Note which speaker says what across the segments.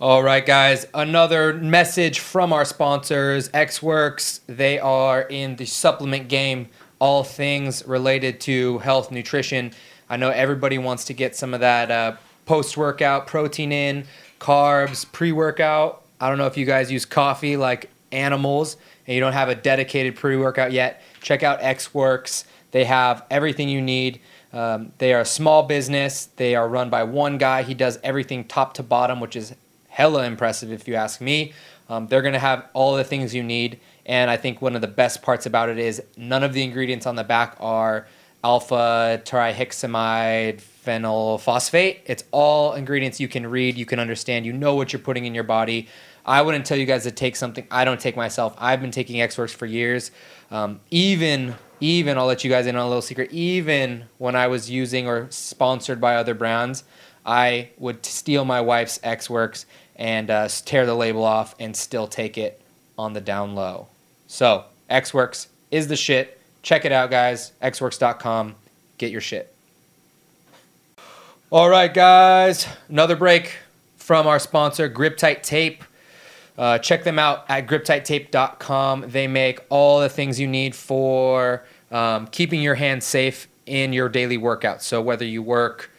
Speaker 1: All right, guys. Another message from our sponsors, X Works. They are in the supplement game, all things related to health, nutrition. I know everybody wants to get some of that uh, post workout protein in, carbs, pre workout. I don't know if you guys use coffee like animals and you don't have a dedicated pre workout yet. Check out X Works. They have everything you need. Um, they are a small business. They are run by one guy. He does everything top to bottom, which is hella impressive if you ask me. Um, they're going to have all the things you need. And I think one of the best parts about it is none of the ingredients on the back are alpha trihexamide phenyl phosphate. It's all ingredients you can read, you can understand, you know what you're putting in your body. I wouldn't tell you guys to take something I don't take myself. I've been taking X-Works for years. Um, even, even, I'll let you guys in on a little secret, even when I was using or sponsored by other brands, I would t- steal my wife's X Works and uh, s- tear the label off and still take it on the down low. So, X Works is the shit. Check it out, guys. Xworks.com. Get your shit. All right, guys. Another break from our sponsor, Grip Tight Tape. Uh, check them out at griptighttape.com. They make all the things you need for um, keeping your hands safe in your daily workouts. So, whether you work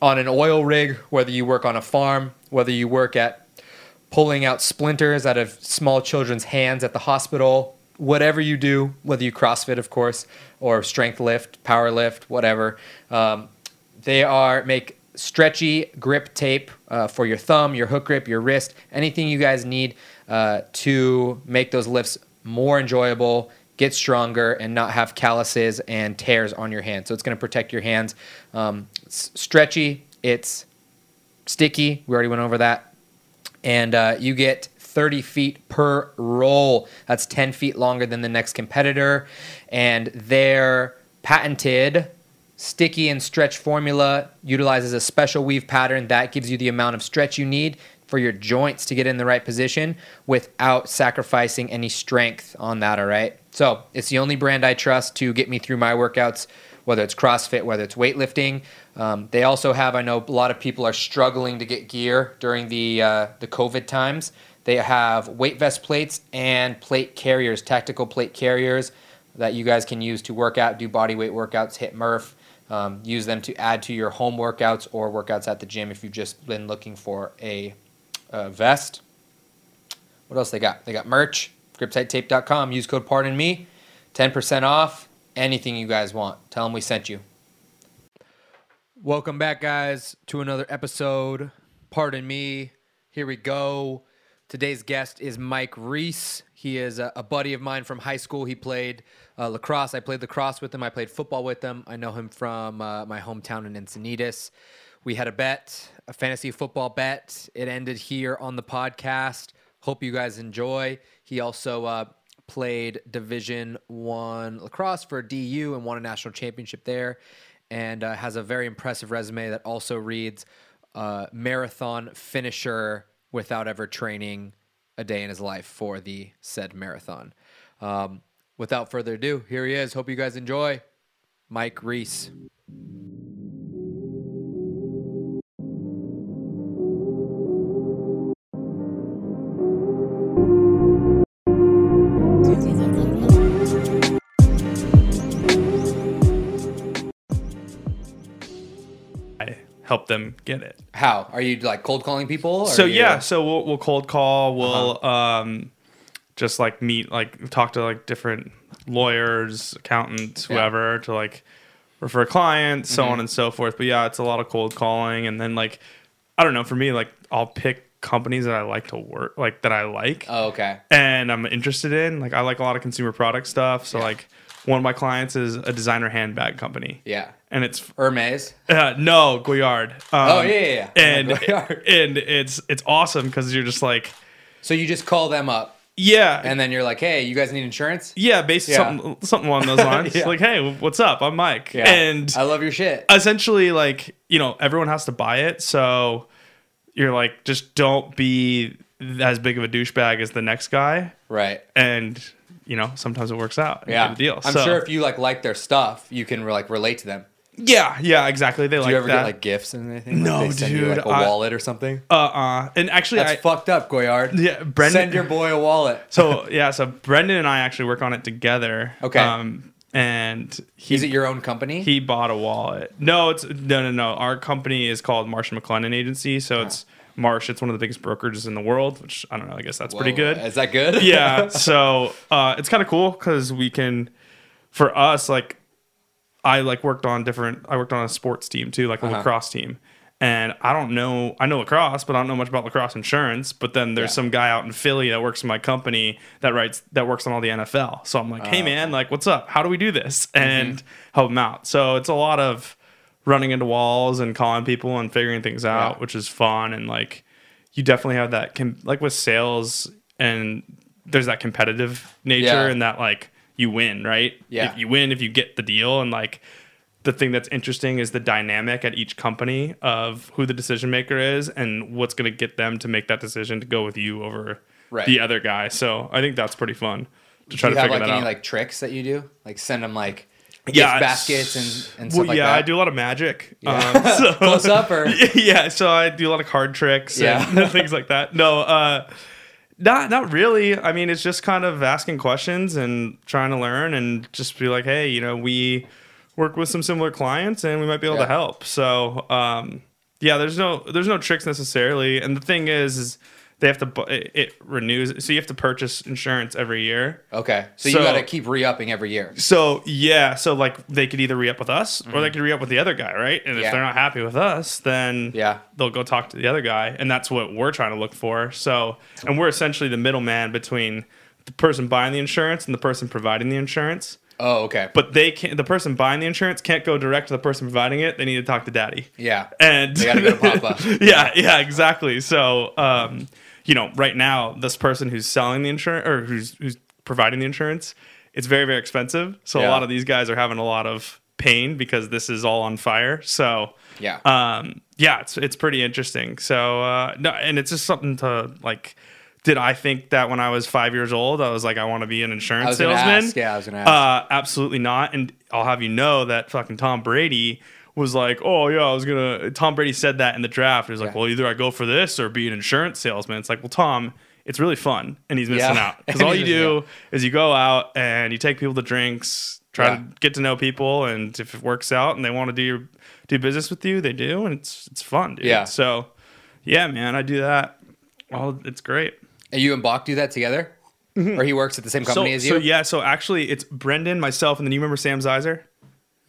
Speaker 1: on an oil rig, whether you work on a farm, whether you work at pulling out splinters out of small children's hands at the hospital, whatever you do, whether you CrossFit, of course, or strength lift, power lift, whatever, um, they are make stretchy grip tape uh, for your thumb, your hook grip, your wrist, anything you guys need uh, to make those lifts more enjoyable, get stronger, and not have calluses and tears on your hands. So it's going to protect your hands. Um, it's stretchy. It's sticky. We already went over that. And uh, you get 30 feet per roll. That's 10 feet longer than the next competitor. And their patented sticky and stretch formula utilizes a special weave pattern that gives you the amount of stretch you need for your joints to get in the right position without sacrificing any strength on that, all right? So it's the only brand I trust to get me through my workouts, whether it's CrossFit, whether it's weightlifting. Um, they also have, I know a lot of people are struggling to get gear during the, uh, the COVID times. They have weight vest plates and plate carriers, tactical plate carriers that you guys can use to work out, do body weight workouts, hit Murph. Um, use them to add to your home workouts or workouts at the gym if you've just been looking for a uh, vest. What else they got? They got merch, griptighttape.com. Use code pardon me, 10% off anything you guys want. Tell them we sent you. Welcome back, guys, to another episode. Pardon me. Here we go. Today's guest is Mike Reese. He is a, a buddy of mine from high school. He played uh, lacrosse. I played lacrosse with him. I played football with him. I know him from uh, my hometown in Encinitas. We had a bet, a fantasy football bet. It ended here on the podcast. Hope you guys enjoy. He also uh, played Division One lacrosse for DU and won a national championship there, and uh, has a very impressive resume that also reads uh, marathon finisher without ever training a day in his life for the said marathon. Um, without further ado, here he is. Hope you guys enjoy, Mike Reese.
Speaker 2: I help them get it.
Speaker 1: How are you like cold calling people? or
Speaker 2: So
Speaker 1: you-
Speaker 2: yeah, so we'll, we'll cold call. We'll
Speaker 1: Uh-huh.
Speaker 2: um, just like meet, like talk to like different lawyers, accountants,
Speaker 1: Yeah. Mm-hmm.
Speaker 2: whoever to like refer clients, so on and so forth. But yeah, it's a lot of cold calling, and then like I don't know. For me, like I'll pick companies that I like to work, like that I like.
Speaker 1: Oh, okay.
Speaker 2: and I'm interested in. Like I like a lot of consumer product stuff. So like one of my clients is a designer handbag company.
Speaker 1: Yeah.
Speaker 2: And it's
Speaker 1: Hermes.
Speaker 2: uh, no Goyard. Um,
Speaker 1: Oh, yeah, yeah, yeah.
Speaker 2: And
Speaker 1: Goyard.
Speaker 2: and it's it's awesome because you're just like
Speaker 1: So you just call them up
Speaker 2: yeah
Speaker 1: and then you're like, hey, you guys need insurance?
Speaker 2: yeah basically
Speaker 1: Yeah.
Speaker 2: something something along those lines.
Speaker 1: Yeah.
Speaker 2: Like hey, what's up? I'm Mike.
Speaker 1: Yeah.
Speaker 2: And
Speaker 1: I love your shit.
Speaker 2: essentially like you know everyone has to buy it so you're like just don't be as big of a douchebag as the next guy
Speaker 1: right.
Speaker 2: and you know sometimes it works out and you
Speaker 1: Yeah.
Speaker 2: get a deal
Speaker 1: I'm
Speaker 2: So-
Speaker 1: sure if you like like their stuff, you can like relate to them.
Speaker 2: Yeah, yeah, exactly. They
Speaker 1: Do
Speaker 2: like
Speaker 1: you ever
Speaker 2: that.
Speaker 1: get like gifts and anything? Like,
Speaker 2: No,
Speaker 1: they send You,
Speaker 2: dude,
Speaker 1: like, a
Speaker 2: I-
Speaker 1: wallet or something.
Speaker 2: uh uh and actually
Speaker 1: That's
Speaker 2: I,
Speaker 1: fucked up, Goyard.
Speaker 2: Yeah, Brendan-
Speaker 1: Send your boy a wallet.
Speaker 2: so yeah, so Brendan and I actually work on it together.
Speaker 1: Okay.
Speaker 2: Um and he
Speaker 1: Is it your own company?
Speaker 2: he bought a wallet. No, it's no no no. Our company is called Marsh and McLennan Agency, so
Speaker 1: Ah.
Speaker 2: it's Marsh, it's one of the biggest brokerages in the world, which I don't know, I guess that's pretty
Speaker 1: Whoa,
Speaker 2: good.
Speaker 1: Is that good?
Speaker 2: yeah. So uh, it's kind of cool because we can, for us, like I like worked on different. I worked on a sports team too, like a
Speaker 1: Uh-huh.
Speaker 2: lacrosse team. And I don't know. I know lacrosse, but I don't know much about lacrosse insurance. But then there's
Speaker 1: Yeah.
Speaker 2: some guy out in Philly that works in my company that writes that works on all the NFL. So I'm like,
Speaker 1: Oh,
Speaker 2: hey man, like what's up? How do we do this?
Speaker 1: Mm-hmm.
Speaker 2: And help him out. So it's a lot of running into walls and calling people and figuring things out,
Speaker 1: Yeah.
Speaker 2: which is fun. And like, you definitely have that, com- like with sales, and there's that competitive nature
Speaker 1: Yeah.
Speaker 2: and that like you win, right?
Speaker 1: Yeah.
Speaker 2: If you win, if you get the deal, and like, the thing that's interesting is the dynamic at each company of who the decision maker is and what's going to get them to make that decision to go with you over
Speaker 1: Right.
Speaker 2: the other guy. So I think that's pretty fun to
Speaker 1: Do
Speaker 2: try
Speaker 1: you
Speaker 2: to
Speaker 1: have
Speaker 2: figure
Speaker 1: like
Speaker 2: that
Speaker 1: any
Speaker 2: out.
Speaker 1: like tricks that you do? Like send them like
Speaker 2: Yeah,
Speaker 1: gift baskets and, and stuff
Speaker 2: well,
Speaker 1: like
Speaker 2: yeah,
Speaker 1: that.
Speaker 2: I do a lot of magic.
Speaker 1: Yeah.
Speaker 2: Um, so-
Speaker 1: Close up or
Speaker 2: yeah, so I do a lot of card tricks
Speaker 1: Yeah.
Speaker 2: and things like that. No, uh, not not really. I mean, it's just kind of asking questions and trying to learn and just be like, hey, you know, we work with some similar clients and we might be able
Speaker 1: Yeah.
Speaker 2: to help. So um, yeah, there's no there's no tricks necessarily. And the thing is, is they have to bu- it, it renews, so you have to purchase insurance every year.
Speaker 1: okay. So, you
Speaker 2: So-
Speaker 1: got to keep re upping every year.
Speaker 2: So yeah, so like they could either re up with us or they could re up with the other guy, right? And
Speaker 1: Mm. Yeah.
Speaker 2: if they're not happy with us, then
Speaker 1: Yeah.
Speaker 2: they'll go talk to the other guy, and that's what we're trying to look for. So, and we're essentially the middleman between the person buying the insurance and the person providing the insurance.
Speaker 1: Oh, okay.
Speaker 2: But they can't. The person buying the insurance can't go direct to the person providing it. They need to talk to daddy.
Speaker 1: yeah.
Speaker 2: And
Speaker 1: They gotta go to Papa.
Speaker 2: yeah, yeah, exactly. So, um, you know, right now, this person who's selling the insurance or who's who's providing the insurance, it's very very expensive. So
Speaker 1: Yeah.
Speaker 2: a lot of these guys are having a lot of pain because this is all on fire. So
Speaker 1: Yeah.
Speaker 2: um, yeah, it's it's pretty interesting. So uh, no, and it's just something to like. Did I think that when I was five years old, I was like, I want to be an insurance
Speaker 1: I was gonna
Speaker 2: salesman?
Speaker 1: ask, yeah, I was gonna ask.
Speaker 2: Uh, absolutely not. And I'll have you know that fucking Tom Brady was like, oh, yeah, I was going to. Tom Brady said that in the draft. He was like,
Speaker 1: Yeah.
Speaker 2: well, either I go for this or be an insurance salesman. It's like, well, Tom, it's really fun. And he's missing
Speaker 1: Yeah.
Speaker 2: out. Because all
Speaker 1: He's
Speaker 2: you
Speaker 1: missing
Speaker 2: do is you go out and you take people to drinks, try
Speaker 1: Yeah.
Speaker 2: to get to know people. And if it works out and they want to do, your, do business with you, they do. And it's, it's fun, dude.
Speaker 1: Yeah.
Speaker 2: So, yeah, man, I do that. Well, it's great.
Speaker 1: and you and Bach do that together? Or he works at the same
Speaker 2: Mm-hmm. So,
Speaker 1: company as you?
Speaker 2: so yeah, so actually, it's Brendan, myself, and then you remember Sam Zeiser?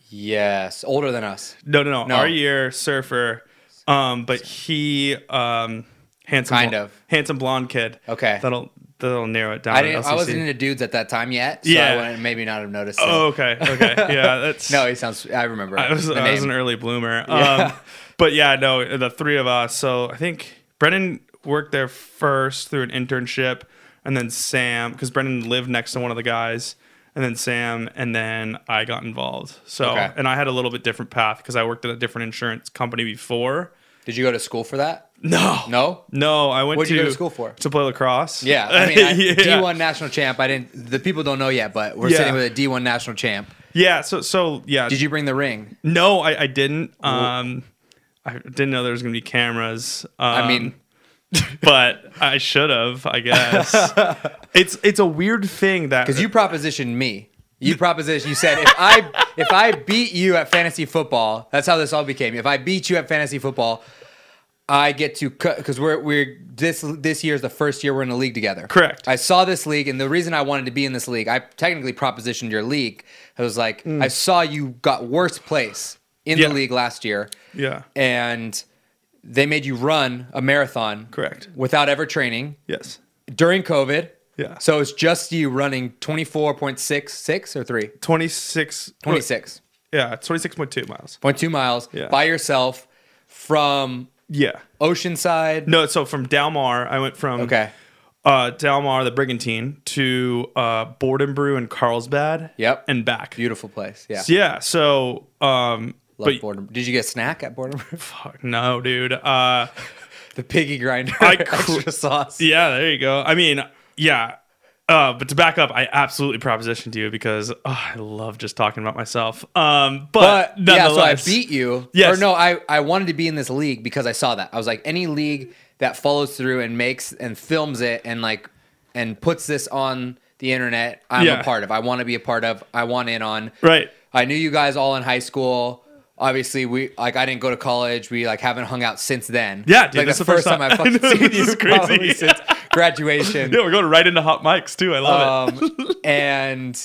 Speaker 1: Yes. Older than us.
Speaker 2: No, no, no.
Speaker 1: No.
Speaker 2: Our year surfer. Um, but he um handsome
Speaker 1: Kind
Speaker 2: blo-
Speaker 1: of.
Speaker 2: handsome blonde kid.
Speaker 1: Okay.
Speaker 2: That'll that'll narrow it down.
Speaker 1: I
Speaker 2: at
Speaker 1: didn't I
Speaker 2: LCC.
Speaker 1: wasn't into dudes at that time yet, so I
Speaker 2: Yeah.
Speaker 1: wouldn't maybe not have noticed. him.
Speaker 2: Oh, okay. Okay. Yeah, that's
Speaker 1: No, he sounds I remember.
Speaker 2: I was,
Speaker 1: the
Speaker 2: I was
Speaker 1: name.
Speaker 2: an early bloomer.
Speaker 1: Yeah.
Speaker 2: Um, but yeah, no, the three of us. So I think Brendan worked there first through an internship, and then Sam, because Brendan lived next to one of the guys, and then Sam, and then I got involved. So,
Speaker 1: Okay.
Speaker 2: and I had a little bit different path because I worked at a different insurance company before.
Speaker 1: Did you go to school for that?
Speaker 2: No,
Speaker 1: No?
Speaker 2: no. I went
Speaker 1: What'd
Speaker 2: to,
Speaker 1: you go to school for?
Speaker 2: To play lacrosse.
Speaker 1: Yeah, I mean, I,
Speaker 2: yeah.
Speaker 1: D1 national champ. I didn't. The people don't know yet, but we're
Speaker 2: Yeah.
Speaker 1: sitting with a D1 national champ.
Speaker 2: Yeah. So, so yeah.
Speaker 1: Did you bring the ring?
Speaker 2: No, I, I didn't. Um, I didn't know there was gonna be cameras. Um,
Speaker 1: I mean,
Speaker 2: but I should have, I guess. it's it's a weird thing that
Speaker 1: because you propositioned me. You propositioned. You said if I if I beat you at fantasy football, that's how this all became. If I beat you at fantasy football, I get to because we're we're this this year is the first year we're in a league together.
Speaker 2: Correct.
Speaker 1: I saw this league, and the reason I wanted to be in this league, I technically propositioned your league. I was like, I saw you got worst place in
Speaker 2: Mm. Yeah.
Speaker 1: the league last year.
Speaker 2: yeah
Speaker 1: and they made you run a marathon
Speaker 2: Correct.
Speaker 1: without ever training
Speaker 2: yes
Speaker 1: during covid
Speaker 2: Yeah.
Speaker 1: so it's just you running 24.66 or 3
Speaker 2: twenty six
Speaker 1: 26.2
Speaker 2: yeah twenty six point two miles
Speaker 1: miles
Speaker 2: Yeah.
Speaker 1: by yourself from
Speaker 2: yeah
Speaker 1: oceanside
Speaker 2: no so from Dalmar I went from
Speaker 1: okay
Speaker 2: uh, Dalmar the Brigantine to uh, Borden Brew in Carlsbad
Speaker 1: Yep.
Speaker 2: and back
Speaker 1: beautiful place yeah
Speaker 2: yeah so um
Speaker 1: love
Speaker 2: but
Speaker 1: boredom did you get a snack at boredom
Speaker 2: fuck no dude uh
Speaker 1: the piggy grinder
Speaker 2: I
Speaker 1: extra
Speaker 2: cou-
Speaker 1: sauce
Speaker 2: yeah there you go I mean yeah Uh, but to back up, I absolutely propositioned you because oh, I love just talking about myself. Um, but,
Speaker 1: But yeah, so I
Speaker 2: nonetheless-
Speaker 1: beat you.
Speaker 2: Yes.
Speaker 1: Or no, I, I wanted to be in this league because I saw that. I was like, any league that follows through and makes and films it and like and puts this on the internet, I'm
Speaker 2: Yeah.
Speaker 1: a part of. I want to be a part of. I want in on.
Speaker 2: Right.
Speaker 1: I knew you guys all in high school. Obviously, we like I didn't go to college. We like haven't hung out since then.
Speaker 2: Yeah, dude,
Speaker 1: like
Speaker 2: that's
Speaker 1: the
Speaker 2: the
Speaker 1: first
Speaker 2: first
Speaker 1: time I've
Speaker 2: time-
Speaker 1: fucking
Speaker 2: I know,
Speaker 1: seen
Speaker 2: this
Speaker 1: you
Speaker 2: is crazy.
Speaker 1: probably since graduation
Speaker 2: Yeah, we're going right into hot mics too. I love it.
Speaker 1: um, and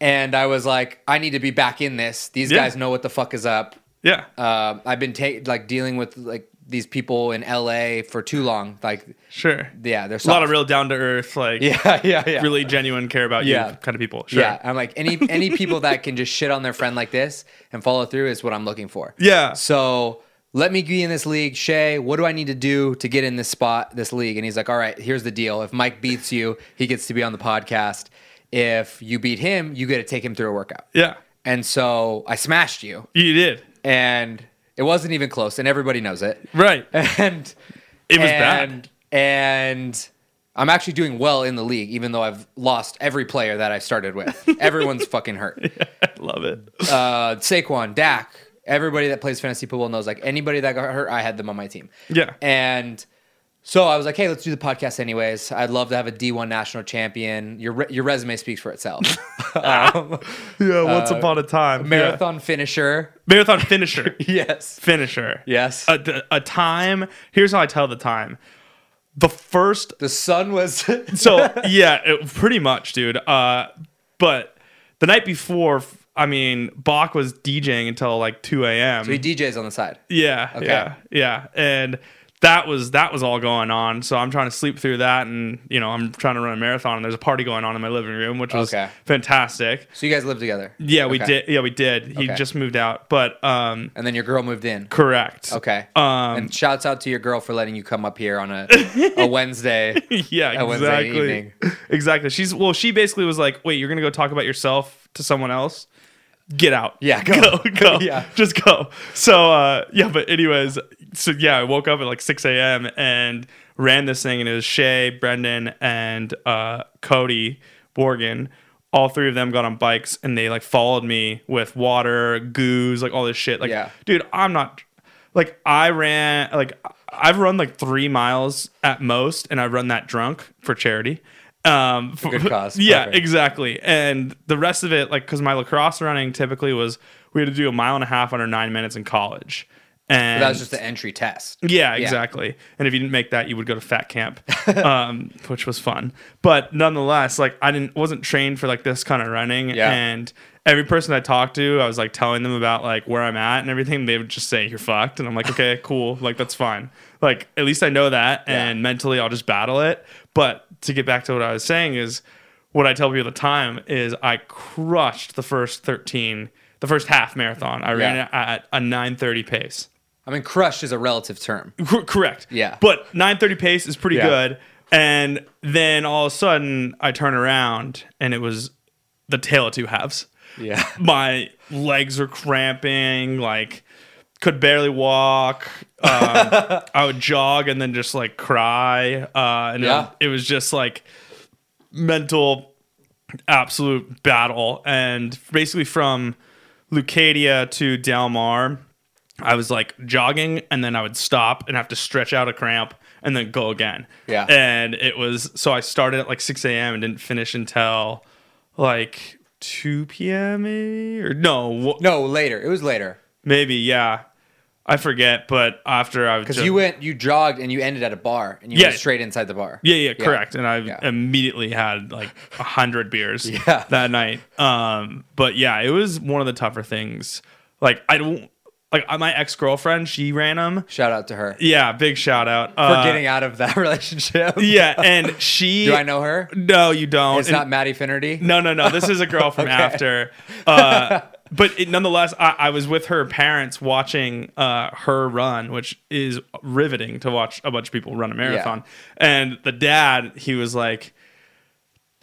Speaker 1: and I was like, I need to be back in this. These
Speaker 2: Yeah.
Speaker 1: guys know what the fuck is up.
Speaker 2: Yeah.
Speaker 1: Um I've been ta- like dealing with like these people in LA for too long. Like,
Speaker 2: Sure.
Speaker 1: yeah, there's
Speaker 2: a lot of real down to earth, like
Speaker 1: yeah, yeah, yeah,
Speaker 2: really genuine care about
Speaker 1: Yeah.
Speaker 2: you kind of people. Sure.
Speaker 1: yeah. I'm like any any people that can just shit on their friend like this and follow through is what I'm looking for.
Speaker 2: Yeah.
Speaker 1: So let me be in this league, Shay. What do I need to do to get in this spot, this league? And he's like, all right, here's the deal. If Mike beats you, he gets to be on the podcast. If you beat him, you get to take him through a workout.
Speaker 2: Yeah.
Speaker 1: And so I smashed you,
Speaker 2: You did.
Speaker 1: and it wasn't even close, and everybody knows it.
Speaker 2: Right.
Speaker 1: And
Speaker 2: It was
Speaker 1: and, bad. And I'm actually doing well in the league, even though I've lost every player that I started with. Everyone's fucking hurt.
Speaker 2: bad. love it.
Speaker 1: Uh, Saquon, Dak, everybody that plays fantasy football knows. Like anybody that got hurt, I had them on my team.
Speaker 2: Yeah.
Speaker 1: And so I was like, hey, let's do the podcast anyways. I'd love to have a D1 national champion. Your re- your resume speaks for itself. um,
Speaker 2: Yeah. Once upon a time.
Speaker 1: marathon finisher.
Speaker 2: Yeah. Marathon finisher.
Speaker 1: Yes.
Speaker 2: finisher.
Speaker 1: Yes.
Speaker 2: A, th- a time. Here's how I tell the time. The first.
Speaker 1: the sun was
Speaker 2: So yeah, it, pretty much, dude. Uh, but the night before, f- I mean, Bach was DJing until like 2 a.m.
Speaker 1: the DJs on the side.
Speaker 2: Yeah, yeah, yeah. And that was that was all going on. So I'm trying to sleep through that, and you know I'm trying to run a marathon, and there's a party going on in my living room, which was
Speaker 1: Okay.
Speaker 2: fantastic.
Speaker 1: So you guys lived together.
Speaker 2: Yeah, we
Speaker 1: Okay.
Speaker 2: did. Yeah, we did. He
Speaker 1: Okay.
Speaker 2: just moved out, but um,
Speaker 1: And then your girl moved in.
Speaker 2: correct.
Speaker 1: Okay.
Speaker 2: Um,
Speaker 1: and shouts out to your girl for letting you come up here on a a Wednesday.
Speaker 2: yeah,
Speaker 1: That Wednesday
Speaker 2: exactly.
Speaker 1: evening.
Speaker 2: Exactly. She's well. She basically was like, "Wait, you're gonna go talk about yourself to someone else? Get out.
Speaker 1: Yeah, go.
Speaker 2: go, go.
Speaker 1: Yeah.
Speaker 2: just go." So uh, yeah, but anyways, so yeah, I woke up at like 6 a.m. and ran this thing, and it was Shay, Brendan, and uh, Cody Borgen. All three of them got on bikes, and they like followed me with water, goos, like all this shit. Like,
Speaker 1: Yeah.
Speaker 2: dude, I'm not. Like I ran like I've run like three miles at most, and I've run that drunk for charity. Um, for
Speaker 1: good cause.
Speaker 2: Yeah,
Speaker 1: Perfect.
Speaker 2: exactly. And the rest of it, like, because my lacrosse running typically was we had to do a mile and a half under nine minutes in college, and
Speaker 1: That was just the entry test.
Speaker 2: yeah, exactly. And if you didn't make that, you would go to fat camp, um, which was fun. But nonetheless, like I didn't wasn't trained for like this kind of running.
Speaker 1: Yeah.
Speaker 2: And every person I talked to, I was like telling them about like where I'm at and everything. They would just say you're fucked, and I'm like, okay, cool, like that's fine. Like at least I know that, and mentally I'll just battle it. But to get back to what I was saying is, what I tell people at the time is I crushed the first 13, the first half marathon. I ran
Speaker 1: Yeah.
Speaker 2: it at a 9:30 pace.
Speaker 1: I mean, crushed is a relative term.
Speaker 2: Cor- correct.
Speaker 1: Yeah.
Speaker 2: But 9:30 pace is pretty
Speaker 1: Yeah.
Speaker 2: good. And then all of a sudden, I turn around and it was the tail of two halves.
Speaker 1: Yeah.
Speaker 2: My legs were cramping, like could barely walk. Um, I would jog and then just like cry. Uh, and it-
Speaker 1: Yeah.
Speaker 2: it was just like mental absolute battle. And basically from Lucadia to Delmar, I was like jogging and then I would stop and have to stretch out a cramp and then go again.
Speaker 1: Yeah.
Speaker 2: And it was so I started at like 6 a.m. and didn't finish until like 2 p.m. maybe or no, wh-
Speaker 1: No, later. It was later
Speaker 2: maybe, yeah. I forget, but after I was
Speaker 1: because
Speaker 2: just-
Speaker 1: you went, you jogged, and you ended at a bar, and you
Speaker 2: Yeah.
Speaker 1: went straight inside the bar.
Speaker 2: Yeah, yeah, correct. And I
Speaker 1: Yeah.
Speaker 2: immediately had like a hundred beers
Speaker 1: Yeah.
Speaker 2: that night. Um, but yeah, it was one of the tougher things. Like I don't like I- my ex girlfriend. She ran them.
Speaker 1: Shout out to her
Speaker 2: Yeah, big shout out
Speaker 1: for
Speaker 2: Uh,
Speaker 1: getting out of that relationship.
Speaker 2: Yeah, and she.
Speaker 1: Do I know her?
Speaker 2: No, you don't.
Speaker 1: It's
Speaker 2: And-
Speaker 1: not Maddie Finnerty.
Speaker 2: no, no, no. This is a girl from after. Uh, but it, nonetheless, I, I was with her parents watching uh, her run, which is riveting to watch a bunch of people run a marathon. And the dad, he was like,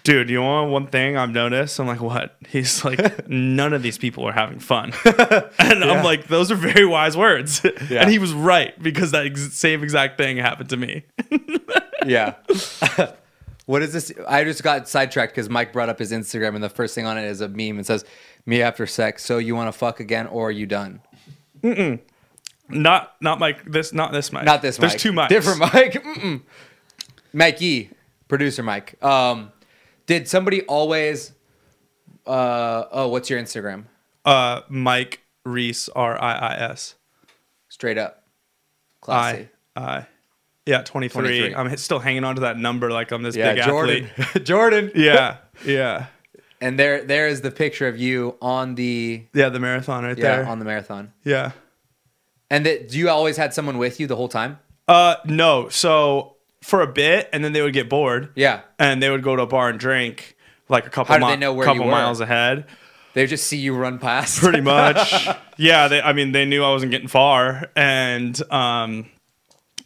Speaker 2: Dude, you want one thing I've noticed? I'm like, what? He's like, none of these people are having fun. and I'm like, those are very wise words.
Speaker 1: Yeah.
Speaker 2: And he was right because that ex- same exact thing happened to me.
Speaker 1: Yeah. What is this? I just got sidetracked because Mike brought up his Instagram, and the first thing on it is a meme and says, "Me after sex, so you want to fuck again, or are you done?"
Speaker 2: Not not Mike. This not this Mike.
Speaker 1: Not this.
Speaker 2: There's
Speaker 1: Mike.
Speaker 2: two Mikes.
Speaker 1: Different Mike. Mm-mm. Mike E, producer Mike. Um, did somebody always? Uh, oh, what's your Instagram?
Speaker 2: Uh, Mike Reese R I I S
Speaker 1: Straight up, classy.
Speaker 2: I I. Yeah, 23.
Speaker 1: 23.
Speaker 2: I'm h- still hanging on to that number like I'm this big
Speaker 1: yeah, Jordan.
Speaker 2: athlete.
Speaker 1: Jordan.
Speaker 2: Yeah, yeah,
Speaker 1: And there, there is the picture of you on the
Speaker 2: yeah. The marathon right
Speaker 1: yeah
Speaker 2: there.
Speaker 1: on the marathon.
Speaker 2: yeah.
Speaker 1: And that you always had someone with you the whole time?
Speaker 2: Uh, no. So for a bit, and then they would get bored.
Speaker 1: Yeah.
Speaker 2: and they would go to a bar and drink like a couple
Speaker 1: How did
Speaker 2: mi-
Speaker 1: they know where
Speaker 2: couple
Speaker 1: you were?
Speaker 2: miles ahead.
Speaker 1: They just see you run past.
Speaker 2: Pretty much. yeah, they I mean they knew I wasn't getting far and um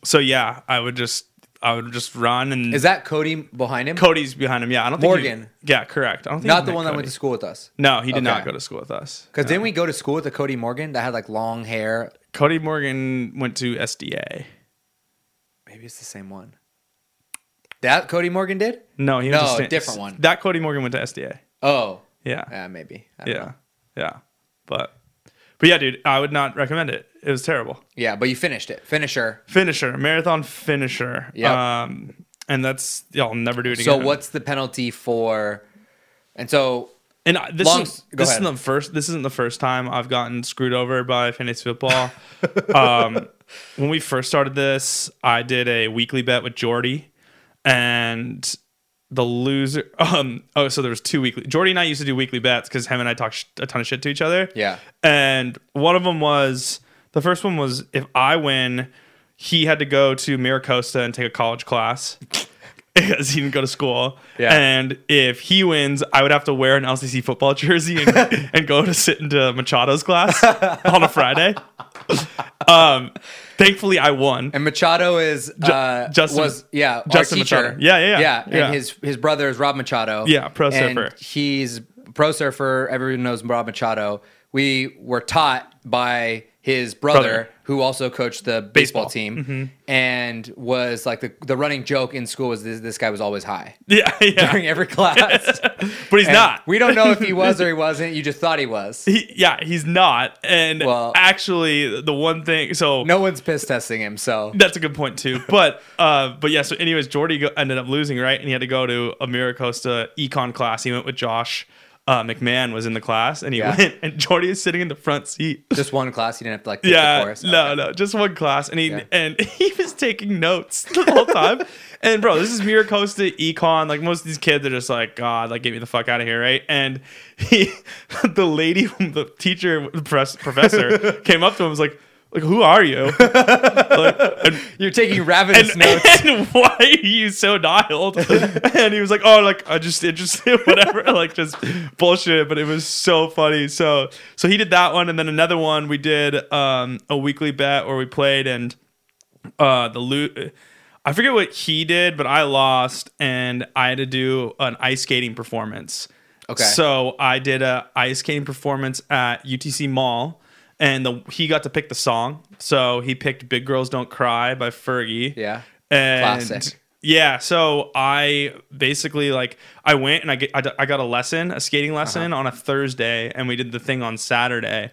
Speaker 2: so yeah, I would just I would just run and
Speaker 1: Is that Cody behind him?
Speaker 2: Cody's behind him. Yeah, I don't think he-
Speaker 1: Morgan.
Speaker 2: yeah, correct. I don't think
Speaker 1: Not
Speaker 2: he
Speaker 1: the
Speaker 2: met
Speaker 1: one that
Speaker 2: Cody.
Speaker 1: went to school with us.
Speaker 2: No, he did not
Speaker 1: Okay.
Speaker 2: go to school with us.
Speaker 1: Because didn't we go to school with a Cody Morgan that had like long hair?
Speaker 2: Cody Morgan went to SDA.
Speaker 1: Maybe it's the same one. That Cody Morgan did?
Speaker 2: No, he went
Speaker 1: No,
Speaker 2: to Stan-
Speaker 1: different one.
Speaker 2: That Cody Morgan went to SDA.
Speaker 1: Oh.
Speaker 2: Yeah.
Speaker 1: Yeah, maybe. I don't
Speaker 2: Yeah.
Speaker 1: know.
Speaker 2: Yeah. But but yeah, dude, I would not recommend it. It was terrible.
Speaker 1: Yeah, but you finished it. Finisher.
Speaker 2: finisher, marathon finisher.
Speaker 1: Yep.
Speaker 2: Um, and that's yeah, I'll never do it
Speaker 1: So
Speaker 2: again.
Speaker 1: what's the penalty for. And so.
Speaker 2: and I- this
Speaker 1: long-
Speaker 2: is
Speaker 1: go
Speaker 2: this isn't
Speaker 1: ahead.
Speaker 2: the first this isn't the first time I've gotten screwed over by fantasy football. um, when we first started this, I did a weekly bet with Jordy, and the loser. Um, oh, so there was two weekly. Jordy and I used to do weekly bets because him and I talked sh- a ton of shit to each other.
Speaker 1: Yeah.
Speaker 2: and one of them was the first one was if I win, he had to go to Miracosta and take a college class because he didn't go to school.
Speaker 1: Yeah.
Speaker 2: And if he wins, I would have to wear an LCC football jersey and, and go to sit into Machado's class on a Friday. um, thankfully, I won.
Speaker 1: And Machado is. Uh,
Speaker 2: Justin-
Speaker 1: Was, yeah. our
Speaker 2: Justin
Speaker 1: teacher.
Speaker 2: Machado. Yeah, yeah, yeah.
Speaker 1: And
Speaker 2: Yeah.
Speaker 1: his his brother is Rob Machado.
Speaker 2: Yeah, pro
Speaker 1: And
Speaker 2: surfer.
Speaker 1: He's pro surfer. Everyone knows Rob Machado. We were taught by his brother,
Speaker 2: Brother.
Speaker 1: who also coached the baseball,
Speaker 2: Baseball. Mm-hmm.
Speaker 1: team, and was like the the running joke in school was this, this guy was always high
Speaker 2: Yeah, yeah.
Speaker 1: during every class.
Speaker 2: But he's
Speaker 1: And
Speaker 2: not.
Speaker 1: We don't know if he was or he wasn't. You just thought he was.
Speaker 2: He, yeah, he's not. And
Speaker 1: Well-
Speaker 2: actually, the one thing. So
Speaker 1: No one's piss testing him, so
Speaker 2: That's a good point too. But uh, but yeah. So anyways, Jordy go- ended up losing, right? And he had to go to a Miracosta econ class. He went with Josh uh, McMahon was in the class, and he
Speaker 1: Yeah.
Speaker 2: went. And Jordy is sitting in the front seat.
Speaker 1: just one class. You didn't have to like take the
Speaker 2: Yeah,
Speaker 1: course.
Speaker 2: no, no, just one class, and he
Speaker 1: Yeah.
Speaker 2: and he was taking notes the whole time. and bro, this is Miracosta econ. Like most of these kids are just like, God, like get me the fuck out of here, right? And he, the lady, the teacher, the press professor came up to him, and was like, like who are you? like, and
Speaker 1: You're taking ravenous notes.
Speaker 2: and why are you so dialed? and he was like, oh, like I just interested, whatever, like just bullshit. But it was so funny. So so he did that one, and then another one we did um, a weekly bet where we played, and uh, the loot. I forget what he did, but I lost, and I had to do an ice skating performance.
Speaker 1: Okay.
Speaker 2: So I did a ice skating performance at UTC Mall, and the, he got to pick the song. So he picked "Big Girls Don't Cry" by Fergie.
Speaker 1: Yeah.
Speaker 2: and
Speaker 1: Classic.
Speaker 2: Yeah, so I basically like I went and I get I, d- I got a lesson, a
Speaker 1: Uh-huh.
Speaker 2: skating lesson on a Thursday, and we did the thing on Saturday,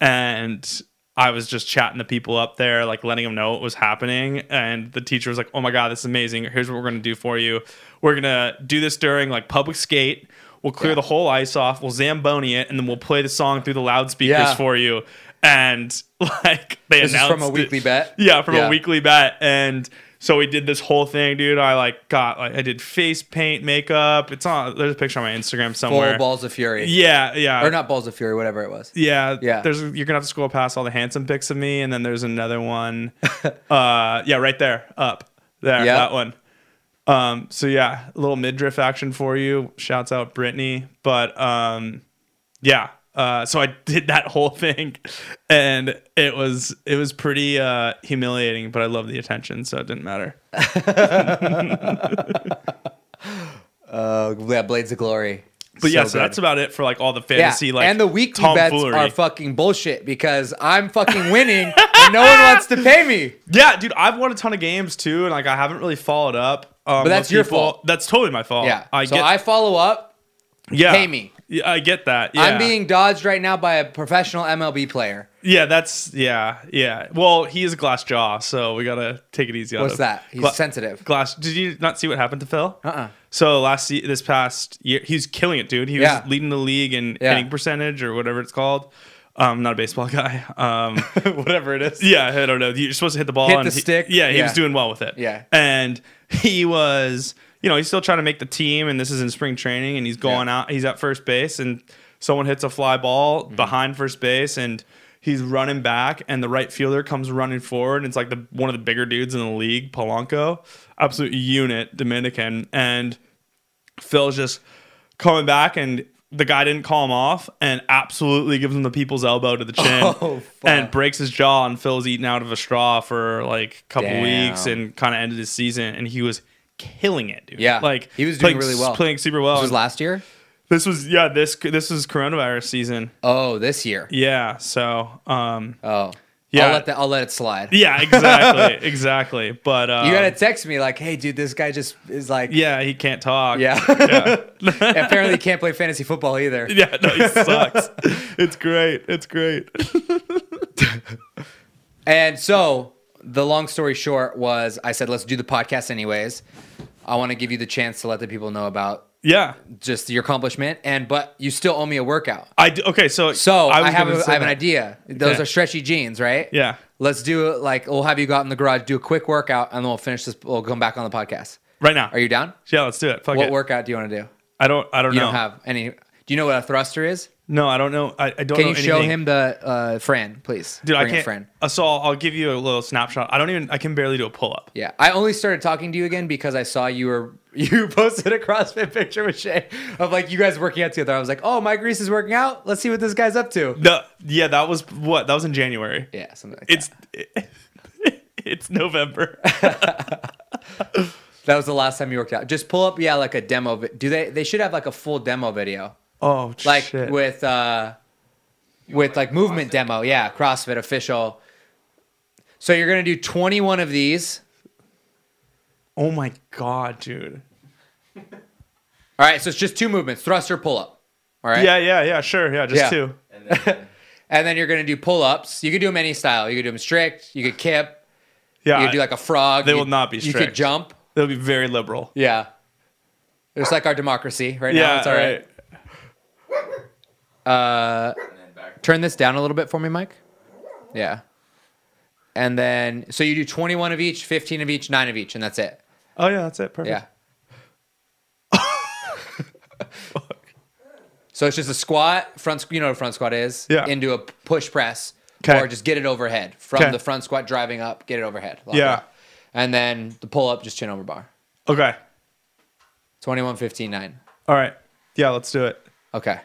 Speaker 2: and I was just chatting to people up there, like letting them know what was happening, and the teacher was like, "Oh my god, this is amazing! Here's what we're gonna do for you. We're gonna do this during like public skate." We'll clear the whole ice off. We'll zamboni it, and then we'll play the song through the loudspeakers
Speaker 1: Yeah.
Speaker 2: for you. And like they
Speaker 1: This is
Speaker 2: announced
Speaker 1: from a
Speaker 2: it.
Speaker 1: weekly bet.
Speaker 2: Yeah, from
Speaker 1: Yeah.
Speaker 2: a weekly bet. And so we did this whole thing, dude. I like got like I did face paint, makeup. It's on there's a picture on my Instagram
Speaker 1: Full
Speaker 2: somewhere.
Speaker 1: balls of fury.
Speaker 2: Yeah, yeah.
Speaker 1: Or not balls of fury, whatever it was.
Speaker 2: Yeah,
Speaker 1: Yeah.
Speaker 2: There's you're gonna have to scroll past all the handsome pics of me, and then there's another one. uh, yeah, right there, up there,
Speaker 1: Yeah.
Speaker 2: that one. Um, so yeah, a little midriff action for you. Shouts out Brittany, but um, yeah. Uh, so I did that whole thing, and it was it was pretty uh, humiliating, but I love the attention, so it didn't matter.
Speaker 1: Uh, yeah, Blades of Glory.
Speaker 2: But yeah, so
Speaker 1: good.
Speaker 2: that's about it for like all the fantasy like
Speaker 1: and the weekly bets
Speaker 2: tomfoolery.
Speaker 1: are fucking bullshit because I'm fucking winning and no one wants to pay me.
Speaker 2: Yeah, dude, I've won a ton of games too, and like I haven't really followed up. Um,
Speaker 1: But that's
Speaker 2: with
Speaker 1: your
Speaker 2: people.
Speaker 1: fault.
Speaker 2: That's totally my fault.
Speaker 1: Yeah.
Speaker 2: Oh, I
Speaker 1: so
Speaker 2: get.
Speaker 1: I follow up.
Speaker 2: yeah,
Speaker 1: pay me.
Speaker 2: Yeah, I get that. Yeah.
Speaker 1: I'm being dodged right now by a professional MLB player.
Speaker 2: Yeah, that's yeah, yeah. Well, he is a glass jaw, so we gotta take it easy. on
Speaker 1: What's
Speaker 2: him.
Speaker 1: that? He's sensitive.
Speaker 2: Glass. Did you not see what happened to Phil?
Speaker 1: Uh-uh.
Speaker 2: So last se- this past year, he's killing it, dude. He
Speaker 1: Yeah.
Speaker 2: was leading the league in
Speaker 1: Yeah.
Speaker 2: hitting percentage or whatever it's called. Um, not a baseball guy. Um,
Speaker 1: Whatever it is.
Speaker 2: yeah, I don't know. You're supposed to hit the ball.
Speaker 1: Hit
Speaker 2: and
Speaker 1: the
Speaker 2: he-
Speaker 1: stick.
Speaker 2: Yeah, he
Speaker 1: Yeah.
Speaker 2: was doing well with it.
Speaker 1: Yeah.
Speaker 2: and he was, you know, he's still trying to make the team, and this is in spring training, and he's going out. He's at first base, and someone hits a fly ball
Speaker 1: Mm-hmm.
Speaker 2: behind first base, and he's running back, and the right fielder comes running forward, and it's like the one of the bigger dudes in the league, Polanco, absolute unit, Dominican, and Phil's just coming back and the guy didn't call him off and absolutely gives him the people's elbow to the chin
Speaker 1: Oh, fuck.
Speaker 2: and breaks his jaw and Phil's eating out of a straw for like a couple
Speaker 1: Damn.
Speaker 2: weeks and kind of ended his season and he was killing it dude
Speaker 1: Yeah.
Speaker 2: like
Speaker 1: He was doing
Speaker 2: playing-
Speaker 1: really well.
Speaker 2: playing super well
Speaker 1: This was
Speaker 2: And
Speaker 1: last year?
Speaker 2: this was yeah this this was coronavirus season
Speaker 1: Oh, this year.
Speaker 2: yeah so um
Speaker 1: Oh.
Speaker 2: Yeah.
Speaker 1: I'll let that I'll let it slide.
Speaker 2: yeah exactly exactly but um,
Speaker 1: You gotta text me like, hey dude, this guy just is like
Speaker 2: yeah he can't talk
Speaker 1: Yeah.
Speaker 2: yeah
Speaker 1: Apparently he can't play fantasy football either.
Speaker 2: yeah no he sucks it's great it's great
Speaker 1: And so the long story short was I said, let's do the podcast anyways. I want to give you the chance to let the people know about
Speaker 2: yeah
Speaker 1: just your accomplishment and but you still owe me a workout.
Speaker 2: I do, okay, so
Speaker 1: So I,
Speaker 2: was
Speaker 1: have,
Speaker 2: gonna
Speaker 1: a,
Speaker 2: say
Speaker 1: I have an
Speaker 2: that.
Speaker 1: idea. Those
Speaker 2: Okay.
Speaker 1: are stretchy jeans, right?
Speaker 2: Yeah,
Speaker 1: Let's do it like we'll have you go out in the garage, do a quick workout, and then we'll finish this. We'll come back on the podcast.
Speaker 2: right now.
Speaker 1: Are you down?
Speaker 2: Yeah, let's do it. Fuck
Speaker 1: What
Speaker 2: it.
Speaker 1: workout do you want to do?
Speaker 2: I don't. I don't
Speaker 1: You
Speaker 2: know.
Speaker 1: don't have any. Do you know what a thruster is?
Speaker 2: no, I don't know. I, I don't.
Speaker 1: Can
Speaker 2: know
Speaker 1: you show
Speaker 2: anything.
Speaker 1: him the uh, Fran, please?
Speaker 2: dude? I
Speaker 1: Bring a
Speaker 2: can't.
Speaker 1: Fran.
Speaker 2: Uh, so I'll, I'll give you a little snapshot. I don't even. I can barely do a pull up.
Speaker 1: Yeah, I only started talking to you again because I saw you were you posted a CrossFit picture with Shay of like you guys working out together. I was like, oh, my grease is working out. Let's see what this guy's up to.
Speaker 2: No, yeah, that was what that was in January.
Speaker 1: Yeah, something like
Speaker 2: It's it's November.
Speaker 1: that. That was the last time you worked out. Just pull up, yeah, like a demo. Vi- do they? They should have like a full demo video,
Speaker 2: Oh
Speaker 1: like
Speaker 2: shit.
Speaker 1: with uh, with like movement demo. Yeah, CrossFit official. So you're gonna do 21 of these.
Speaker 2: oh my god, dude.
Speaker 1: All right, so it's just two movements: thruster, pull up. All right.
Speaker 2: Yeah, yeah, yeah. Sure, yeah, just
Speaker 1: Yeah.
Speaker 2: two.
Speaker 1: And then you're gonna do pull ups. You could do them any style. You could do them strict. You could kip.
Speaker 2: Yeah,
Speaker 1: You could do like a frog.
Speaker 2: They
Speaker 1: You-
Speaker 2: will not be
Speaker 1: You
Speaker 2: strict.
Speaker 1: could jump.
Speaker 2: they'll be very liberal.
Speaker 1: Yeah. It's like our democracy right now.
Speaker 2: Yeah,
Speaker 1: It's all right. Turn this down a little bit for me, Mike. Yeah. And then, so you do 21 of each, 15 of each, 9 of each, and that's it.
Speaker 2: Oh yeah, that's it. Perfect.
Speaker 1: Yeah. so it's just a squat, front, squ- you know what a front squat is?
Speaker 2: Yeah.
Speaker 1: Into a push press,
Speaker 2: 'Kay.
Speaker 1: or just get it overhead. From
Speaker 2: 'Kay.
Speaker 1: the front squat, driving up, get it overhead. Lock
Speaker 2: Yeah.
Speaker 1: it up. And then the pull up, just chin over bar.
Speaker 2: Okay.
Speaker 1: 21, 15, 9.
Speaker 2: All right. Yeah, let's do it.
Speaker 1: Okay.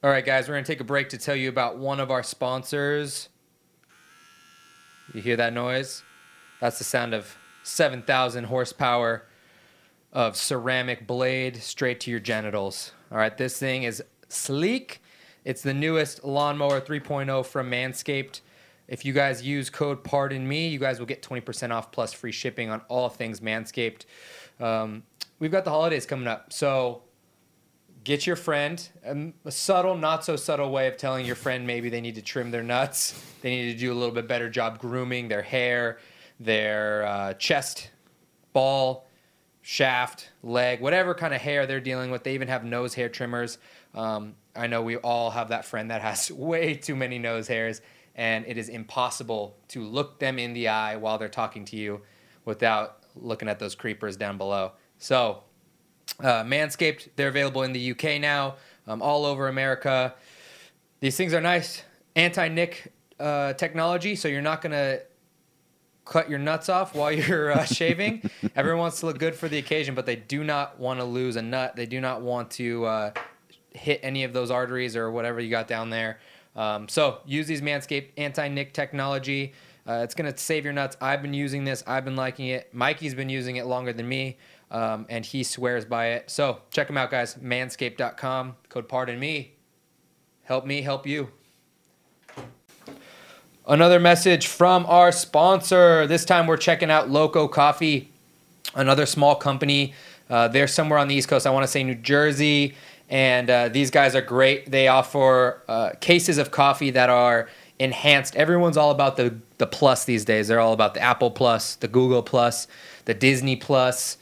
Speaker 1: All right, guys, we're going to take a break to tell you about one of our sponsors. You hear that noise? That's the sound of 7,000 horsepower of ceramic blade straight to your genitals. All right, this thing is sleek. It's the newest lawnmower 3.0 from Manscaped. If you guys use code Pardon Me, you guys will get 20% off plus free shipping on all things Manscaped. Um, we've got the holidays coming up, so get your friend um, a subtle, not so subtle way of telling your friend maybe they need to trim their nuts, they need to do a little bit better job grooming their hair, their uh, chest, ball, shaft, leg, whatever kind of hair they're dealing with. They even have nose hair trimmers. Um, I know we all have that friend that has way too many nose hairs, and it is impossible to look them in the eye while they're talking to you without looking at those creepers down below. So, uh, Manscaped, they're available in the UK now, um, all over America. These things are nice anti nick uh, technology, so you're not going to cut your nuts off while you're uh, shaving. Everyone wants to look good for the occasion, but they do not want to lose a nut. They do not want to uh, hit any of those arteries or whatever you got down there. Um, so use these Manscaped anti-nick technology. Uh, it's gonna save your nuts. I've been using this. I've been liking it. Mikey's been using it longer than me. um, and he swears by it. So check him out, guys. Manscaped.com. Code pardon me. Help me help you. Another message from our sponsor. This time we're checking out Loco Coffee, another small company. Uh, they're somewhere on the East Coast. I want to say New Jersey. And uh, these guys are great. They offer uh, cases of coffee that are enhanced. Everyone's all about the the plus these days. They're all about the Apple Plus, the Google Plus, the Disney Plus,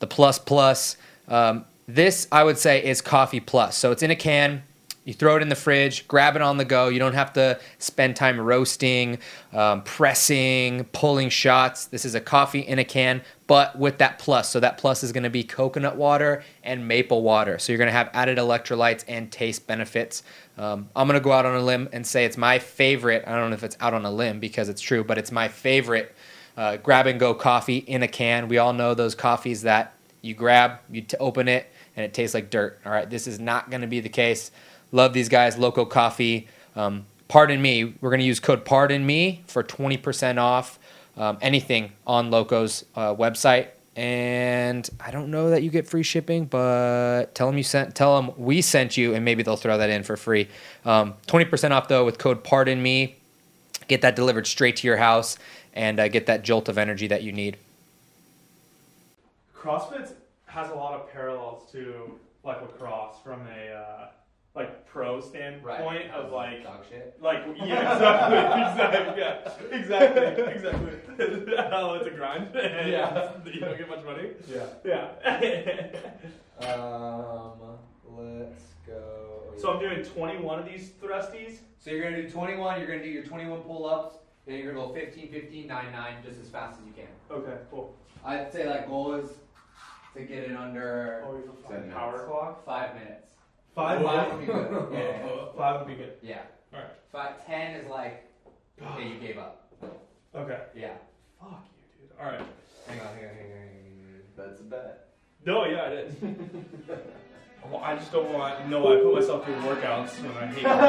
Speaker 1: the Plus Plus. Um, this I would say is Coffee Plus. So it's in a can. You throw it in the fridge, grab it on the go. You don't have to spend time roasting, um, pressing, pulling shots. This is a coffee in a can, but with that plus. So that plus is going to be coconut water and maple water. So you're going to have added electrolytes and taste benefits. Um, I'm going to go out on a limb and say it's my favorite. I don't know if it's out on a limb because it's true, but it's my favorite uh, grab and go coffee in a can. We all know those coffees that you grab, you t- open it, and it tastes like dirt. All right, this is not going to be the case. Love these guys, Loco Coffee. Um, pardon me. We're going to use code Pardon Me for 20% off um, anything on Loco's uh, website. And I don't know that you get free shipping, but tell them you sent. Tell them we sent you, and maybe they'll throw that in for free. Um, Twenty percent off though with code Pardon Me. Get that delivered straight to your house, and uh, get that jolt of energy that you need.
Speaker 2: CrossFit has a lot of parallels to like lacrosse from a uh, like pro standpoint of like like yeah exactly exactly yeah exactly exactly oh it's a grind and
Speaker 1: Yeah.
Speaker 2: you don't get much money
Speaker 1: Yeah.
Speaker 2: yeah
Speaker 1: Um, let's go.
Speaker 2: so I'm doing 21 of these thrusties
Speaker 1: So you're gonna do 21. You're gonna do your 21 pull-ups. Then you're gonna go 15, 15, 9, 9, just as fast as you can.
Speaker 2: okay cool
Speaker 1: I'd say that goal is to get it under
Speaker 2: oh,
Speaker 3: Ten minutes.
Speaker 2: power clock
Speaker 1: five minutes.
Speaker 2: five
Speaker 1: Five
Speaker 2: minutes.
Speaker 1: would be good. Yeah.
Speaker 2: five would be good
Speaker 1: yeah.
Speaker 2: all right
Speaker 1: Five, ten is like okay, you gave up.
Speaker 2: okay
Speaker 1: Yeah.
Speaker 2: fuck you dude all right
Speaker 1: Hang on, hang on, hang on, hang
Speaker 3: That's a bet.
Speaker 2: No, yeah, it is. well, I just don't want. No, I put myself through workouts when I hate. workouts.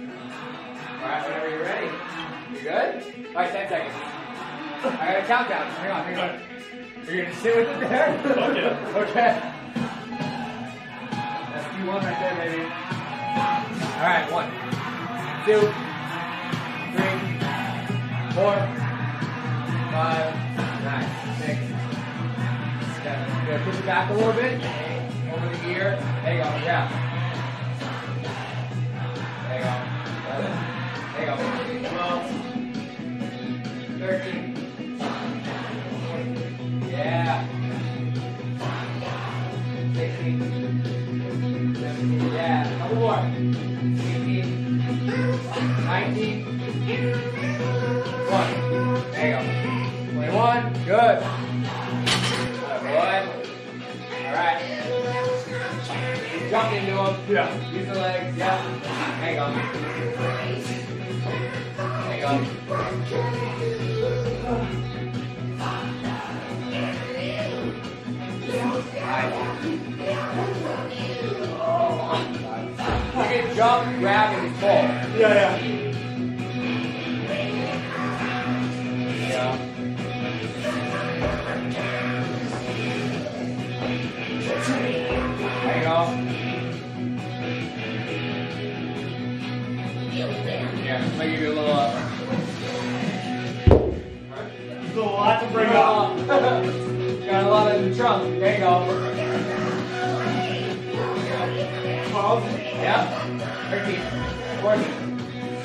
Speaker 1: on. All right, whenever you're ready. You good? All right, ten seconds. I got a countdown. Hang on, hang on. You're gonna sit with it there.
Speaker 2: Fuck yeah.
Speaker 1: okay. That's two one right there, baby. All right, one, two, three, four, five, nine, six, seven. We're gonna push it back a little bit. Over the ear. There you go. Yeah. There you go. Eleven. There you go. Twelve. Thirteen. Fourteen. Yeah. 16, 17, yeah, couple more. 18, 19, 20. There you go. 21, good. Good. Alright. Jump into them.
Speaker 2: Yeah.
Speaker 1: Use the legs, yeah. Hang on. Hang on. You can jump, grab, and pull.
Speaker 2: Yeah, yeah.
Speaker 1: Yeah. Hang on. Yeah, I'll give you a little up.
Speaker 2: There's a lot to bring up.
Speaker 1: Got a lot in the trunk. There you go.
Speaker 2: Twelve.
Speaker 1: Yeah. 13. 14.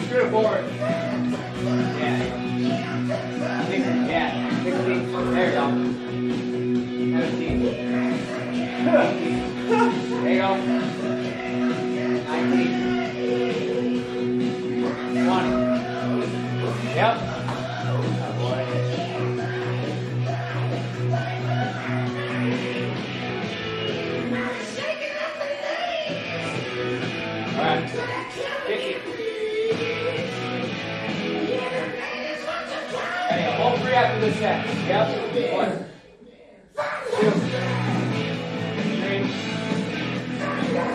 Speaker 1: Screw it forward. Yeah. Six- Yeah. 16. There you go. 17. 18. There you go. 19. 20. Yep. Alright. 50. Hey, hold three after this set. Yep. One. Two. Three.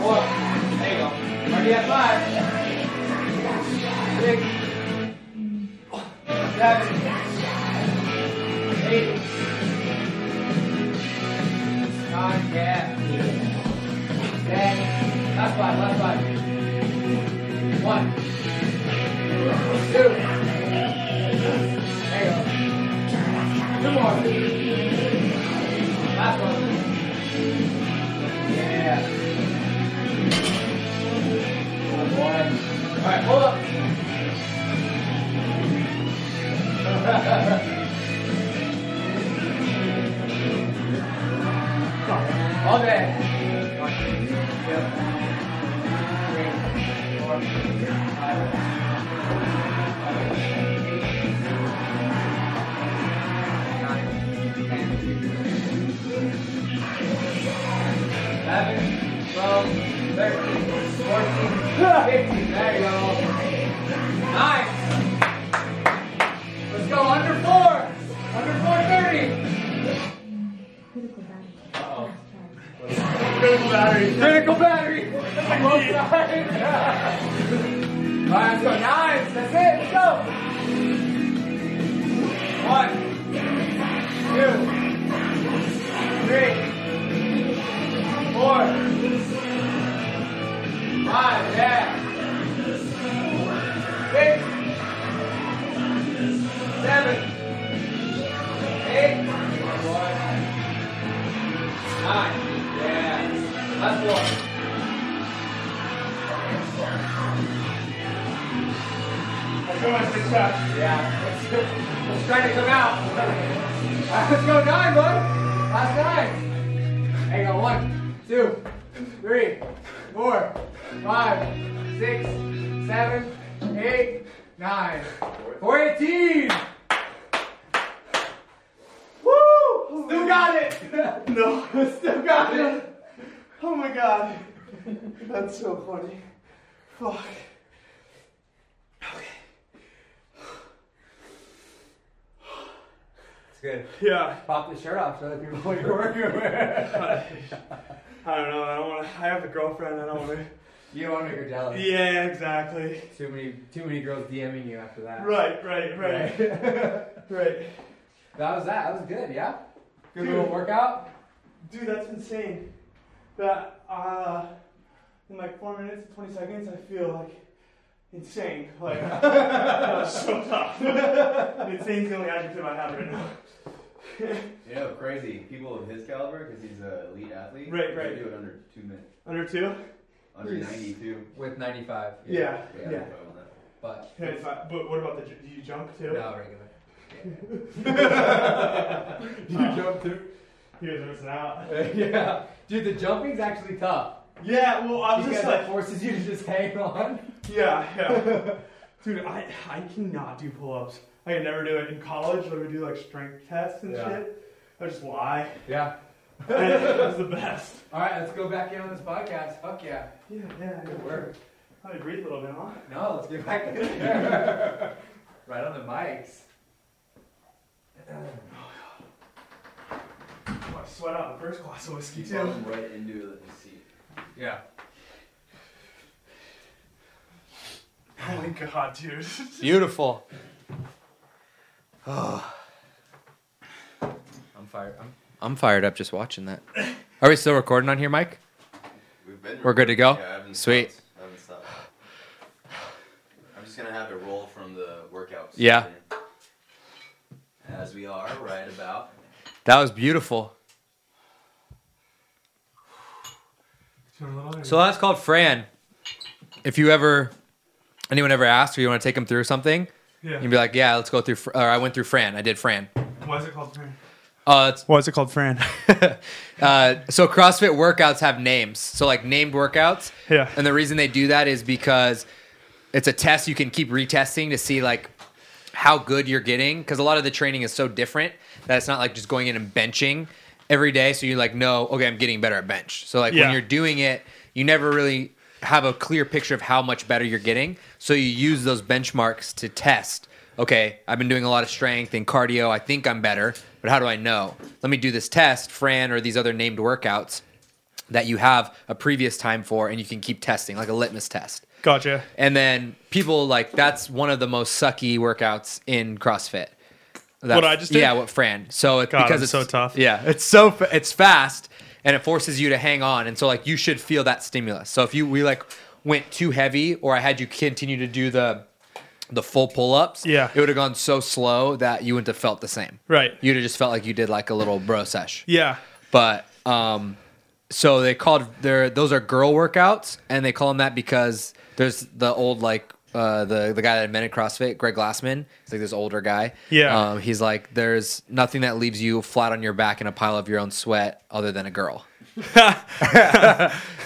Speaker 1: Four. There you go. Already at five. Six. Seven. baby. God, yeah. Then, left five, left five. One. Two. There you go. Two more. Last one. Yeah. One. All right, hold up. All day. One, two, three, four, five. Nine, ten, eleven, twelve, thirteen, fourteen, fifteen. There you go. Nice. Let's go under four. Under four thirty.
Speaker 2: Critical battery.
Speaker 1: Critical battery. Alright, let's go. Nice. That's it. Let's go. One, two, three, four, five. Yeah. Six, seven, eight, nine. Yeah. Last one.
Speaker 2: That's so much success.
Speaker 1: Yeah. Let's try to come out. Alright, Let's go nine, bud. Last nine. There you go. One, two, three, four, five, six, seven, eight, nine. 418. Woo! Still got it.
Speaker 2: No.
Speaker 1: Still got it.
Speaker 2: Oh my god. That's so funny. Fuck.
Speaker 1: It's good.
Speaker 4: Yeah.
Speaker 1: Pop the shirt off so that people know what you're working with.
Speaker 2: I don't know. I don't want to. I have a girlfriend. I don't want to.
Speaker 1: You don't want to make her jealous.
Speaker 2: Yeah, exactly.
Speaker 1: Too many, too many girls DMing you after that.
Speaker 2: Right, right, right, right.
Speaker 1: That was that. That was good, yeah? Good
Speaker 2: Dude.
Speaker 1: little workout?
Speaker 2: Dude, that's insane. That uh, in like four minutes and twenty seconds, I feel like insane. Like that was so tough. Insane's the only adjective I have right now.
Speaker 5: You know, crazy people of his caliber, because he's an elite athlete.
Speaker 2: Right,
Speaker 5: they
Speaker 2: right.
Speaker 5: Do it under two minutes,
Speaker 2: Under two?
Speaker 5: under
Speaker 2: Yes.
Speaker 5: ninety-two.
Speaker 6: With 95,
Speaker 2: Yeah, yeah.
Speaker 5: I'm fine with that.
Speaker 6: but
Speaker 2: Can I fi- but what about the? ju- Do you jump too?
Speaker 6: no regular.
Speaker 2: You jump too. You guys are missing out.
Speaker 1: yeah. Dude, the jumping's actually tough.
Speaker 2: Yeah, well, I was
Speaker 1: Because
Speaker 2: just
Speaker 1: that
Speaker 2: like,
Speaker 1: forces you to just hang on.
Speaker 2: yeah, yeah. Dude, I I cannot do pull-ups. I can never do it. In college, I would do like strength tests and
Speaker 1: Yeah.
Speaker 2: shit. I just lie.
Speaker 1: Yeah.
Speaker 2: That's the best.
Speaker 1: All right, let's go back in on this podcast. Fuck yeah.
Speaker 2: Yeah, yeah,
Speaker 1: Good work.
Speaker 2: I breathe a little bit, huh?
Speaker 1: No, let's get back in there. right on the mics.
Speaker 2: Oh, I sweat out the first glass of whiskey
Speaker 5: You
Speaker 2: too.
Speaker 5: fall right into the seat.
Speaker 1: Yeah.
Speaker 2: Oh my god, dude.
Speaker 6: Beautiful. I'm fired. I'm, I'm fired up just watching that. Are we still recording on here, Mike?
Speaker 5: We've been
Speaker 6: We're good to go?
Speaker 5: Yeah, I haven't
Speaker 6: Sweet.
Speaker 5: stopped. I haven't stopped. I'm just gonna have it roll from the workouts.
Speaker 6: Yeah.
Speaker 5: As we are right about.
Speaker 6: That was beautiful. So that's called Fran. If you ever, anyone ever asks or you want to take them through something,
Speaker 2: yeah.
Speaker 6: you'd be like, yeah, let's go through, Fr- or I went through Fran. I did Fran.
Speaker 2: Why is it called Fran?
Speaker 6: Uh, it's
Speaker 4: Why is it called Fran?
Speaker 6: uh, so CrossFit workouts have names. So like named workouts.
Speaker 4: Yeah.
Speaker 6: And the reason they do that is because it's a test you can keep retesting to see like how good you're getting because a lot of the training is so different that it's not like just going in and benching every day. So you're like, no, okay, I'm getting better at bench. So like when
Speaker 4: Yeah.
Speaker 6: you're doing it, you never really have a clear picture of how much better you're getting. So you use those benchmarks to test. Okay, I've been doing a lot of strength and cardio. I think I'm better, but how do I know? Let me do this test, Fran, or these other named workouts that you have a previous time for, and you can keep testing, like a litmus test.
Speaker 4: Gotcha.
Speaker 6: And then people like that's one of the most sucky workouts in CrossFit.
Speaker 1: that-
Speaker 2: What I just did?
Speaker 1: Yeah, what Fran. So it,
Speaker 2: God,
Speaker 1: because
Speaker 2: I'm
Speaker 1: it's
Speaker 2: so tough.
Speaker 1: Yeah, it's so fa- it's fast and it forces you to hang on, and so like you should feel that stimulus. So if you we like went too heavy, or I had you continue to do the the full pull ups,
Speaker 2: Yeah.
Speaker 1: it would have gone so slow that you wouldn't have felt the same.
Speaker 2: Right.
Speaker 1: You'd have just felt like you did like a little bro sesh.
Speaker 2: Yeah.
Speaker 1: But um, so they called their those are girl workouts, and they call them that because there's the old like uh, the the guy that invented CrossFit, Greg Glassman. He's like this older guy.
Speaker 2: Yeah.
Speaker 1: Um, he's like, there's nothing that leaves you flat on your back in a pile of your own sweat other than a girl. so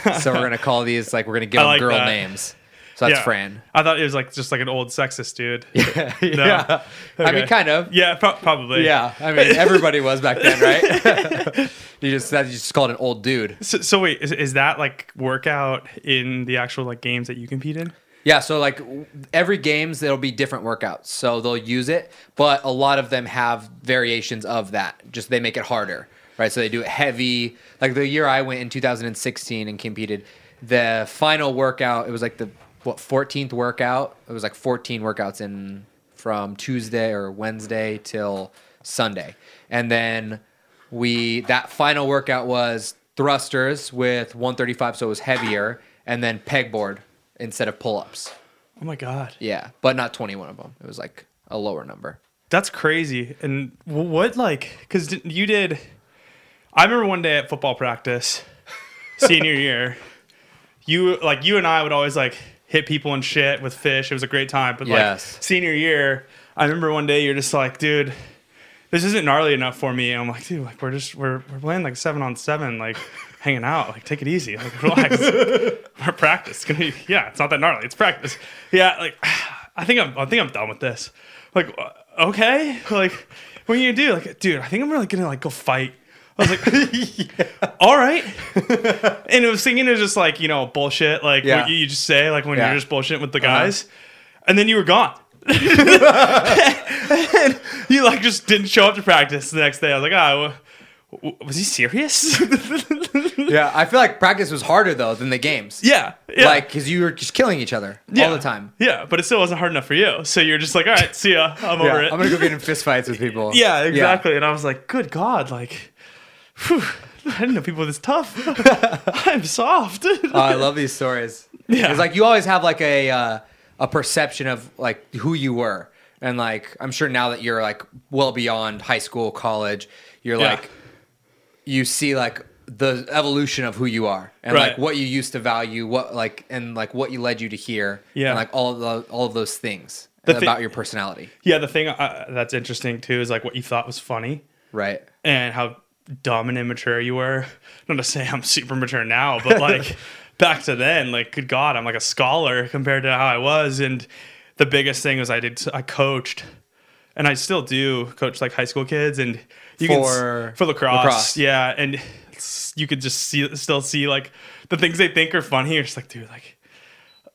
Speaker 1: we're gonna call these like we're gonna give
Speaker 2: I
Speaker 1: them
Speaker 2: like
Speaker 1: girl
Speaker 2: that.
Speaker 1: names. So that's
Speaker 2: yeah.
Speaker 1: Fran.
Speaker 2: I thought it was like just like an old sexist dude.
Speaker 1: yeah. I mean,
Speaker 2: Okay.
Speaker 1: kind of.
Speaker 2: Yeah, pro- probably.
Speaker 1: Yeah, I mean everybody was back then, right? you just that you just called an old dude.
Speaker 2: So, so wait, is, is that like workout in the actual like games that you compete in?
Speaker 1: Yeah, so like w- every games there'll be different workouts. So they'll use it, but a lot of them have variations of that. Just they make it harder, right? So they do it heavy. Like the year I went in 2016 and competed, the final workout, it was like the what 14th workout. It was like 14 workouts in from Tuesday or Wednesday till Sunday. And then we that final workout was thrusters with 135 so it was heavier and then pegboard instead of pull-ups
Speaker 2: Oh my god,
Speaker 1: yeah but not 21 of them it was like a lower number
Speaker 2: that's crazy! And wh- what like because you did? I remember one day at football practice, senior year, you like you and I would always like hit people and shit with fish. It was a great time, but
Speaker 1: Yes.
Speaker 2: like senior year, I remember one day you're just like, dude. This isn't gnarly enough for me. And I'm like, dude, like we're just we're we're playing like seven on seven, like hanging out, like take it easy, like relax. Our practice. It's gonna be, yeah, it's not that gnarly. It's practice. Yeah, like I think I'm I think I'm done with this. Like uh, okay, like what are you gonna do? Like dude, I think I'm really gonna like go fight. I was like, all right. and I was thinking it was just like you know bullshit, like
Speaker 1: Yeah.
Speaker 2: what you just say, like when
Speaker 1: Yeah. Uh-huh.
Speaker 2: you're just bullshitting with the guys, and then you were gone. and you like just didn't show up to practice the next day. I was like, oh, w- w- was he serious?
Speaker 1: yeah i feel like practice was harder though than the games
Speaker 2: yeah, yeah.
Speaker 1: like because you were just killing each other all the time
Speaker 2: Yeah, but it still wasn't hard enough for you. So you're just like, all right, see ya. I'm over it.
Speaker 1: i'm gonna go get in fist fights with people
Speaker 2: yeah, exactly. And I was like, good God, like, whew, I didn't know people were this tough. I'm soft.
Speaker 1: Oh, I love these stories.
Speaker 2: Yeah.
Speaker 1: it's like you always have like a uh, a perception of like who you were, and like I'm sure now that you're like well beyond high school, college, you're
Speaker 2: Yeah.
Speaker 1: like you see like the evolution of who you are and like
Speaker 2: Right.
Speaker 1: what you used to value, what like and like what you led you to here,
Speaker 2: Yeah.
Speaker 1: and like all of the, all of those things
Speaker 2: The thi-
Speaker 1: about your personality,
Speaker 2: yeah, the thing uh, that's interesting too is like what you thought was funny
Speaker 1: right?
Speaker 2: and how dumb and immature you were. Not to say I'm super mature now, but like back to then, like good God, I'm like a scholar compared to how I was. And the biggest thing was I did I coached, and I still do coach like high school kids and you can s-
Speaker 1: For
Speaker 2: for lacrosse,
Speaker 1: lacrosse.
Speaker 2: yeah, and s- you could just see still see like the things they think are funny. You're just like, dude, like.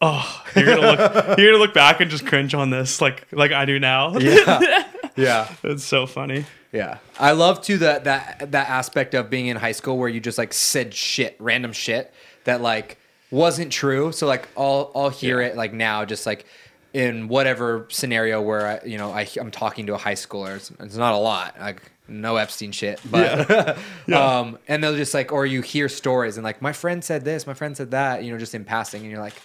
Speaker 2: Oh, you're gonna look. you're gonna look back and just cringe on this, like like I do now.
Speaker 1: Yeah, yeah.
Speaker 2: it's so funny.
Speaker 1: Yeah, I love too that that that aspect of being in high school where you just like said shit, random shit that like wasn't true. So like I'll I'll hear it like now, just like in whatever scenario where I you know I I'm talking to a high schooler. It's, it's not a lot, like no Epstein shit, but um, and they'll just like or you hear stories and like my friend said this, my friend said that, you know, just in passing, and you're like.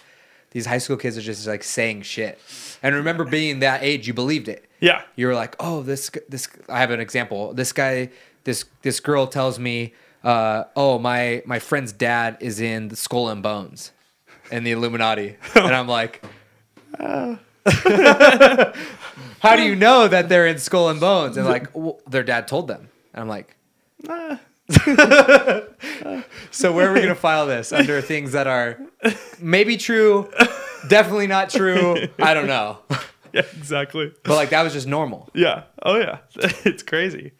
Speaker 1: These high school kids are just like saying shit, and remember being that age, you believed it
Speaker 2: Yeah,
Speaker 1: you were like, oh, this this. I have an example. This guy, this this girl tells me, uh, oh, my my friend's dad is in the Skull and Bones, and the Illuminati, and I'm like, "Uh." how do you know that they're in Skull and Bones? And like, well, their dad told them, and I'm like. "Uh." so where are we gonna file this under things that are maybe true, definitely not true? I don't know,
Speaker 2: yeah, exactly.
Speaker 1: but like that was just normal.
Speaker 2: Yeah. Oh yeah. it's crazy.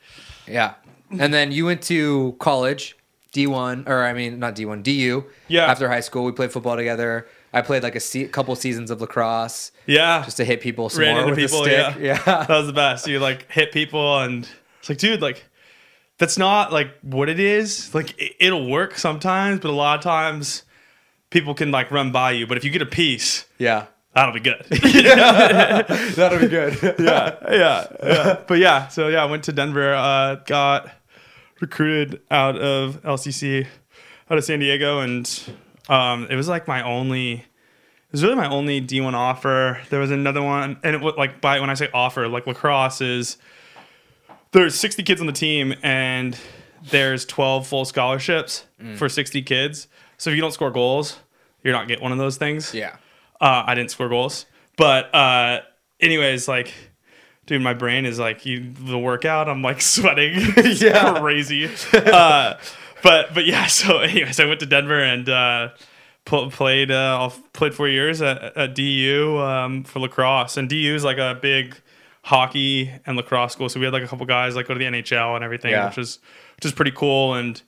Speaker 1: Yeah. And then you went to college, D1, or I mean, not D1, DU.
Speaker 2: Yeah.
Speaker 1: After high school, we played football together. I played like a se- couple seasons of lacrosse
Speaker 2: Yeah.
Speaker 1: just to hit people some
Speaker 2: ran
Speaker 1: more
Speaker 2: into
Speaker 1: with
Speaker 2: people.
Speaker 1: a stick.
Speaker 2: Yeah. That was the best. You like hit people and it's like, dude, like that's not like what it is. Like it, it'll work sometimes, but a lot of times people can like run by you. But if you get a piece,
Speaker 1: yeah.
Speaker 2: That'll be good.
Speaker 1: That'll be good.
Speaker 2: yeah, yeah, yeah. But yeah, so yeah, I went to Denver, uh, got recruited out of LCC, out of San Diego, and um, it was like my only. It was really my only D1 offer. There was another one, and it was like by when I say offer, like lacrosse is there's 60 kids on the team, and there's 12 full scholarships for 60 kids. So if you don't score goals, you're not getting one of those things.
Speaker 1: yeah.
Speaker 2: Uh, I didn't score goals, but uh, anyways, like, dude, my brain is like, you the workout. I'm like sweating, It's
Speaker 1: Yeah.
Speaker 2: crazy. uh, but but yeah. So anyways, I went to Denver and uh, pl- played. Uh, I've played four years at, at DU um, for lacrosse, and DU is like a big hockey and lacrosse school. So we had like a couple guys like go to the NHL and everything,
Speaker 1: Yeah.
Speaker 2: which is which is pretty cool. And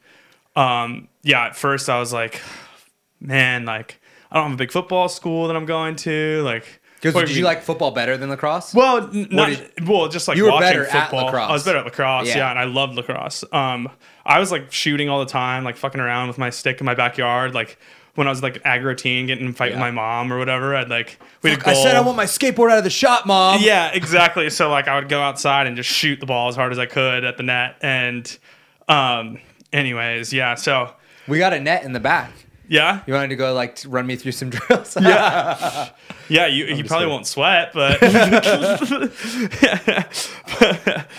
Speaker 2: um, yeah, at first I was like, man, like I don't have a big football school that I'm going to. Like,
Speaker 1: Because
Speaker 2: what
Speaker 1: did
Speaker 2: do
Speaker 1: you
Speaker 2: mean?
Speaker 1: like football better than lacrosse?
Speaker 2: Well, n- not,
Speaker 1: did-
Speaker 2: well, just like
Speaker 1: You were
Speaker 2: watching
Speaker 1: better at
Speaker 2: football.
Speaker 1: lacrosse.
Speaker 2: I was better at lacrosse,
Speaker 1: Yeah.
Speaker 2: yeah. and I loved lacrosse. Um, I was like shooting all the time, like fucking around with my stick in my backyard, like. When I was like aggro teen, getting in a fight
Speaker 1: Yeah.
Speaker 2: with my mom or whatever, I'd like we
Speaker 1: I said I want my skateboard out of the shop, mom.
Speaker 2: yeah, exactly. So like I would go outside and just shoot the ball as hard as I could at the net. And um anyways, yeah. So
Speaker 1: We got a net in the back.
Speaker 2: yeah.
Speaker 1: You wanted to go like t- run me through some drills?
Speaker 2: Yeah, you, you probably
Speaker 1: kidding.
Speaker 2: won't sweat, but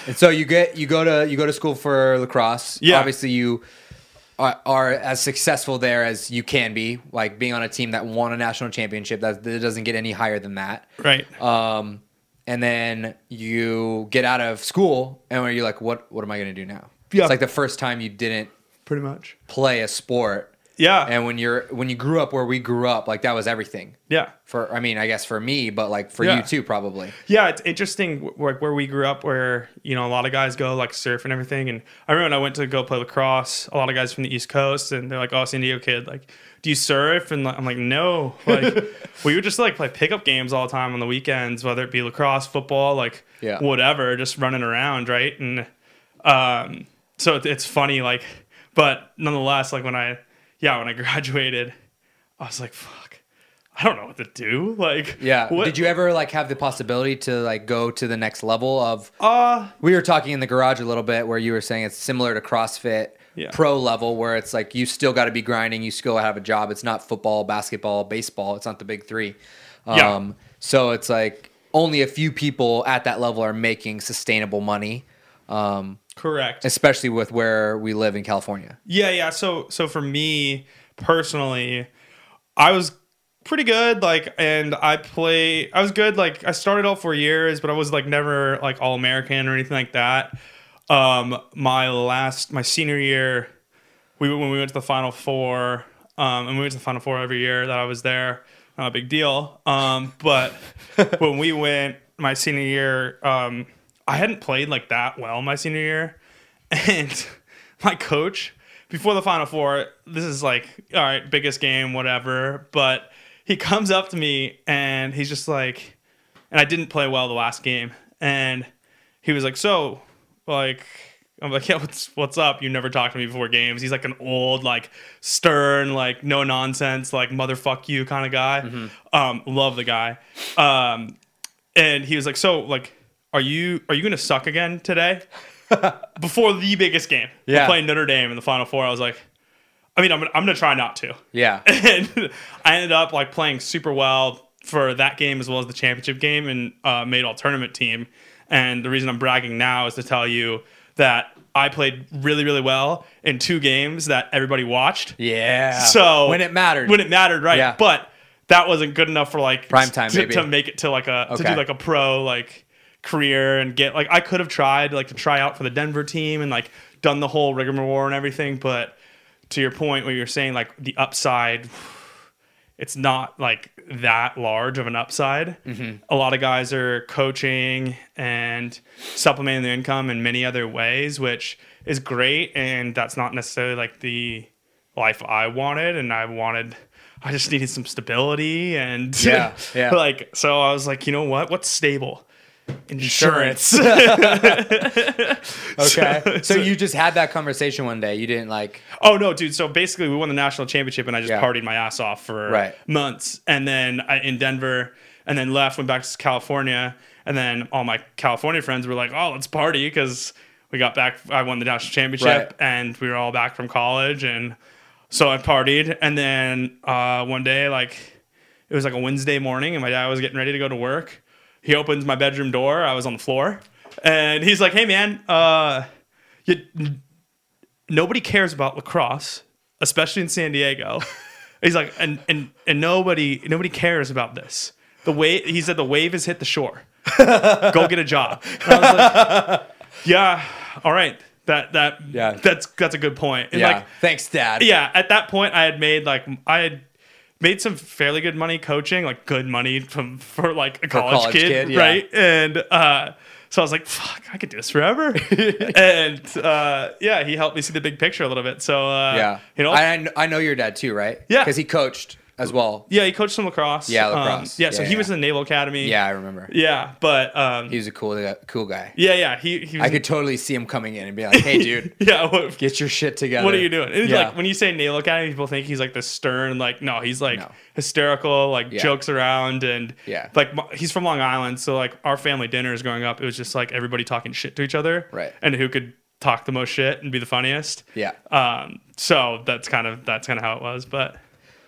Speaker 1: And so you get you go to you go to school for lacrosse.
Speaker 2: Yeah.
Speaker 1: Obviously you are, are as successful there as you can be. Like being on a team that won a national championship that, that doesn't get any higher than that.
Speaker 2: right.
Speaker 1: Um, and then you get out of school and where you're like, what what am I gonna do now?
Speaker 2: Yeah.
Speaker 1: It's like the first time you didn't
Speaker 2: Pretty much.
Speaker 1: play a sport.
Speaker 2: Yeah.
Speaker 1: And when you're when you grew up where we grew up, like that was everything.
Speaker 2: yeah.
Speaker 1: For I mean, I guess for me, but like for
Speaker 2: Yeah.
Speaker 1: you too, probably.
Speaker 2: Yeah, it's interesting wh- like where we grew up, where you know a lot of guys go like surf and everything. And I remember when I went to go play lacrosse, a lot of guys from the East Coast, and they're like, "Oh, San Diego kid, like, do you surf?" And like, I'm like, "No, like, we would just like play pickup games all the time on the weekends, whether it be lacrosse, football, like,
Speaker 1: Yeah.
Speaker 2: whatever, just running around, right?" And um, so it, it's funny, like, but nonetheless, like when I, yeah, when I graduated, I was like, "Fuck." I don't know what to do. Like,
Speaker 1: Yeah.
Speaker 2: what-
Speaker 1: Did you ever like have the possibility to like go to the next level of
Speaker 2: Uh,
Speaker 1: we were talking in the garage a little bit where you were saying it's similar to CrossFit
Speaker 2: Yeah.
Speaker 1: pro level where it's like you still got to be grinding, you still have a job. It's not football, basketball, baseball. It's not the big 3. Um
Speaker 2: Yeah.
Speaker 1: so it's like only a few people at that level are making sustainable money. Um
Speaker 2: correct.
Speaker 1: especially with where we live in California.
Speaker 2: Yeah, yeah. So so for me personally, I was pretty good like and I play I was good like I started all four years, but I was like never like all American or anything like that. Um my last my senior year we when we went to the final four um and we went to the final four every year that I was there. Not a big deal. Um but when we went my senior year um I hadn't played like that well my senior year and my coach before the final four this is like all right biggest game whatever but he comes up to me and he's just like and i didn't play well the last game and he was like so like i'm like yeah what's what's up you never talked to me before games he's like an old like stern like no nonsense like motherfuck you kind of guy um love the guy um and he was like so like are you are you gonna suck again today before the biggest game.
Speaker 1: Yeah.
Speaker 2: We're playing Notre Dame in the Final Four. I was like, I mean, I'm gonna, I'm gonna try not to.
Speaker 1: Yeah.
Speaker 2: And I ended up like playing super well for that game as well as the championship game and uh, made all tournament team. And the reason I'm bragging now is to tell you that I played really really well in two games that everybody watched.
Speaker 1: Yeah.
Speaker 2: So
Speaker 1: when it mattered.
Speaker 2: when it mattered, right?
Speaker 1: Yeah.
Speaker 2: But that wasn't good enough for like
Speaker 1: Prime time,
Speaker 2: to,
Speaker 1: maybe.
Speaker 2: to make it to like a to
Speaker 1: Okay.
Speaker 2: do like a pro like career and get like I could have tried like to try out for the Denver team and like done the whole rigmarole and everything, but to your point where you're saying like the upside it's not like that large of an upside.
Speaker 1: Mm-hmm.
Speaker 2: A lot of guys are coaching and supplementing their income in many other ways, which is great. And that's not necessarily like the life I wanted. And I wanted, I just needed some stability. And
Speaker 1: Yeah, yeah.
Speaker 2: like, so I was like, you know what? What's stable? Insurance.
Speaker 1: okay. So you just had that conversation one day. You didn't like
Speaker 2: Oh no, dude! So basically, we won the national championship, and I just
Speaker 1: Yeah.
Speaker 2: partied my ass off for
Speaker 1: Right.
Speaker 2: months. And then I, in Denver, and then left, went back to California, and then all my California friends were like, "Oh, let's party!" because we got back. I won the national championship,
Speaker 1: Right.
Speaker 2: and we were all back from college, and so I partied. And then uh, one day, like it was like a Wednesday morning, and my dad was getting ready to go to work. He opens my bedroom door. I was on the floor, and he's like, "Hey, man, uh, you, nobody cares about lacrosse, especially in San Diego. he's like, and and and nobody nobody cares about this. The wave, he said, the wave has hit the shore. Go get a job. And I was like, yeah, all right. That that
Speaker 1: Yeah.
Speaker 2: that's that's a good point. And
Speaker 1: yeah.
Speaker 2: like
Speaker 1: Thanks, Dad.
Speaker 2: yeah, at that point, I had made like I had made some fairly good money coaching, like good money from for like a college,
Speaker 1: college
Speaker 2: kid,
Speaker 1: kid, yeah.
Speaker 2: right? And uh, so I was like, "Fuck, I could do this forever." and uh, yeah, he helped me see the big picture a little bit. So uh,
Speaker 1: Yeah.
Speaker 2: you know,
Speaker 1: I, I kn- I know your dad too, right?
Speaker 2: Yeah.
Speaker 1: Because he coached as well.
Speaker 2: yeah, he coached some lacrosse.
Speaker 1: Yeah,
Speaker 2: Um,
Speaker 1: lacrosse.
Speaker 2: yeah, so
Speaker 1: Yeah,
Speaker 2: he was
Speaker 1: yeah.
Speaker 2: in the Naval Academy.
Speaker 1: Yeah, I remember.
Speaker 2: yeah, but um,
Speaker 1: He was a cool, uh, cool guy.
Speaker 2: yeah, yeah, he he was.
Speaker 1: I could totally see him coming in and be like, "Hey, dude,
Speaker 2: yeah, what,
Speaker 1: get your shit together."
Speaker 2: What are you doing? It's
Speaker 1: Yeah.
Speaker 2: like when you say Nail Academy, people think he's like the stern, like no, he's like
Speaker 1: No.
Speaker 2: hysterical, like
Speaker 1: Yeah.
Speaker 2: jokes around, and
Speaker 1: Yeah.
Speaker 2: like m- he's from Long Island, so like our family dinners growing up, it was just like everybody talking shit to each other,
Speaker 1: Right.
Speaker 2: And who could talk the most shit and be the funniest?
Speaker 1: Yeah.
Speaker 2: Um. So that's kind of that's kind of how it was, but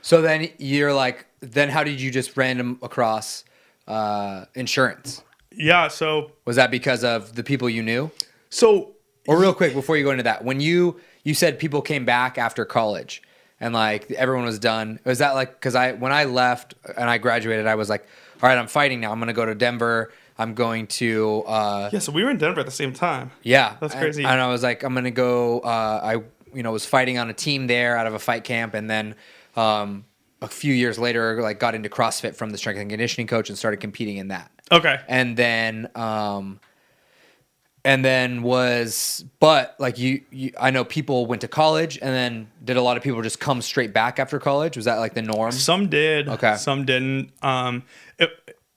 Speaker 1: So then you're like, then how did you just random across uh, insurance?
Speaker 2: yeah. So
Speaker 1: Was that because of the people you knew?
Speaker 2: so
Speaker 1: Or real quick before you go into that, when you you said people came back after college and like everyone was done, was that like because I when I left and I graduated, I was like, all right, I'm fighting now. I'm gonna go to Denver. I'm going to uh,
Speaker 2: yeah. So we were in Denver at the same time.
Speaker 1: Yeah,
Speaker 2: That's
Speaker 1: And-
Speaker 2: crazy.
Speaker 1: And, I was like, I'm gonna go. Uh, I you know was fighting on a team there out of a fight camp, and then um, a few years later, like got into CrossFit from the strength and conditioning coach and started competing in that.
Speaker 2: Okay.
Speaker 1: And then um, and then was but like you, you, I know people went to college, and then did a lot of people just come straight back after college? Was that like the norm?
Speaker 2: Some did.
Speaker 1: Okay.
Speaker 2: Some didn't. Um, it,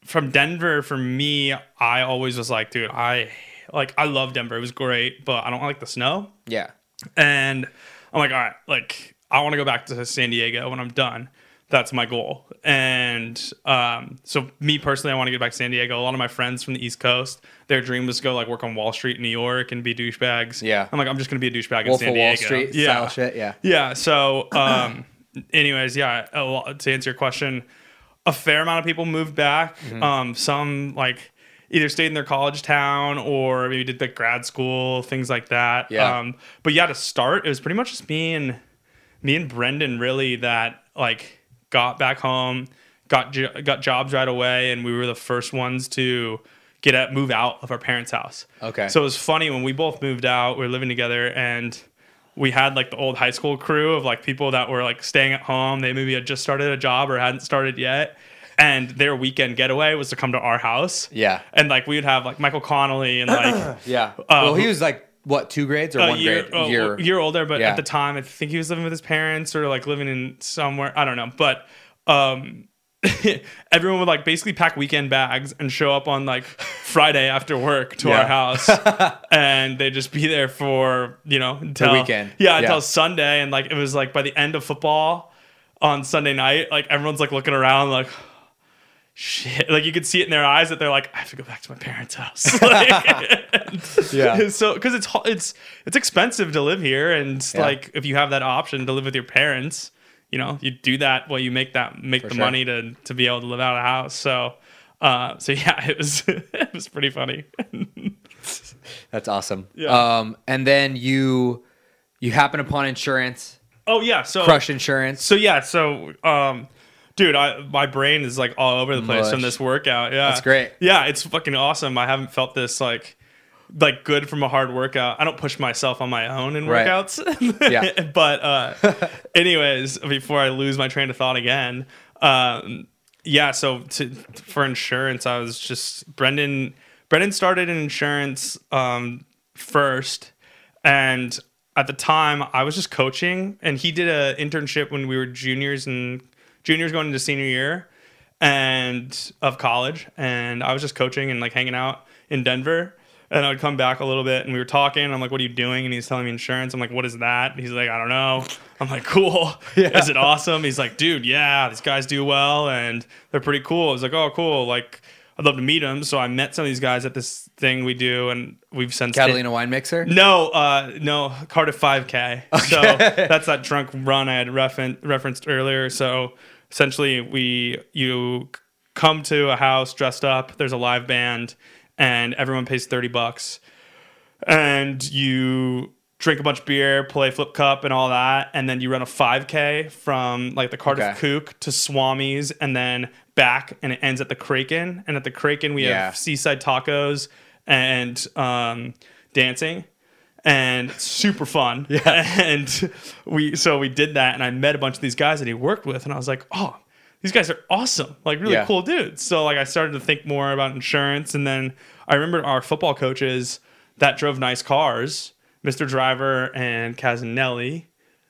Speaker 2: from Denver, for me, I always was like, dude, I like I love Denver. It was great, but I don't like the snow.
Speaker 1: yeah,
Speaker 2: And I'm like, all right, like I want to go back to San Diego when I'm done. That's my goal. And um, so me personally, I want to get back to San Diego. A lot of my friends from the East Coast, their dream was to go like work on Wall Street in New York and be douchebags.
Speaker 1: Yeah.
Speaker 2: I'm like, I'm just gonna be a douchebag
Speaker 1: Wolf
Speaker 2: in San
Speaker 1: of
Speaker 2: Diego.
Speaker 1: Wall Street style shit. Yeah,
Speaker 2: Yeah. So, um, anyways, yeah. A lot, to answer your question, a fair amount of people moved back.
Speaker 1: Mm-hmm.
Speaker 2: Um, some like either stayed in their college town or maybe did the grad school things like that.
Speaker 1: Yeah.
Speaker 2: Um, but yeah, to start, it was pretty much just me and me and Brendan really that like got back home, got jo- got jobs right away, and we were the first ones to get out, move out of our parents' house.
Speaker 1: Okay.
Speaker 2: So it was funny when we both moved out, we were living together, and we had like the old high school crew of like people that were like staying at home. They maybe had just started a job or hadn't started yet. And their weekend getaway was to come to our house.
Speaker 1: Yeah.
Speaker 2: And like we would have like Michael Connolly and like
Speaker 1: yeah. well, he was like what two grades or one
Speaker 2: a Um, uh, year,
Speaker 1: grade?
Speaker 2: a year. older, but
Speaker 1: Yeah.
Speaker 2: at the time, I think he was living with his parents or like living in somewhere. I don't know, but um, everyone would like basically pack weekend bags and show up on like Friday after work to
Speaker 1: Yeah.
Speaker 2: our house, and they would just be there for you know until
Speaker 1: weekend.
Speaker 2: Yeah,
Speaker 1: Yeah.
Speaker 2: until Sunday, and like it was like by the end of football on Sunday night, like everyone's like looking around like. Shit, like you could see it in their eyes that they're like, I have to go back to my parents' house. Like-
Speaker 1: Yeah.
Speaker 2: so because it's ho- it's it's expensive to live here, and it's
Speaker 1: Yeah.
Speaker 2: like if you have that option to live with your parents, you know, you do that while you make that make the
Speaker 1: sure.
Speaker 2: money to to be able to live out of a house. So, uh, so yeah, it was it was pretty funny.
Speaker 1: That's awesome.
Speaker 2: Yeah.
Speaker 1: Um, and then you you happen upon insurance,
Speaker 2: oh yeah, so
Speaker 1: crush insurance.
Speaker 2: so yeah, so um. Dude, I, my brain is like all over the place from
Speaker 1: Mush.
Speaker 2: this workout. Yeah,
Speaker 1: That's great.
Speaker 2: Yeah, it's fucking awesome. I haven't felt this like like good from a hard workout. I don't push myself on my own in
Speaker 1: Right.
Speaker 2: workouts.
Speaker 1: Yeah.
Speaker 2: but uh, anyways, before I lose my train of thought again, um, yeah. So to, for insurance, I was just Brendan. Brendan started in insurance um, first, and at the time I was just coaching, and he did an internship when we were juniors and juniors going into senior year and of college, and I was just coaching and like hanging out in Denver. And I'd come back a little bit and we were talking. and I'm like, what are you doing? And he's telling me insurance. I'm like, what is that? And he's like, I don't know. I'm like, cool. Is it awesome? He's like, dude, yeah, these guys do well and they're pretty cool. I was like, oh, cool. Like, I'd love to meet them. So I met some of these guys at this thing we do and we've since.
Speaker 1: Catalina wine mixer.
Speaker 2: No, uh, no, Cardiff 5K. So that's that drunk run I had referen- referenced earlier. So essentially, we you c- come to a house dressed up. There's a live band, and everyone pays thirty bucks, and you drink a bunch of beer, play flip cup, and all that, and then you run a 5K from like the Cardiff
Speaker 1: Okay.
Speaker 2: Kook to Swami's, and then back, and it ends at the Kraken. And at the Kraken, we
Speaker 1: Yeah.
Speaker 2: have seaside tacos and um, dancing and it's super fun yeah and we so we did that and i met a bunch of these guys that he worked with and i was like oh these guys are awesome like really
Speaker 1: Yeah.
Speaker 2: cool dudes so like i started to think more about insurance and then i remember our football coaches that drove nice cars mr driver and casanelli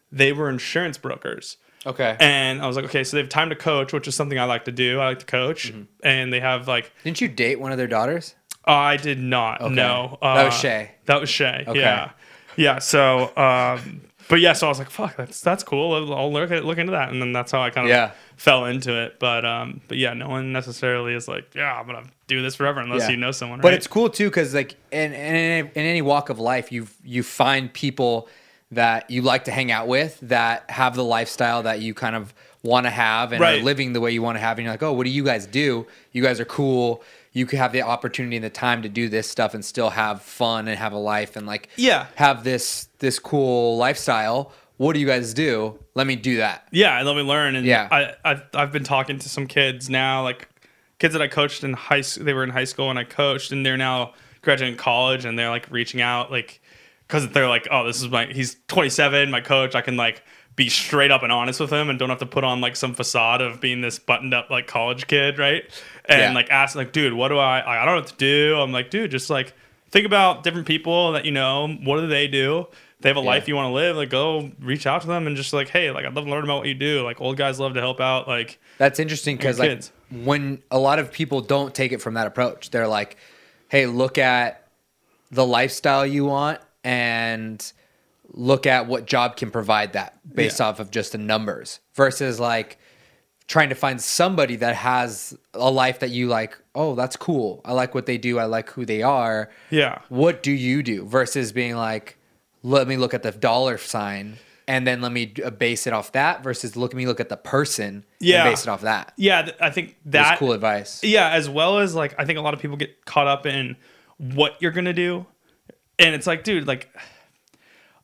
Speaker 2: they were insurance brokers
Speaker 1: Okay.
Speaker 2: and i was like okay so they have time to coach which is something i like to do i like to coach and they have like
Speaker 1: Didn't you date one of their daughters?
Speaker 2: I did not. No,
Speaker 1: That was Shay.
Speaker 2: That was Shay.
Speaker 1: Okay.
Speaker 2: Yeah, yeah. So, um, but yeah. So I was like, "Fuck, that's that's cool. I'll, I'll look at, look into that." And then that's how I kind of
Speaker 1: Yeah.
Speaker 2: fell into it. But um, but yeah, no one necessarily is like, "Yeah, I'm gonna do this forever," unless you know someone.
Speaker 1: But
Speaker 2: right?
Speaker 1: it's cool too because like in, in any- in any walk of life, you you find people that you like to hang out with that have the lifestyle that you kind of want to have and
Speaker 2: Right.
Speaker 1: are living the way you want to have. And you're like, oh, what do you guys do? You guys are cool. You could have the opportunity and the time to do this stuff and still have fun and have a life and like
Speaker 2: Yeah.
Speaker 1: have this this cool lifestyle. What do you guys do? Let me do that.
Speaker 2: yeah, and let me learn. And
Speaker 1: Yeah.
Speaker 2: I I've, I've been talking to some kids now, like kids that I coached in high school. They were in high school when I coached, and they're now graduating college, and they're like reaching out, like because they're like, oh, this is my he's 27, my coach. I can like be straight up and honest with him, and don't have to put on like some facade of being this buttoned up like college kid, right? And
Speaker 1: Yeah.
Speaker 2: like ask like, dude, what do I? I I don't know what to do. I'm like, dude, just like think about different people that you know. What do they do? They have a life you want to live. Like, go reach out to them and just like, hey, like I'd love to learn about what you do. Like, old guys love to help out. Like,
Speaker 1: That's interesting because
Speaker 2: your
Speaker 1: like
Speaker 2: kids.
Speaker 1: when a lot of people don't take it from that approach, they're like, "Hey, look at the lifestyle you want and look at what job can provide that based off of just the numbers." Versus like trying to find somebody that has a life that you like, "Oh, that's cool. I like what they do. I like who they are."
Speaker 2: yeah,
Speaker 1: What do you do versus being like, "Let me look at the dollar sign." And then let me uh, base it off that versus look at me look at the person
Speaker 2: Yeah.
Speaker 1: and base it off that
Speaker 2: yeah. Th- I think
Speaker 1: that,
Speaker 2: that
Speaker 1: cool advice.
Speaker 2: Yeah, as well as like I think a lot of people get caught up in what you're gonna do, and it's like, dude, like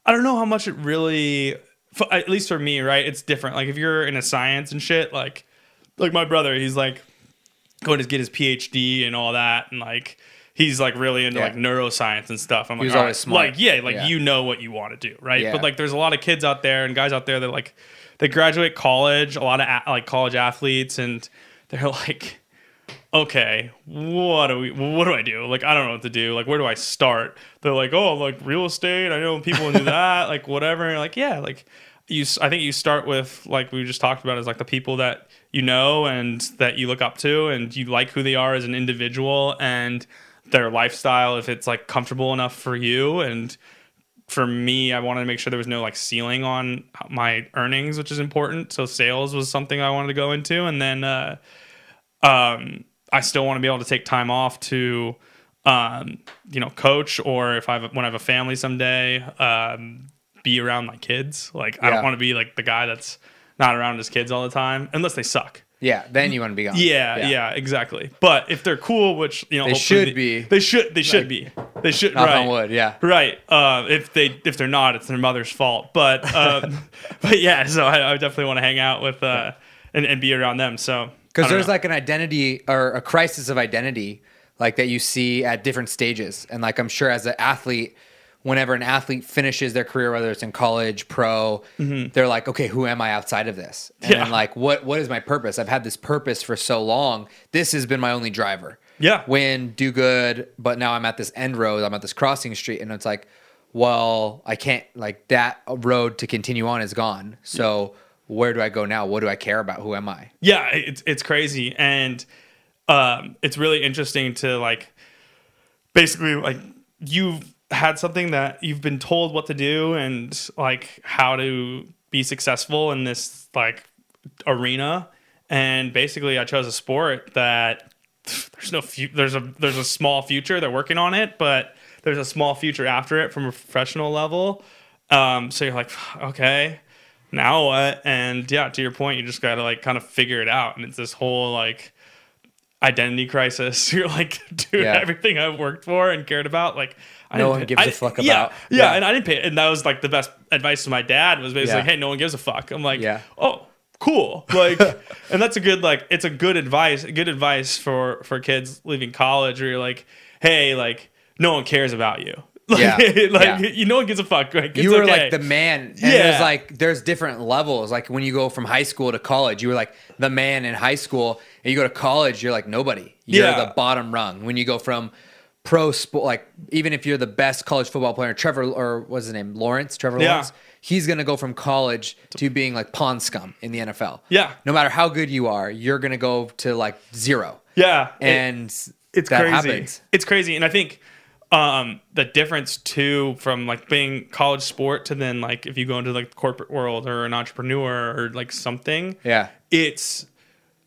Speaker 2: I don't know how much it really, for, at least for me, right? It's different. Like if you're in a science and shit, like like my brother, he's like going to get his PhD and all that, and like he's like really into
Speaker 1: Yeah.
Speaker 2: like neuroscience and stuff. I'm like,
Speaker 1: was
Speaker 2: all
Speaker 1: always smart.
Speaker 2: like yeah, like
Speaker 1: Yeah.
Speaker 2: you know what you want to do, right?
Speaker 1: Yeah.
Speaker 2: But like there's a lot of kids out there and guys out there that like they graduate college, a lot of a- like college athletes, and they're like okay, what do we? What do I do? Like, I don't know what to do. Like, where do I start? They're like, oh, like real estate. I know people do that. like, whatever. And like, yeah, like you. s- I think you start with like we just talked about is like the people that you know and that you look up to and you like who they are as an individual and their lifestyle if it's like comfortable enough for you and for me, I wanted to make sure there was no like ceiling on my earnings, which is important. So sales was something I wanted to go into, and then uh, um, I still want to be able to take time off to um, you know coach, or if I have, when I have a family someday, um, be around my kids. Like I
Speaker 1: Yeah.
Speaker 2: don't want to be like the guy that's not around his kids all the time, unless they suck.
Speaker 1: Yeah, then you want to be gone.
Speaker 2: Yeah, yeah, exactly. But if they're cool, which you know,
Speaker 1: They
Speaker 2: hopefully
Speaker 1: should
Speaker 2: they-
Speaker 1: be.
Speaker 2: They should. They should be. They should.
Speaker 1: Knock
Speaker 2: right.
Speaker 1: on wood, yeah.
Speaker 2: Right. Uh, if they if they're not, it's their mother's fault. But um, but yeah. So I, I definitely want to hang out with uh, and, and be around them. So I
Speaker 1: Because
Speaker 2: don't
Speaker 1: there's
Speaker 2: know.
Speaker 1: like an identity or a crisis of identity, like that you see at different stages. And like I'm sure as an athlete, whenever an athlete finishes their career, whether it's in college, pro, they're like, okay, who am I outside of this? And
Speaker 2: Mm-hmm. Yeah.
Speaker 1: then like, what what is my purpose? I've had this purpose for so long. This has been my only driver.
Speaker 2: Yeah.
Speaker 1: Win, do good, but now I'm at this end road. I'm at this crossing street, and it's like, well, I can't like that road to continue on is gone. So where do I go now? What do I care about? Who am I?
Speaker 2: yeah, it's it's crazy, and um, it's really interesting to like basically like you've had something that you've been told what to do and like how to be successful in this like arena and basically i chose a sport that there's no fu- there's a there's a small future they're working on it but there's a small future after it from a professional level um, so you're like okay now what and yeah to your point you just gotta like kind of figure it out and it's this whole like identity crisis you're like dude
Speaker 1: Yeah.
Speaker 2: everything i've worked for and cared about like I
Speaker 1: No
Speaker 2: didn't
Speaker 1: one
Speaker 2: pay-
Speaker 1: gives
Speaker 2: I-
Speaker 1: a fuck
Speaker 2: yeah,
Speaker 1: about.
Speaker 2: yeah
Speaker 1: Yeah.
Speaker 2: and i didn't pay and that was like the best advice to my dad was basically
Speaker 1: Yeah.
Speaker 2: hey no one gives a fuck i'm like
Speaker 1: Yeah.
Speaker 2: oh cool like and that's a good like it's a good advice good advice for for kids leaving college where you're like hey like no one cares about you like,
Speaker 1: Yeah.
Speaker 2: like
Speaker 1: Yeah.
Speaker 2: you no one gives a fuck like, it's
Speaker 1: you were
Speaker 2: okay.
Speaker 1: like the man. And
Speaker 2: Yeah.
Speaker 1: There's like there's different levels. Like when you go from high school to college, you were like the man in high school, and you go to college, you're like nobody. You're
Speaker 2: Yeah.
Speaker 1: the bottom rung. When you go from pro sport, like even if you're the best college football player, Trevor or what's his name, Lawrence, Trevor
Speaker 2: Yeah.
Speaker 1: Lawrence, he's gonna go from college to being like pawn scum in the NFL.
Speaker 2: Yeah.
Speaker 1: No matter how good you are, you're gonna go to like zero.
Speaker 2: yeah it-
Speaker 1: And
Speaker 2: it's
Speaker 1: that
Speaker 2: crazy.
Speaker 1: happens.
Speaker 2: It's crazy, and I think um, the difference too from like being college sport to then like if you go into like the corporate world or an entrepreneur or like something,
Speaker 1: Yeah.
Speaker 2: it's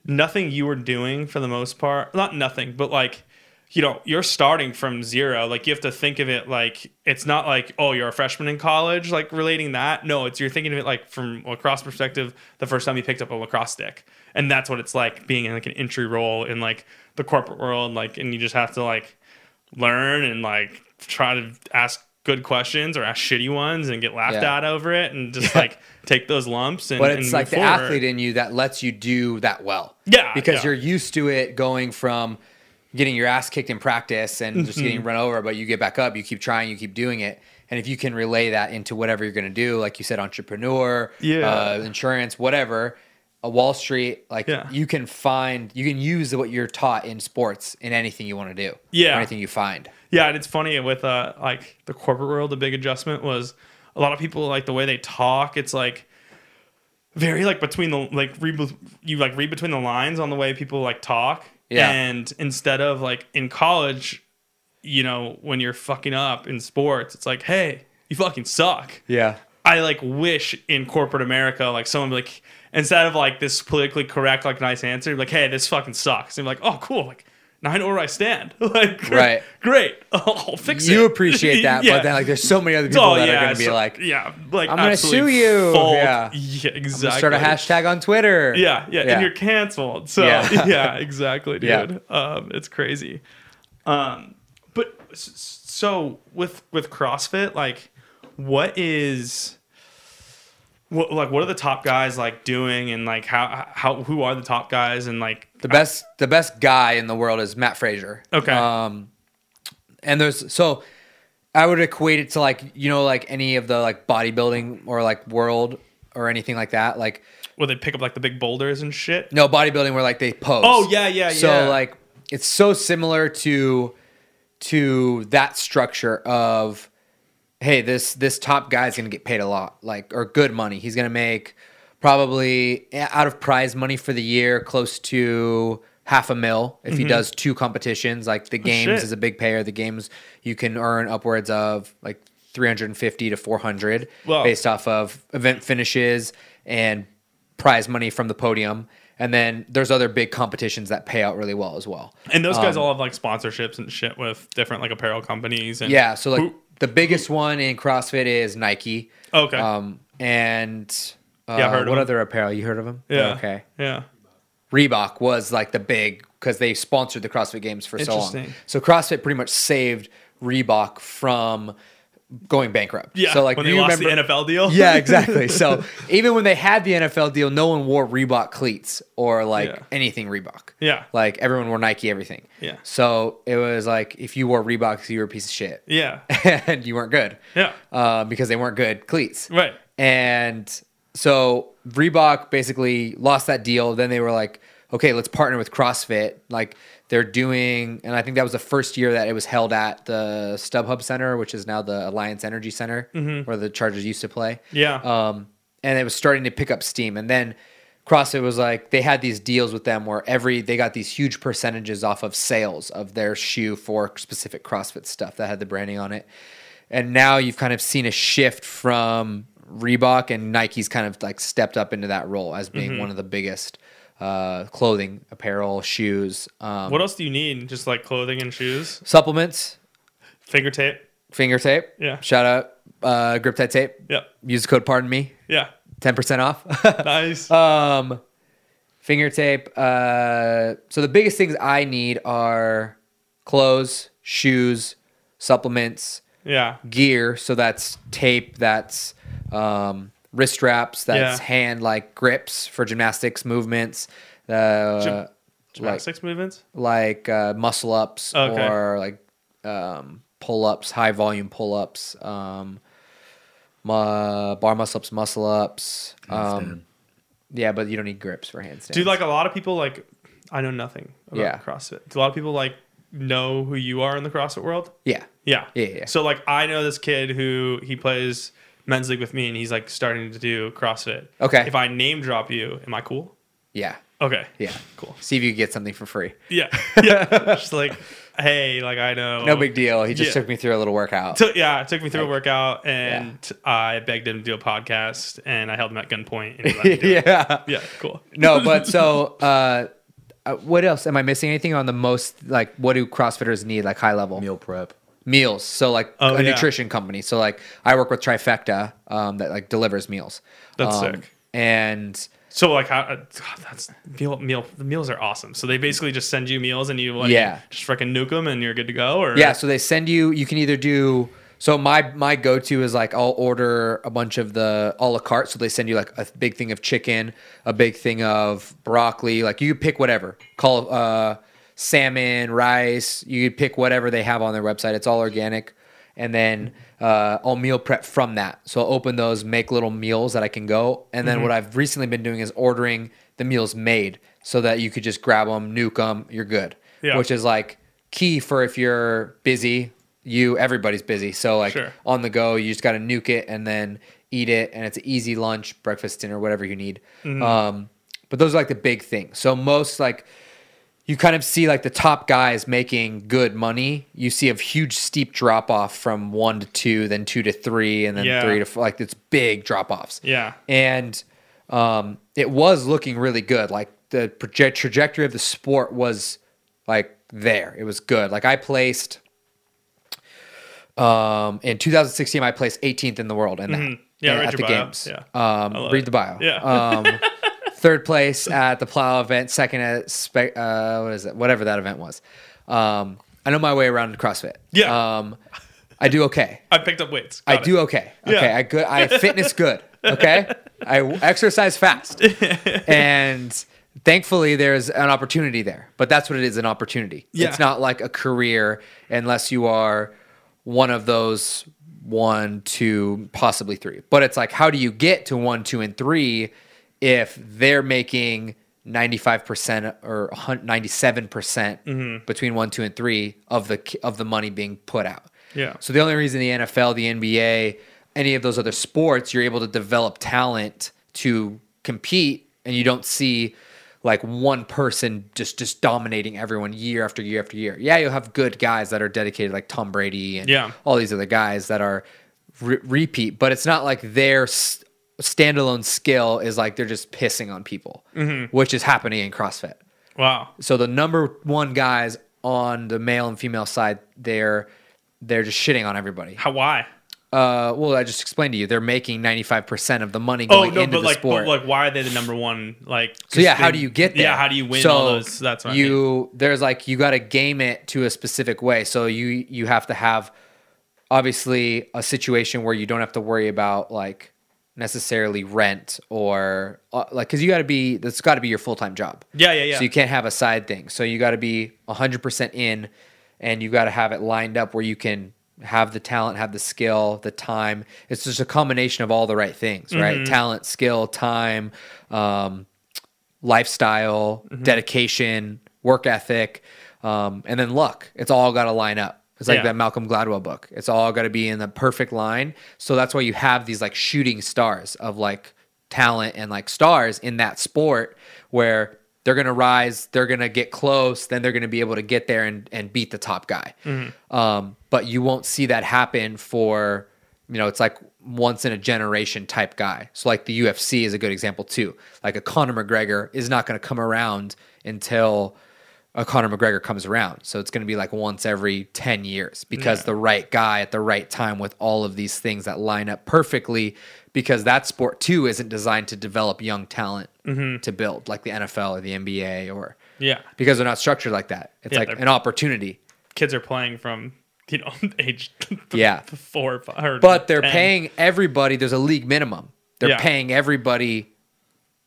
Speaker 2: nothing you were doing for the most part. Not nothing, but like you know you're starting from zero. Like you have to think of it like it's not like oh you're a freshman in college. Like relating that, no, it's you're thinking of it like from a lacrosse perspective. The first time you picked up a lacrosse stick, and that's what it's like being in like an entry role in like the corporate world. Like and you just have to like learn and like try to ask good questions or ask shitty ones and get laughed
Speaker 1: Yeah.
Speaker 2: at over it and just like take those lumps and
Speaker 1: But
Speaker 2: and
Speaker 1: it's like
Speaker 2: move
Speaker 1: the
Speaker 2: forward.
Speaker 1: athlete in you that lets you do that well.
Speaker 2: Yeah,
Speaker 1: Because
Speaker 2: yeah.
Speaker 1: you're used to it going from getting your ass kicked in practice and just
Speaker 2: Mm-hmm.
Speaker 1: getting run over, but you get back up, you keep trying, you keep doing it. And if you can relay that into whatever you're going to do, like you said, entrepreneur,
Speaker 2: Yeah.
Speaker 1: uh, insurance, whatever, a Wall Street, like
Speaker 2: Yeah.
Speaker 1: you can find, you can use what you're taught in sports in anything you want to do.
Speaker 2: Yeah.
Speaker 1: Or anything you find.
Speaker 2: Yeah, and it's funny with uh like the corporate world, the big adjustment was a lot of people like the way they talk. It's like very like between the like read be- you like read between the lines on the way people like talk.
Speaker 1: Yeah.
Speaker 2: And instead of like in college, you know, when you're fucking up in sports, it's like, hey, you fucking suck.
Speaker 1: Yeah.
Speaker 2: I like wish in corporate America, like someone would be like instead of like this politically correct, like nice answer, you'd be like, hey, this fucking sucks. And be like, oh, cool. Like now I know where I stand. Like,
Speaker 1: Right.
Speaker 2: great. I'll fix it.
Speaker 1: You appreciate that,
Speaker 2: Yeah.
Speaker 1: but then like there's so many other
Speaker 2: It's
Speaker 1: people
Speaker 2: all-
Speaker 1: that
Speaker 2: yeah,
Speaker 1: are going to be
Speaker 2: so-
Speaker 1: like,
Speaker 2: yeah, like
Speaker 1: I'm gonna
Speaker 2: absolutely
Speaker 1: sue you.
Speaker 2: full-
Speaker 1: Yeah.
Speaker 2: yeah, exactly.
Speaker 1: start a hashtag on Twitter.
Speaker 2: Yeah, yeah,
Speaker 1: Yeah.
Speaker 2: and you're canceled. So yeah,
Speaker 1: Yeah.
Speaker 2: exactly, dude.
Speaker 1: Yeah.
Speaker 2: Um, it's crazy. Um, but s- s- so with with CrossFit, like, what is what like what are the top guys like doing, and like how how who are the top guys, and like
Speaker 1: The best, the best guy in the world is Matt Frazier.
Speaker 2: Okay.
Speaker 1: Um, and there's so I would equate it to like you know like any of the like bodybuilding or like world or anything like that. Like
Speaker 2: will they pick up like the big boulders and shit?
Speaker 1: no bodybuilding where like they pose.
Speaker 2: Oh, yeah, yeah,
Speaker 1: so
Speaker 2: yeah.
Speaker 1: like it's so similar to to that structure of hey this this top guy's gonna get paid a lot like or good money. He's gonna make probably eh, out of prize money for the year close to half a mil if he does two competitions. Like the games
Speaker 2: Mm-hmm. Oh, shit.
Speaker 1: is a big payer. The games you can earn upwards of like. 350 to 400
Speaker 2: Wow.
Speaker 1: based off of event finishes and prize money from the podium. And then there's other big competitions that pay out really well as well.
Speaker 2: And those
Speaker 1: um,
Speaker 2: guys all have like sponsorships and shit with different like apparel companies. And
Speaker 1: Yeah, so like
Speaker 2: Who-
Speaker 1: the biggest one in CrossFit is Nike.
Speaker 2: Okay.
Speaker 1: Um, and uh,
Speaker 2: Yeah, I heard of
Speaker 1: what
Speaker 2: them.
Speaker 1: other apparel? You heard of them?
Speaker 2: yeah,
Speaker 1: Okay.
Speaker 2: yeah.
Speaker 1: Reebok was like the big because they sponsored the CrossFit Games for so long.
Speaker 2: Interesting.
Speaker 1: So CrossFit pretty much saved Reebok from going bankrupt.
Speaker 2: Yeah,
Speaker 1: So like
Speaker 2: when they
Speaker 1: you
Speaker 2: lost
Speaker 1: remember,
Speaker 2: the NFL deal,
Speaker 1: Yeah, exactly. So even when they had the NFL deal, no one wore Reebok cleats or like
Speaker 2: Yeah.
Speaker 1: anything Reebok.
Speaker 2: Yeah.
Speaker 1: Like everyone wore Nike everything.
Speaker 2: Yeah.
Speaker 1: So it was like if you wore Reeboks, you were a piece of shit.
Speaker 2: yeah,
Speaker 1: and you weren't good.
Speaker 2: Yeah.
Speaker 1: Uh, because they weren't good cleats.
Speaker 2: right.
Speaker 1: And so Reebok basically lost that deal. Then they were like, okay, let's partner with CrossFit. Like they're doing, and I think that was the first year that it was held at the StubHub Center, which is now the Alliance Energy
Speaker 2: Mm-hmm.
Speaker 1: Center, where the Chargers used to play.
Speaker 2: Yeah.
Speaker 1: Um, and it was starting to pick up steam. And then CrossFit was like they had these deals with them where every they got these huge percentages off of sales of their shoe for specific CrossFit stuff that had the branding on it. And now you've kind of seen a shift from Reebok and Nike's kind of like stepped up into that role as
Speaker 2: Mm-hmm.
Speaker 1: being one of the biggest uh, clothing, apparel, shoes, um,
Speaker 2: What else do you need? Just like clothing and shoes,
Speaker 1: supplements,
Speaker 2: finger tape.
Speaker 1: finger tape.
Speaker 2: Yeah.
Speaker 1: Shout out uh, Grip Tight Tape.
Speaker 2: Yep.
Speaker 1: Use the code Pardon Me,
Speaker 2: Yeah.
Speaker 1: ten percent off.
Speaker 2: Nice.
Speaker 1: Um, finger tape. Uh, so the biggest things I need are clothes, shoes, supplements,
Speaker 2: yeah.
Speaker 1: gear. So that's tape, that's um, wrist straps, that's
Speaker 2: Yeah.
Speaker 1: hand like grips for gymnastics movements, uh,
Speaker 2: Gym- Gymnastics movements.
Speaker 1: like uh, muscle ups
Speaker 2: Okay.
Speaker 1: or like um, pull ups, high volume pull ups, um, mu- bar muscle ups, muscle ups. Um, yeah, but you don't need grips for handstands.
Speaker 2: Do like a lot of people like? I know nothing about
Speaker 1: Yeah.
Speaker 2: CrossFit. Do a lot of people like know who you are in the CrossFit world?
Speaker 1: yeah,
Speaker 2: Yeah.
Speaker 1: Yeah, yeah, yeah.
Speaker 2: So like I know this kid who he plays men's league with me and he's like starting to do CrossFit.
Speaker 1: Okay.
Speaker 2: If I name drop you, am I cool?
Speaker 1: yeah,
Speaker 2: Okay.
Speaker 1: yeah.
Speaker 2: Cool.
Speaker 1: See if you can get something for free.
Speaker 2: Yeah. Yeah. Just like, hey, like I know.
Speaker 1: No big deal. He just
Speaker 2: Oh. yeah.
Speaker 1: took me through a little workout.
Speaker 2: Took- yeah, it took me through a workout and I begged him to do a podcast and I held him at gunpoint and he let me do it.
Speaker 1: yeah.
Speaker 2: Yeah, cool.
Speaker 1: No, but so uh, uh, what else? Am I missing anything on the most like what do CrossFitters need like high level?
Speaker 5: Meal prep.
Speaker 1: meals. So like
Speaker 2: Oh,
Speaker 1: a
Speaker 2: yeah.
Speaker 1: nutrition company. So like I work with Trifecta um, that like delivers meals.
Speaker 2: That's
Speaker 1: Um,
Speaker 2: sick.
Speaker 1: And
Speaker 2: So like how uh, God, that's meal meal the meals are awesome. So they basically just send you meals and you like
Speaker 1: Yeah.
Speaker 2: just freaking nuke them and you're good to go or
Speaker 1: yeah, so they send you. You can either do. So my my go to is like I'll order a bunch of the a la carte. So they send you like a big thing of chicken, a big thing of broccoli. Like you pick whatever. Call uh, salmon, rice. You could pick whatever they have on their website. It's all organic. and then uh, I'll meal prep from that. So I'll open those, make little meals that I can go. And then what I've recently been doing is ordering the meals made so that you could just grab them, nuke them, you're good.
Speaker 2: Yeah.
Speaker 1: Which is like key for if you're busy, you, everybody's busy. So like
Speaker 2: Sure.
Speaker 1: on the go, you just got to nuke it and then eat it. And it's an easy lunch, breakfast, dinner, whatever you need.
Speaker 2: Mm-hmm.
Speaker 1: Um, but those are like the big things. So most like, you kind of see like the top guys making good money. You see a huge steep drop off from one to two, then two to three, and then
Speaker 2: Yeah.
Speaker 1: three to four. Like it's big drop offs.
Speaker 2: Yeah.
Speaker 1: And um, it was looking really good. Like the project- trajectory of the sport was like there. It was good. Like I placed um, in 2016, I placed 18th in the world in that.
Speaker 2: Mm-hmm. Yeah,
Speaker 1: at,
Speaker 2: read
Speaker 1: the
Speaker 2: your bio.
Speaker 1: games.
Speaker 2: Yeah. I
Speaker 1: Um,
Speaker 2: love
Speaker 1: read
Speaker 2: it.
Speaker 1: the bio.
Speaker 2: Yeah.
Speaker 1: Um, third place at the plow event, second at spe- uh, what is it? Whatever that event was. Um, I know my way around CrossFit.
Speaker 2: Yeah.
Speaker 1: Um, I do okay.
Speaker 2: I picked up weights.
Speaker 1: I
Speaker 2: Got it.
Speaker 1: do okay.
Speaker 2: Yeah.
Speaker 1: Okay, I good. I fitness good. Okay, I w- exercise fast, and thankfully there's an opportunity there. But that's what it is—an opportunity.
Speaker 2: Yeah.
Speaker 1: It's not like a career unless you are one of those one, two, possibly three. But it's like, how do you get to one, two, and three if they're making 95% or 97% percent
Speaker 2: Mm-hmm.
Speaker 1: between one, two, and three of the of the money being put out?
Speaker 2: Yeah.
Speaker 1: So the only reason the NFL, the NBA, any of those other sports, you're able to develop talent to compete, and you don't see like one person just just dominating everyone year after year after year. Yeah, you'll have good guys that are dedicated, like Tom Brady and
Speaker 2: Yeah.
Speaker 1: all these other guys that are re- repeat, but it's not like their s- standalone skill is like they're just pissing on people,
Speaker 2: Mm-hmm.
Speaker 1: which is happening in CrossFit.
Speaker 2: Wow.
Speaker 1: So the number one guys on the male and female side, they're they're just shitting on everybody.
Speaker 2: How? Why?
Speaker 1: Uh, well, I just explained to you, they're making ninety five percent of the money
Speaker 2: Oh
Speaker 1: going
Speaker 2: no,
Speaker 1: into
Speaker 2: but
Speaker 1: the
Speaker 2: like,
Speaker 1: sport.
Speaker 2: but like, why are they the number one? Like,
Speaker 1: so yeah, how
Speaker 2: they-
Speaker 1: do you get there?
Speaker 2: Yeah, how do you win
Speaker 1: So
Speaker 2: all those? That's what you.
Speaker 1: you. There's like you got to game it to a specific way. So you you have to have obviously a situation where you don't have to worry about like necessarily rent or uh, like because you got to be that's got to be your full time job.
Speaker 2: Yeah, yeah, yeah.
Speaker 1: So you can't have a side thing. So you got to be 100% in and you got to have it lined up where you can have the talent, have the skill, the time. It's just a combination of all the right things, right?
Speaker 2: Mm-hmm.
Speaker 1: Talent, skill, time, um, lifestyle,
Speaker 2: Mm-hmm.
Speaker 1: dedication, work ethic, um, and then luck. It's all got to line up. It's like
Speaker 2: Yeah.
Speaker 1: that Malcolm Gladwell book. It's all got to be in the perfect line. So that's why you have these like shooting stars of like talent and like stars in that sport where they're going to rise, they're going to get close, then they're going to be able to get there and, and beat the top guy. Um, but you won't see that happen for, you know, it's like once in a generation type guy. So, like the UFC is a good example too. Like a Conor McGregor is not going to come around until a Conor McGregor comes around. So it's going to be like once every 10 years because the right guy at the right time with all of these things that line up perfectly because that sport too isn't designed to develop young talent
Speaker 2: Mm-hmm.
Speaker 1: to build like the NFL or the NBA or
Speaker 2: Yeah.
Speaker 1: because they're not structured like that. It's
Speaker 2: Yeah,
Speaker 1: like
Speaker 2: they're-
Speaker 1: an opportunity.
Speaker 2: Kids are playing from, you know, age
Speaker 1: Yeah.
Speaker 2: four or five. or
Speaker 1: But they're
Speaker 2: 10.
Speaker 1: paying everybody. There's a league minimum. They're
Speaker 2: Yeah.
Speaker 1: paying everybody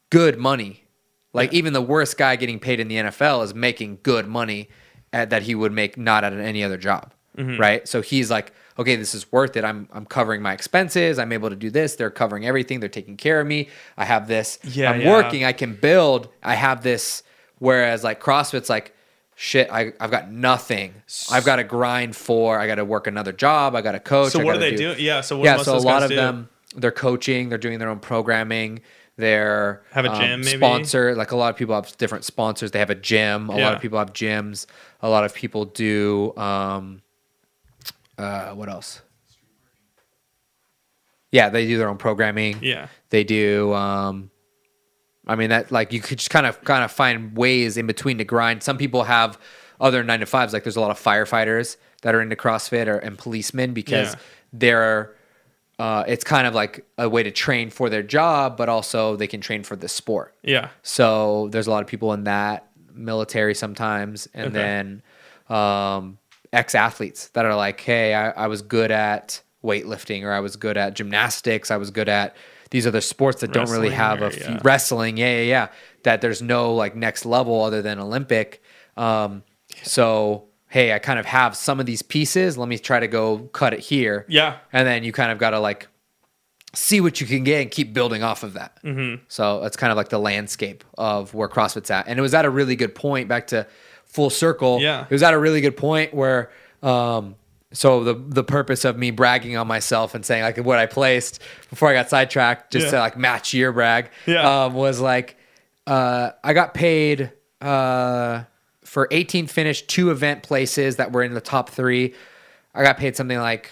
Speaker 1: good money. Like even the worst guy getting paid in the NFL is making good money at, that he would make not at any other job,
Speaker 2: Mm-hmm.
Speaker 1: right? So he's like, okay, this is worth it. I'm I'm covering my expenses. I'm able to do this. They're covering everything. They're taking care of me. I have this.
Speaker 2: Yeah,
Speaker 1: I'm
Speaker 2: yeah.
Speaker 1: working. I can build. I have this. Whereas like CrossFit's like. Shit, I, I've got nothing. I've got to grind for. I got to work another job. I got to coach.
Speaker 2: So
Speaker 1: I
Speaker 2: what do
Speaker 1: gotta
Speaker 2: they do? Yeah. So what
Speaker 1: yeah,
Speaker 2: must
Speaker 1: so a
Speaker 2: those
Speaker 1: lot
Speaker 2: guys
Speaker 1: of
Speaker 2: do?
Speaker 1: them they're coaching, they're doing their own programming, they're um,
Speaker 2: Have a gym, maybe?
Speaker 1: sponsor. Like a lot of people have different sponsors. They have a gym. A lot
Speaker 2: Yeah.
Speaker 1: of people have gyms. A lot of people do. Um, uh, what else? Yeah, they do their own programming.
Speaker 2: Yeah.
Speaker 1: They do. Um, I mean that like you could just kind of kind of find ways in between to grind. Some people have other nine to fives. Like there's a lot of firefighters that are into CrossFit or and policemen because
Speaker 2: Yeah.
Speaker 1: they're uh, it's kind of like a way to train for their job, but also they can train for the sport.
Speaker 2: Yeah.
Speaker 1: So there's a lot of people in that military sometimes, and
Speaker 2: Okay.
Speaker 1: then um, ex athletes that are like, hey, I, I was good at weightlifting, or I was good at gymnastics, I was good at these other sports that don't really
Speaker 2: Wrestling
Speaker 1: have
Speaker 2: or-
Speaker 1: a few,
Speaker 2: yeah.
Speaker 1: wrestling. Yeah, yeah, yeah. That there's no like next level other than Olympic. Um, so hey, I kind of have some of these pieces. Let me try to go cut it here.
Speaker 2: Yeah.
Speaker 1: And then you kind of got to like see what you can get and keep building off of that. Mm-hmm. So it's kind of like the landscape of where CrossFit's at. And it was at a really good point back to full circle.
Speaker 2: Yeah.
Speaker 1: It was at a really good point where, um, so the the purpose of me bragging on myself and saying like what I placed before I got sidetracked just
Speaker 2: Yeah.
Speaker 1: to like match your brag
Speaker 2: Yeah.
Speaker 1: um, was like uh, I got paid uh, for 18 finished two event places that were in the top three. I got paid something like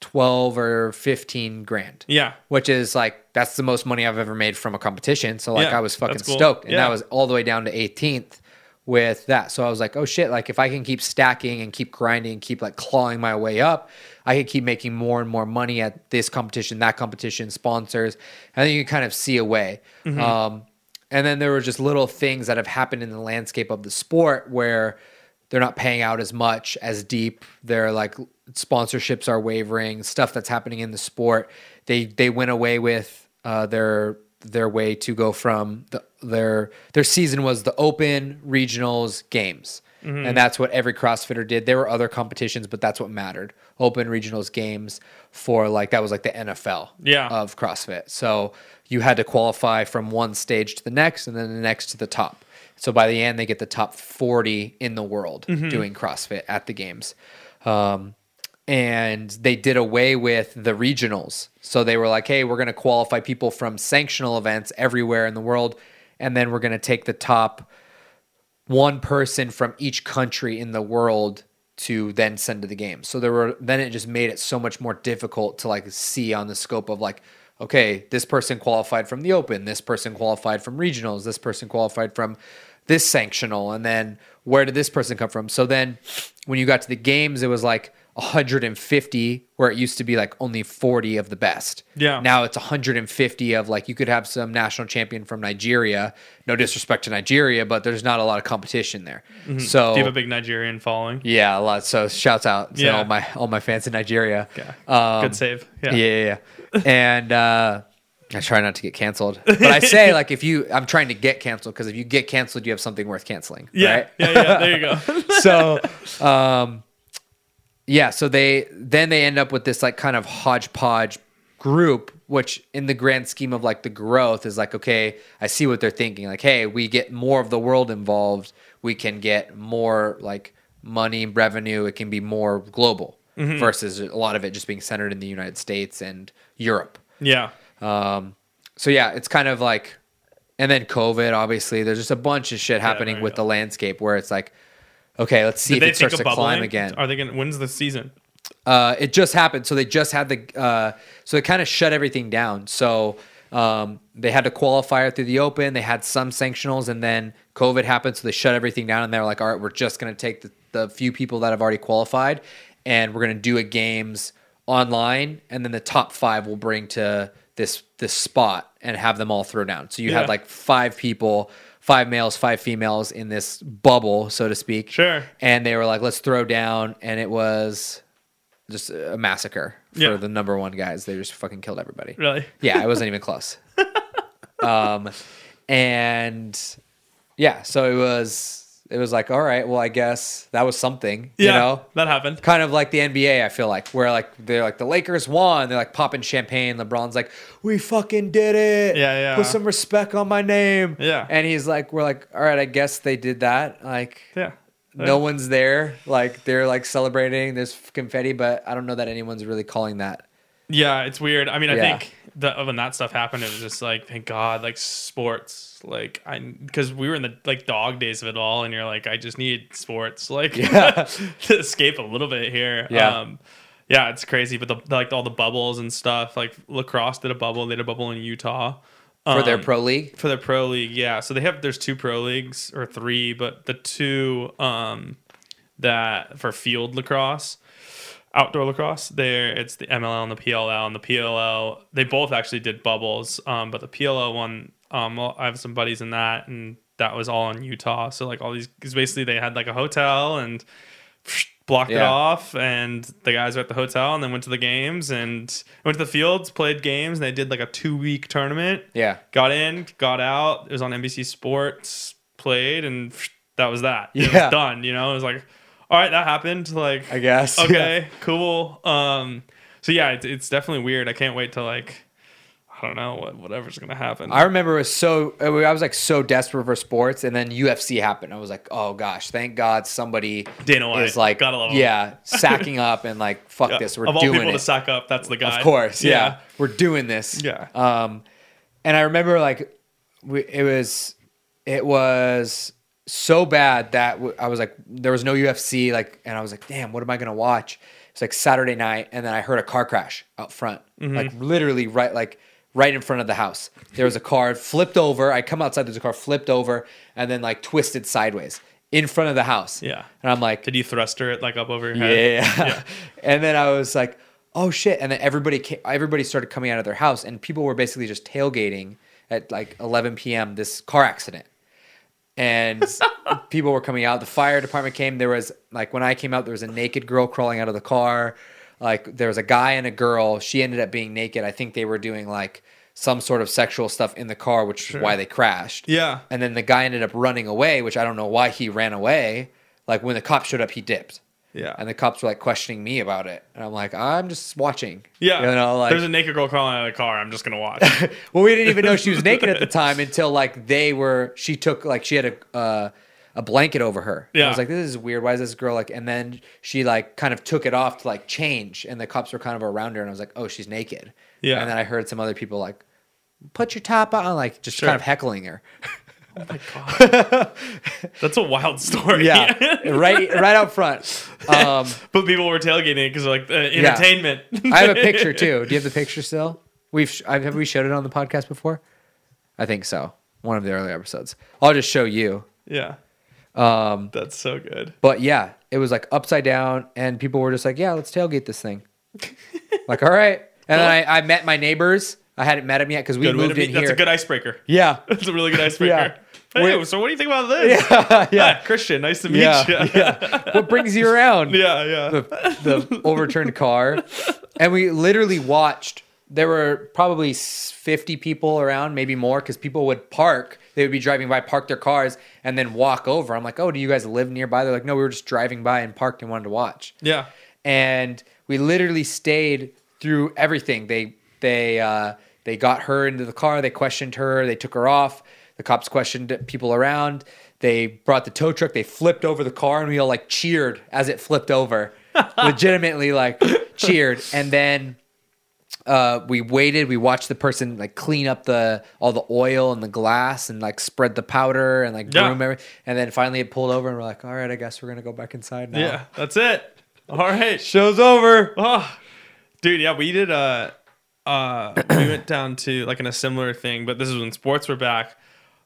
Speaker 1: 12 or 15 grand.
Speaker 2: Yeah.
Speaker 1: Which is like that's the most money I've ever made from a competition. So like
Speaker 2: Yeah,
Speaker 1: I was fucking
Speaker 2: that's cool.
Speaker 1: stoked. And
Speaker 2: Yeah.
Speaker 1: that was all the way down to 18th with that. So I was like, oh shit, like if I can keep stacking and keep grinding and keep like clawing my way up, I can keep making more and more money at this competition, that competition, sponsors. And then you can kind of see a way.
Speaker 2: Mm-hmm.
Speaker 1: Um, and then there were just little things that have happened in the landscape of the sport where they're not paying out as much as deep. They're like sponsorships are wavering, stuff that's happening in the sport. They they went away with uh, their their way to go from the, their their season was the open regionals games. And that's what every CrossFitter did. There were other competitions, but that's what mattered. Open regionals games for like that was like the NFL
Speaker 2: Yeah.
Speaker 1: of CrossFit. So you had to qualify from one stage to the next and then the next to the top. So by the end, they get the top 40 in the world doing CrossFit at the games. Um, and they did away with the regionals. So they were like, hey, we're going to qualify people from sanctional events everywhere in the world. And then we're going to take the top one person from each country in the world to then send to the game. So there were then it just made it so much more difficult to like see on the scope of like okay, this person qualified from the open, this person qualified from regionals, this person qualified from this sanctional and then where did this person come from? So then when you got to the games it was like 150 where it used to be like only 40 of the best.
Speaker 2: Yeah.
Speaker 1: Now now it's 150 of like you could have some national champion from Nigeria. No disrespect to Nigeria, but there's not a lot of competition there. So
Speaker 2: Mm-hmm. Do you have a big Nigerian following?
Speaker 1: yeah, a lot. So shouts out to
Speaker 2: Yeah.
Speaker 1: all my all my fans in Nigeria.
Speaker 2: Yeah.
Speaker 1: Um,
Speaker 2: Good save. Yeah.
Speaker 1: yeah, yeah, yeah. and uh, I try not to get canceled, but I say like if you, I'm trying to get canceled because if you get canceled, you have something worth canceling.
Speaker 2: Yeah.
Speaker 1: right?
Speaker 2: Yeah. Yeah. There you go.
Speaker 1: so um yeah so they then they end up with this like kind of hodgepodge group which in the grand scheme of like the growth is like okay i see what they're thinking like hey we get more of the world involved we can get more like money revenue it can be more global versus a lot of it just being centered in the united states and europe
Speaker 2: yeah.
Speaker 1: um, so yeah, it's kind of like, and then COVID, obviously, there's just a bunch of shit happening
Speaker 2: right,
Speaker 1: with
Speaker 2: yeah.
Speaker 1: the landscape where it's like, okay, let's see
Speaker 2: Did
Speaker 1: if
Speaker 2: they
Speaker 1: it
Speaker 2: think
Speaker 1: starts to
Speaker 2: of
Speaker 1: climb
Speaker 2: bubbling?
Speaker 1: again.
Speaker 2: Are they gonna? When's the season?
Speaker 1: Uh, it just happened, so they just had the, uh, so they kind of shut everything down. So um, they had to qualify through the open. They had some sanctionals, and then COVID happened, so they shut everything down. And they were like, all right, we're just gonna take the, the few people that have already qualified, and we're gonna do a games online, and then the top five will bring to this this spot and have them all throw down. So you
Speaker 2: Yeah.
Speaker 1: had like five people, five males, five females in this bubble, so to speak.
Speaker 2: Sure.
Speaker 1: And they were like, let's throw down, and it was just a massacre for
Speaker 2: Yeah.
Speaker 1: the number one guys. They just fucking killed everybody.
Speaker 2: Really?
Speaker 1: Yeah, it wasn't even close. um, and yeah, so it was it was like, all right, well, I guess that was something, you know.
Speaker 2: that happened.
Speaker 1: Kind of like the NBA, I feel like, where like they're like the Lakers won, they're like popping champagne. LeBron's like, "We fucking did it!
Speaker 2: Yeah, yeah.
Speaker 1: Put some respect on my name."
Speaker 2: Yeah.
Speaker 1: and he's like, "We're like, all right, I guess they did that." Like,
Speaker 2: Yeah.
Speaker 1: no one's there. Like they're like celebrating. There's confetti, but I don't know that anyone's really calling that.
Speaker 2: Yeah, it's weird. I mean, I
Speaker 1: Yeah.
Speaker 2: think that when that stuff happened, it was just like, thank God, like sports. Like I, because we were in the like dog days of it all, and you're like, I just need sports, like
Speaker 1: Yeah.
Speaker 2: to escape a little bit here.
Speaker 1: Yeah.
Speaker 2: Um, yeah, it's crazy, but the like all the bubbles and stuff. Like lacrosse did a bubble. They did a bubble in Utah
Speaker 1: for their
Speaker 2: Um,
Speaker 1: pro league.
Speaker 2: for their pro league yeah so they have there's two pro leagues or three but the two um that for field lacrosse outdoor lacrosse there it's the mll and the pll and the pll they both actually did bubbles um but the pll one um well, i have some buddies in that and that was all in utah so like all these because basically they had like a hotel and blocked it
Speaker 1: Yeah.
Speaker 2: off and the guys were at the hotel and then went to the games and went to the fields played games and they did like a two week tournament
Speaker 1: Yeah.
Speaker 2: got in, got out. It was on NBC Sports, played, and that was that. It
Speaker 1: Yeah.
Speaker 2: was done. You know, it was like, all right, that happened. Like,
Speaker 1: I guess.
Speaker 2: Okay, cool. Um, so yeah, it's, it's definitely weird. I can't wait to like, I don't know what whatever's gonna happen.
Speaker 1: I remember it was so I was like so desperate for sports, and then UFC happened. I was like, oh gosh, thank God somebody
Speaker 2: Dana White.
Speaker 1: is like,
Speaker 2: Gotta love him.
Speaker 1: yeah, sacking up and like, fuck
Speaker 2: Yeah.
Speaker 1: this, we're
Speaker 2: of all
Speaker 1: doing
Speaker 2: people
Speaker 1: it.
Speaker 2: to sack up, that's the guy.
Speaker 1: Of course, yeah. We're doing this.
Speaker 2: Yeah.
Speaker 1: Um, and I remember like we, it was it was so bad that w- I was like there was no UFC like and I was like damn what am I gonna watch? It's like Saturday night and then I heard a car crash out front
Speaker 2: Mm-hmm.
Speaker 1: like literally right like right in front of the house. There was a car flipped over. I come outside. There's a car flipped over and then like twisted sideways in front of the house.
Speaker 2: Yeah.
Speaker 1: And I'm like,
Speaker 2: Did you thruster it like up over your head?
Speaker 1: yeah. and then I was like, oh shit. And then everybody came, everybody started coming out of their house and people were basically just tailgating at like 11 p.m. this car accident. And people were coming out. The fire department came. There was like when I came out, there was a naked girl crawling out of the car. Like there was a guy and a girl. She ended up being naked. I think they were doing like some sort of sexual stuff in the car, which is why they crashed.
Speaker 2: Yeah.
Speaker 1: And then the guy ended up running away, which I don't know why he ran away. Like when the cops showed up, he dipped.
Speaker 2: Yeah.
Speaker 1: And the cops were like questioning me about it. And I'm like, I'm just watching.
Speaker 2: Yeah.
Speaker 1: You know, like,
Speaker 2: there's a naked girl crawling out of the car. I'm just gonna watch.
Speaker 1: well, we didn't even know she was naked at the time until like they were, she took, like, she had a, uh, a blanket over her. And I
Speaker 2: Yeah.
Speaker 1: was like, this is weird. Why is this girl like, and then she like kind of took it off to like change. And the cops were kind of around her. And I was like, oh, she's naked.
Speaker 2: Yeah.
Speaker 1: And then I heard some other people like, put your top on, like just
Speaker 2: Sure.
Speaker 1: kind of heckling her.
Speaker 2: that's a wild story.
Speaker 1: Yeah. right, right out front. Um,
Speaker 2: but people were tailgating because like uh, entertainment.
Speaker 1: I have a picture too. Do you have the picture still? We've sh- I've, have we showed it on the podcast before? I think so. One of the earlier episodes. I'll just show you.
Speaker 2: yeah. Um, that's so good.
Speaker 1: But yeah, it was like upside down, and people were just like, "Yeah, let's tailgate this thing." like, all right. And then I, I met my neighbors. I hadn't met them yet because we
Speaker 2: Good way to
Speaker 1: moved
Speaker 2: be,
Speaker 1: in here.
Speaker 2: That's a good icebreaker.
Speaker 1: yeah,
Speaker 2: That's a really good icebreaker.
Speaker 1: Yeah.
Speaker 2: Hey,
Speaker 1: We're-
Speaker 2: so what do you think about this?
Speaker 1: yeah,
Speaker 2: Ah,
Speaker 1: yeah,
Speaker 2: Christian, nice to meet
Speaker 1: yeah,
Speaker 2: you.
Speaker 1: yeah. What brings you around?
Speaker 2: yeah, yeah.
Speaker 1: the, the overturned car and we literally watched there were probably s- 50 people around maybe more because people would park they would be driving by park their cars and then walk over i'm like oh do you guys live nearby they're like no we were just driving by and parked and wanted to watch
Speaker 2: yeah.
Speaker 1: and we literally stayed through everything. They they uh, they got her into the car. They questioned her. They took her off. The cops questioned people around. They brought the tow truck. They flipped over the car, and we all like cheered as it flipped over, legitimately like cheered. And then uh, we waited. We watched the person like clean up the all the oil and the glass and like spread the powder and like
Speaker 2: Yeah.
Speaker 1: broom every, and then finally it pulled over and we're like, all right, I guess we're gonna go back inside now.
Speaker 2: Yeah, that's it. All right.
Speaker 1: show's over.
Speaker 2: Oh, dude, yeah, we did. Uh, uh, we went down to like in a similar thing, but this is when sports were back.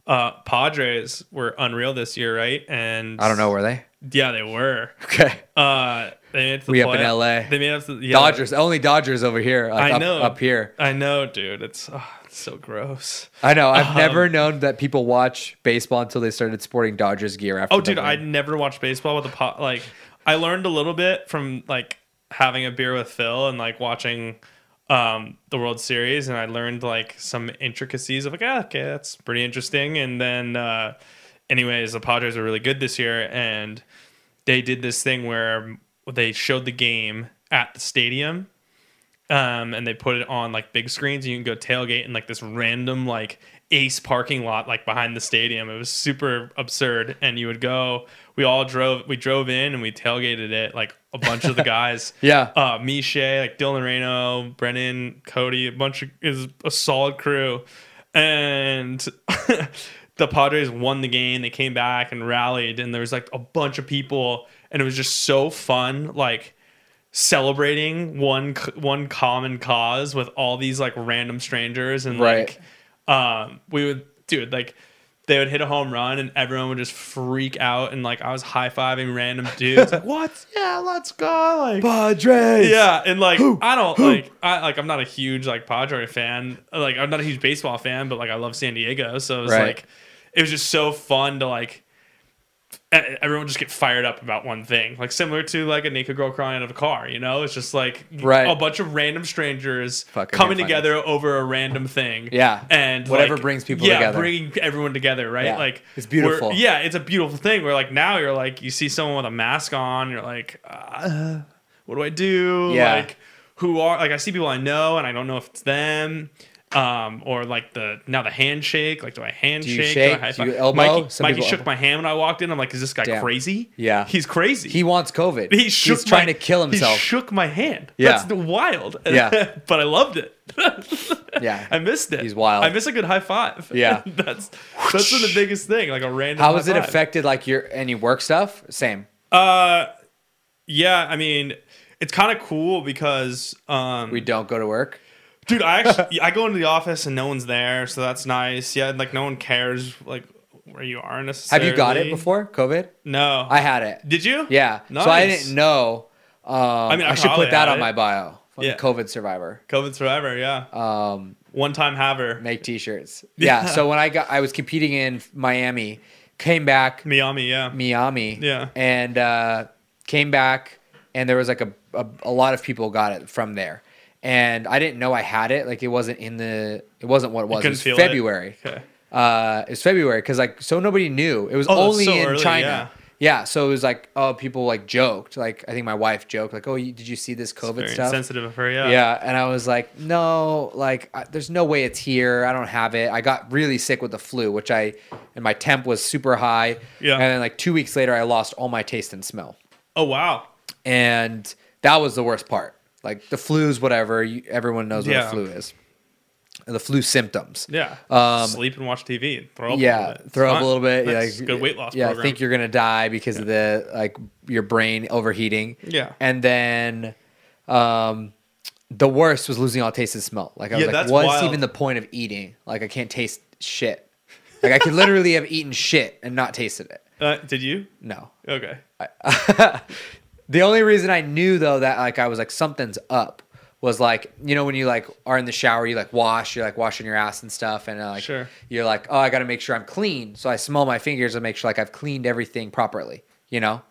Speaker 2: Uh, Padres were unreal this year, right? And
Speaker 1: I don't know were they
Speaker 2: Yeah, they were.
Speaker 1: okay.
Speaker 2: Uh, they made it to the
Speaker 1: We up in
Speaker 2: play-
Speaker 1: LA.
Speaker 2: They made it to the yeah,
Speaker 1: Dodgers, only Dodgers over here. Like
Speaker 2: I
Speaker 1: up,
Speaker 2: know
Speaker 1: up here.
Speaker 2: I know, dude. It's, ah, it's so gross.
Speaker 1: I know. I've
Speaker 2: Um,
Speaker 1: never known that people watch baseball until they started sporting Dodgers gear. After
Speaker 2: Oh,
Speaker 1: the
Speaker 2: dude,
Speaker 1: win.
Speaker 2: I never watched baseball with a pot. Like, I learned a little bit from like having a beer with Phil and like watching um, the World Series, and I learned like some intricacies of like, ah, okay, that's pretty interesting. And then, uh, anyways, the Padres were really good this year, and they did this thing where they showed the game at the stadium. Um, and they put it on like big screens. and You can go tailgate in like this random like ace parking lot like behind the stadium. It was super absurd. And you would go. We all drove. We drove in and we tailgated it like a bunch of the guys.
Speaker 1: Yeah.
Speaker 2: Uh, me, Shay, like Dylan Reno, Brennan, Cody, a bunch of is a solid crew. And the Padres won the game. They came back and rallied, and there was like a bunch of people, and it was just so fun. Like celebrating one c- one common cause with all these like random strangers and
Speaker 1: Right.
Speaker 2: like um we would dude like they would hit a home run and everyone would just freak out and like I was high fiving random dudes like what yeah let's go like
Speaker 1: Padres.
Speaker 2: yeah and like I don't like I like I'm not a huge like Padre fan like I'm not a huge baseball fan but like I love San Diego so it was
Speaker 1: Right.
Speaker 2: like it was just so fun to like e- everyone just get fired up about one thing like similar to like a naked girl crying out of a car you know it's just like
Speaker 1: Right.
Speaker 2: a bunch of random strangers
Speaker 1: Fucking
Speaker 2: coming
Speaker 1: funny.
Speaker 2: together over a random thing
Speaker 1: Yeah.
Speaker 2: and
Speaker 1: Whatever
Speaker 2: like,
Speaker 1: brings people
Speaker 2: yeah,
Speaker 1: together.
Speaker 2: bringing everyone together right
Speaker 1: Yeah.
Speaker 2: like
Speaker 1: It's beautiful.
Speaker 2: we're- yeah it's a beautiful thing where like now you're like you see someone with a mask on you're like uh, what do i do
Speaker 1: Yeah.
Speaker 2: like who are like i see people i know and i don't know if it's them um, or like the now the handshake. Like, do I handshake?
Speaker 1: shake?
Speaker 2: I high
Speaker 1: Do you
Speaker 2: five?
Speaker 1: elbow?
Speaker 2: Mikey,
Speaker 1: Some
Speaker 2: Mikey
Speaker 1: people
Speaker 2: shook
Speaker 1: elbow.
Speaker 2: my hand when I walked in. I'm like, is this guy
Speaker 1: Damn.
Speaker 2: crazy?
Speaker 1: Yeah.
Speaker 2: he's crazy.
Speaker 1: He wants COVID.
Speaker 2: he shook
Speaker 1: He's trying
Speaker 2: my-
Speaker 1: to kill
Speaker 2: He
Speaker 1: himself.
Speaker 2: shook my hand.
Speaker 1: Yeah.
Speaker 2: that's wild.
Speaker 1: Yeah.
Speaker 2: but I loved it.
Speaker 1: yeah.
Speaker 2: I missed it.
Speaker 1: He's wild.
Speaker 2: I miss a good high five.
Speaker 1: Yeah.
Speaker 2: that's that's been the biggest thing. Like a random.
Speaker 1: How
Speaker 2: high
Speaker 1: has it
Speaker 2: five.
Speaker 1: affected like your any work stuff? Same.
Speaker 2: Uh, yeah. I mean, it's kind of cool because um,
Speaker 1: We don't go to work.
Speaker 2: dude i actually i go into the office and no one's there so that's nice yeah like no one cares like where you are
Speaker 1: Have
Speaker 2: necessarily
Speaker 1: you got it before COVID?
Speaker 2: no
Speaker 1: I had it.
Speaker 2: did you
Speaker 1: Yeah. So I
Speaker 2: Nice.
Speaker 1: didn't know. Um, I,
Speaker 2: mean, I
Speaker 1: should
Speaker 2: probably
Speaker 1: put that
Speaker 2: had
Speaker 1: on
Speaker 2: it.
Speaker 1: my bio. Fucking
Speaker 2: Yeah.
Speaker 1: COVID survivor.
Speaker 2: covid forever yeah
Speaker 1: Um,
Speaker 2: one time haver
Speaker 1: make t-shirts. Yeah.
Speaker 2: Yeah.
Speaker 1: So when I got, I was competing in Miami, came back
Speaker 2: miami yeah
Speaker 1: Miami.
Speaker 2: Yeah.
Speaker 1: And uh, came back, and there was like a, a a lot of people got it from there, and I didn't know I had it. Like it wasn't in the. It wasn't what it was. It
Speaker 2: couldn't
Speaker 1: was
Speaker 2: feel it?
Speaker 1: February.
Speaker 2: okay
Speaker 1: Uh, it was February because like so nobody knew. It was
Speaker 2: Oh, that's
Speaker 1: only
Speaker 2: so
Speaker 1: in
Speaker 2: early,
Speaker 1: China.
Speaker 2: yeah.
Speaker 1: Yeah. so it was like, oh, people like joked. Like I think my wife joked, like, oh, you, did you see this COVID
Speaker 2: very
Speaker 1: stuff?
Speaker 2: sensitive of her yeah
Speaker 1: Yeah, and I was like, no, like I, there's no way it's here. I don't have it. I got really sick with the flu, which I and my temp was super high.
Speaker 2: Yeah.
Speaker 1: and then like two weeks later, I lost all my taste and smell,
Speaker 2: oh wow
Speaker 1: and that was the worst part. Like the flu's whatever. You, everyone knows what
Speaker 2: Yeah.
Speaker 1: a flu is. The flu symptoms.
Speaker 2: yeah sleep and watch tv and throw up a
Speaker 1: Um, Yeah,
Speaker 2: little bit.
Speaker 1: throw
Speaker 2: It's
Speaker 1: up a
Speaker 2: fine.
Speaker 1: little bit. yeah,
Speaker 2: Nice.
Speaker 1: like,
Speaker 2: good weight loss
Speaker 1: Yeah,
Speaker 2: program.
Speaker 1: I think you're gonna die because of the like your brain overheating.
Speaker 2: Yeah.
Speaker 1: and then, um, the worst was losing all taste and smell. Like I was
Speaker 2: Yeah,
Speaker 1: like,
Speaker 2: that's
Speaker 1: what's
Speaker 2: wild.
Speaker 1: even the point of eating? Like I can't taste shit. Like I could literally have eaten shit and not tasted it.
Speaker 2: uh, did you
Speaker 1: No.
Speaker 2: okay
Speaker 1: The only reason I knew though that like I was like something's up was like you know when you like are in the shower you like wash you're like washing your ass and stuff and uh, like
Speaker 2: Sure.
Speaker 1: you're like oh I got to make sure I'm clean so I smell my fingers and make sure like I've cleaned everything properly you know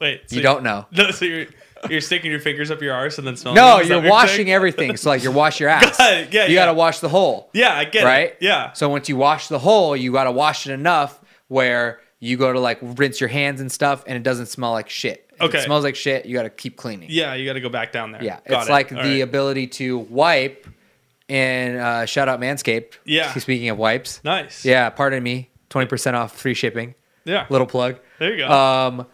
Speaker 2: wait so
Speaker 1: you don't know
Speaker 2: no so you're you're sticking your fingers up your arse and then smelling
Speaker 1: no
Speaker 2: it? Is that
Speaker 1: you're
Speaker 2: what
Speaker 1: washing
Speaker 2: saying?
Speaker 1: everything so like you're wash your ass
Speaker 2: Got it. Yeah,
Speaker 1: you
Speaker 2: yeah.
Speaker 1: got to wash the hole
Speaker 2: yeah i get
Speaker 1: right
Speaker 2: it yeah
Speaker 1: so once you wash the hole you got to wash it enough where you go to like rinse your hands and stuff and it doesn't smell like shit If
Speaker 2: Okay.
Speaker 1: it smells like shit you got to keep cleaning
Speaker 2: yeah you got to go back down there
Speaker 1: Yeah,
Speaker 2: Got
Speaker 1: it's
Speaker 2: it.
Speaker 1: like
Speaker 2: All
Speaker 1: the uh,
Speaker 2: right.
Speaker 1: ability to wipe. And uh, shout out Manscaped.
Speaker 2: Yeah.
Speaker 1: Speaking of wipes.
Speaker 2: Nice.
Speaker 1: Yeah, pardon me. Twenty percent off, free shipping.
Speaker 2: Yeah.
Speaker 1: Little plug.
Speaker 2: There you go.
Speaker 1: Um,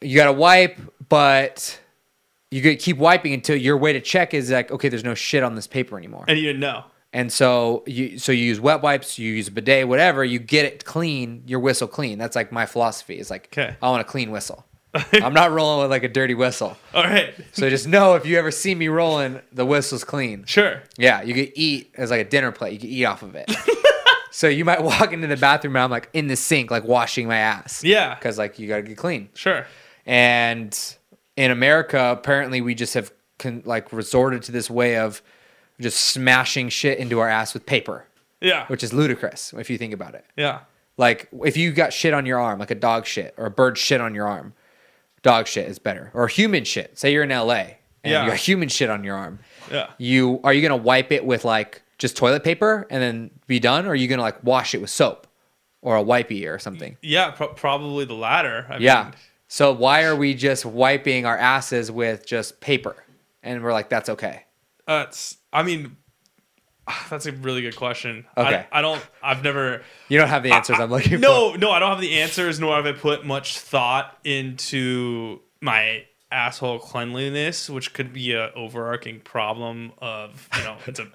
Speaker 1: you got to wipe, but you could keep wiping until your way to check is like, okay, there's no shit on this paper anymore.
Speaker 2: and you didn't know.
Speaker 1: And so you so you use wet wipes, you use a bidet, whatever, you get it clean, your whistle clean. That's like my philosophy. It's like
Speaker 2: 'Kay.
Speaker 1: I want a clean whistle. I'm not rolling with like a dirty whistle.
Speaker 2: All right,
Speaker 1: So just know if you ever see me rolling, the whistle's clean.
Speaker 2: sure.
Speaker 1: Yeah, you could eat as like a dinner plate. You could eat off of it. so you might walk into the bathroom and I'm like in the sink, like washing my ass.
Speaker 2: Yeah.
Speaker 1: Because like you gotta get clean.
Speaker 2: Sure.
Speaker 1: And in America, apparently we just have con- like resorted to this way of just smashing shit into our ass with paper,
Speaker 2: Yeah.
Speaker 1: which is ludicrous if you think about it.
Speaker 2: yeah.
Speaker 1: Like if you got shit on your arm, like a dog shit or a bird shit on your arm, dog shit is better. Or human shit. Say you're in LA and
Speaker 2: Yeah.
Speaker 1: you got human shit on your arm.
Speaker 2: Yeah.
Speaker 1: You are you gonna wipe it with like just toilet paper and then be done, or are you gonna like wash it with soap or a wipey or something?
Speaker 2: Yeah. Pro- probably the latter. I
Speaker 1: Yeah.
Speaker 2: mean,
Speaker 1: So why are we just wiping our asses with just paper? And we're like, that's okay.
Speaker 2: that's. I mean, that's a really good question.
Speaker 1: Okay.
Speaker 2: I, I don't. I've never.
Speaker 1: You don't have the answers
Speaker 2: I-
Speaker 1: I, am looking for.
Speaker 2: No, no, I don't have the answers, nor have I put much thought into my asshole cleanliness, which could be a overarching problem of you know, it's a.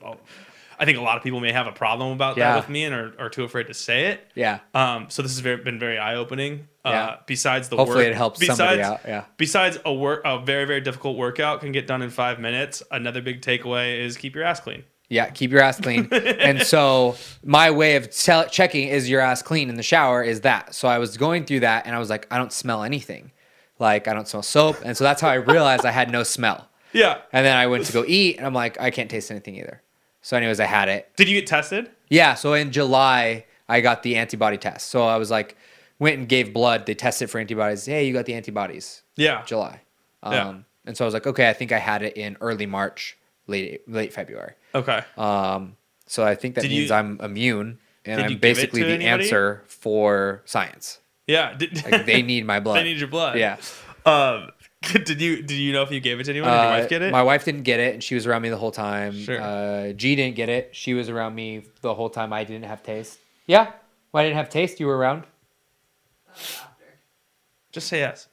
Speaker 2: I think a lot of people may have a problem about
Speaker 1: Yeah.
Speaker 2: that with me and are, are too afraid to say it.
Speaker 1: Yeah.
Speaker 2: Um, so this has very, been very eye opening.
Speaker 1: Yeah.
Speaker 2: Uh, besides the
Speaker 1: Hopefully
Speaker 2: work,
Speaker 1: it helps
Speaker 2: besides,
Speaker 1: somebody out, yeah.
Speaker 2: Besides a work, a very very difficult workout can get done in five minutes. Another big takeaway is keep your ass clean.
Speaker 1: Yeah, keep your ass clean. and so my way of tell checking is your ass clean in the shower is that. So I was going through that and I was like, I don't smell anything. Like I don't smell soap. And so that's how I realized I had no smell.
Speaker 2: Yeah.
Speaker 1: And then I went to go eat and I'm like, I can't taste anything either. So anyways, I had it.
Speaker 2: Did you get tested?
Speaker 1: Yeah, so in July I got the antibody test. So I was like went and gave blood. They tested for antibodies. Hey, you got the antibodies.
Speaker 2: Yeah.
Speaker 1: July. Um
Speaker 2: Yeah.
Speaker 1: and so I was like, okay, I think I had it in early March, late late February.
Speaker 2: Okay.
Speaker 1: Um, so I think that
Speaker 2: Did
Speaker 1: means
Speaker 2: you-
Speaker 1: I'm immune, and
Speaker 2: Did you
Speaker 1: I'm
Speaker 2: give it
Speaker 1: basically
Speaker 2: to
Speaker 1: the
Speaker 2: anybody?
Speaker 1: answer for science.
Speaker 2: yeah. Did-
Speaker 1: Like they need my blood.
Speaker 2: They need your blood.
Speaker 1: Yeah.
Speaker 2: Um, did you did you know if you gave it to anyone? Did your
Speaker 1: Uh,
Speaker 2: wife get it?
Speaker 1: My wife didn't get it, and she was around me the whole time.
Speaker 2: Sure.
Speaker 1: Uh, G didn't get it. She was around me the whole time. I didn't have taste. Yeah. Well, I didn't have taste. You were around.
Speaker 7: After.
Speaker 2: Just say yes.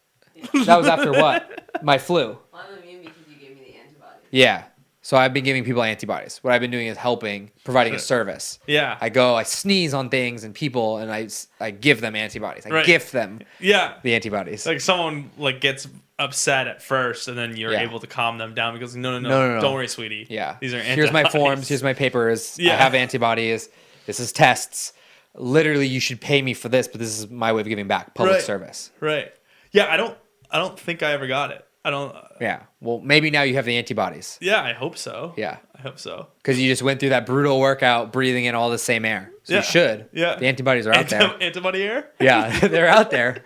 Speaker 1: That was after what? My flu.
Speaker 7: Well, I'm immune because you gave me the antibodies.
Speaker 1: Yeah. So I've been giving people antibodies. What I've been doing is helping, providing a service.
Speaker 2: Yeah.
Speaker 1: I go, I sneeze on things and people, and I, s- I give them antibodies. I
Speaker 2: Right.
Speaker 1: gift them
Speaker 2: yeah.
Speaker 1: the antibodies.
Speaker 2: Like someone like gets upset at first, and then you're
Speaker 1: Yeah.
Speaker 2: able to calm them down because no, no, no,
Speaker 1: No, no, no.
Speaker 2: don't worry, sweetie.
Speaker 1: Yeah.
Speaker 2: These are
Speaker 1: Here's my forms.
Speaker 2: antibodies.
Speaker 1: Here's my papers. I
Speaker 2: Yeah.
Speaker 1: have antibodies. This is tests. Literally, you should pay me for this, but this is my way of giving back public
Speaker 2: Right.
Speaker 1: service.
Speaker 2: right. Yeah. I don't. I don't think I ever got it. I don't.
Speaker 1: Yeah. Well, maybe now you have the antibodies.
Speaker 2: yeah. I hope so.
Speaker 1: Yeah.
Speaker 2: I hope so.
Speaker 1: Because you just went through that brutal workout breathing in all the same air. So
Speaker 2: Yeah.
Speaker 1: you should.
Speaker 2: Yeah.
Speaker 1: The antibodies are out
Speaker 2: Anti-
Speaker 1: there.
Speaker 2: antibody air.
Speaker 1: Yeah, they're out there.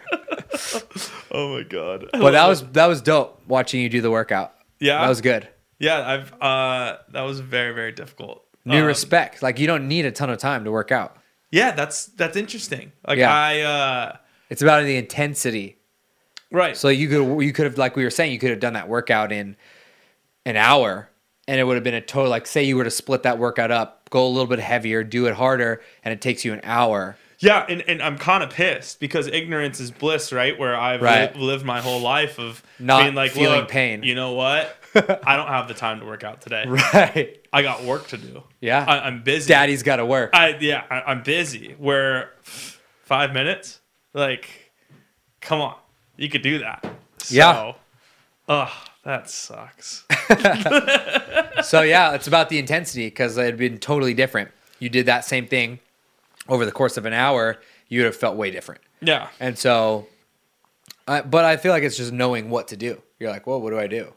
Speaker 2: Oh my god.
Speaker 1: But that was that was dope watching you do the workout.
Speaker 2: Yeah.
Speaker 1: That was good.
Speaker 2: Yeah. I've. Uh. That was very very difficult.
Speaker 1: New
Speaker 2: Um,
Speaker 1: respect. Like you don't need a ton of time to work out.
Speaker 2: Yeah. That's that's interesting. Like
Speaker 1: Yeah.
Speaker 2: I. uh
Speaker 1: It's about the intensity
Speaker 2: Right.
Speaker 1: So you could you could have like we were saying you could have done that workout in an hour and it would have been a total like say you were to split that workout up, go a little bit heavier, do it harder and it takes you an hour.
Speaker 2: Yeah, and, and I'm kind of pissed because ignorance is bliss, right? Where I've li-
Speaker 1: Right.
Speaker 2: lived my whole life of
Speaker 1: Not
Speaker 2: being like,
Speaker 1: feeling
Speaker 2: Look,
Speaker 1: pain."
Speaker 2: You know what? I don't have the time to work out today.
Speaker 1: Right.
Speaker 2: I got work to do.
Speaker 1: Yeah.
Speaker 2: I, I'm busy.
Speaker 1: Daddy's got to work.
Speaker 2: I yeah, I, I'm busy. Where five minutes? Like, come on, you could do that. So,
Speaker 1: Yeah.
Speaker 2: Ugh, that sucks.
Speaker 1: so yeah, it's about the intensity cuz it had been totally different. You did that same thing over the course of an hour, you would have felt way different.
Speaker 2: yeah.
Speaker 1: And so I, but I feel like it's just knowing what to do. You're like, "Well, what do I do?"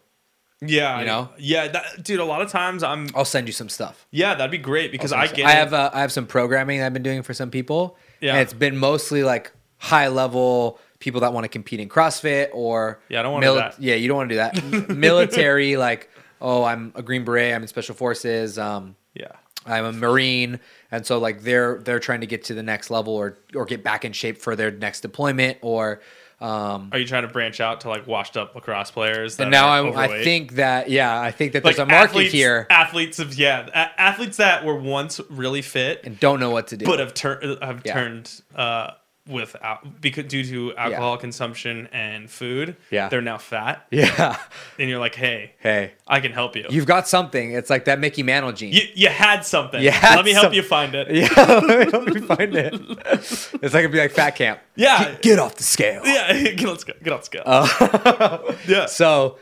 Speaker 2: Yeah.
Speaker 1: You
Speaker 2: I-
Speaker 1: know?
Speaker 2: Yeah, that, dude. A lot of times I'm.
Speaker 1: I'll send you some stuff.
Speaker 2: Yeah, that'd be great because I get.
Speaker 1: I
Speaker 2: it.
Speaker 1: have uh, I have some programming that I've been doing for some people.
Speaker 2: Yeah.
Speaker 1: And it's been mostly like high level people that want to compete in CrossFit or
Speaker 2: Yeah, I don't wanna do that.
Speaker 1: Yeah, you don't want to do that. M- Military like oh, I'm a Green Beret, I'm in Special Forces, um
Speaker 2: Yeah.
Speaker 1: I'm a Marine, and so like they're they're trying to get to the next level or or get back in shape for their next deployment or um
Speaker 2: Are you trying to branch out to like washed up lacrosse players? That
Speaker 1: and now
Speaker 2: are
Speaker 1: I'm, I
Speaker 2: overweight?
Speaker 1: think that yeah, I think that
Speaker 2: like
Speaker 1: there's a market
Speaker 2: athletes,
Speaker 1: here
Speaker 2: Athletes of yeah, a- athletes that were once really fit
Speaker 1: and don't know what to do.
Speaker 2: but uh, have turned have
Speaker 1: Yeah.
Speaker 2: turned uh, with al- because due to alcohol consumption and food.
Speaker 1: Yeah.
Speaker 2: they're now fat,
Speaker 1: Yeah.
Speaker 2: and you're like, hey,
Speaker 1: Hey,
Speaker 2: I can help you. You
Speaker 1: you've got something. It's like that Mickey Mantle gene.
Speaker 2: you, had something.
Speaker 1: You had
Speaker 2: Let me help
Speaker 1: some-
Speaker 2: you find it.
Speaker 1: Yeah, let me find it. It's like it'd be like fat camp.
Speaker 2: Yeah.
Speaker 1: get, get off the scale.
Speaker 2: Yeah, let's go. Let's go.
Speaker 1: Uh,
Speaker 2: yeah.
Speaker 1: so,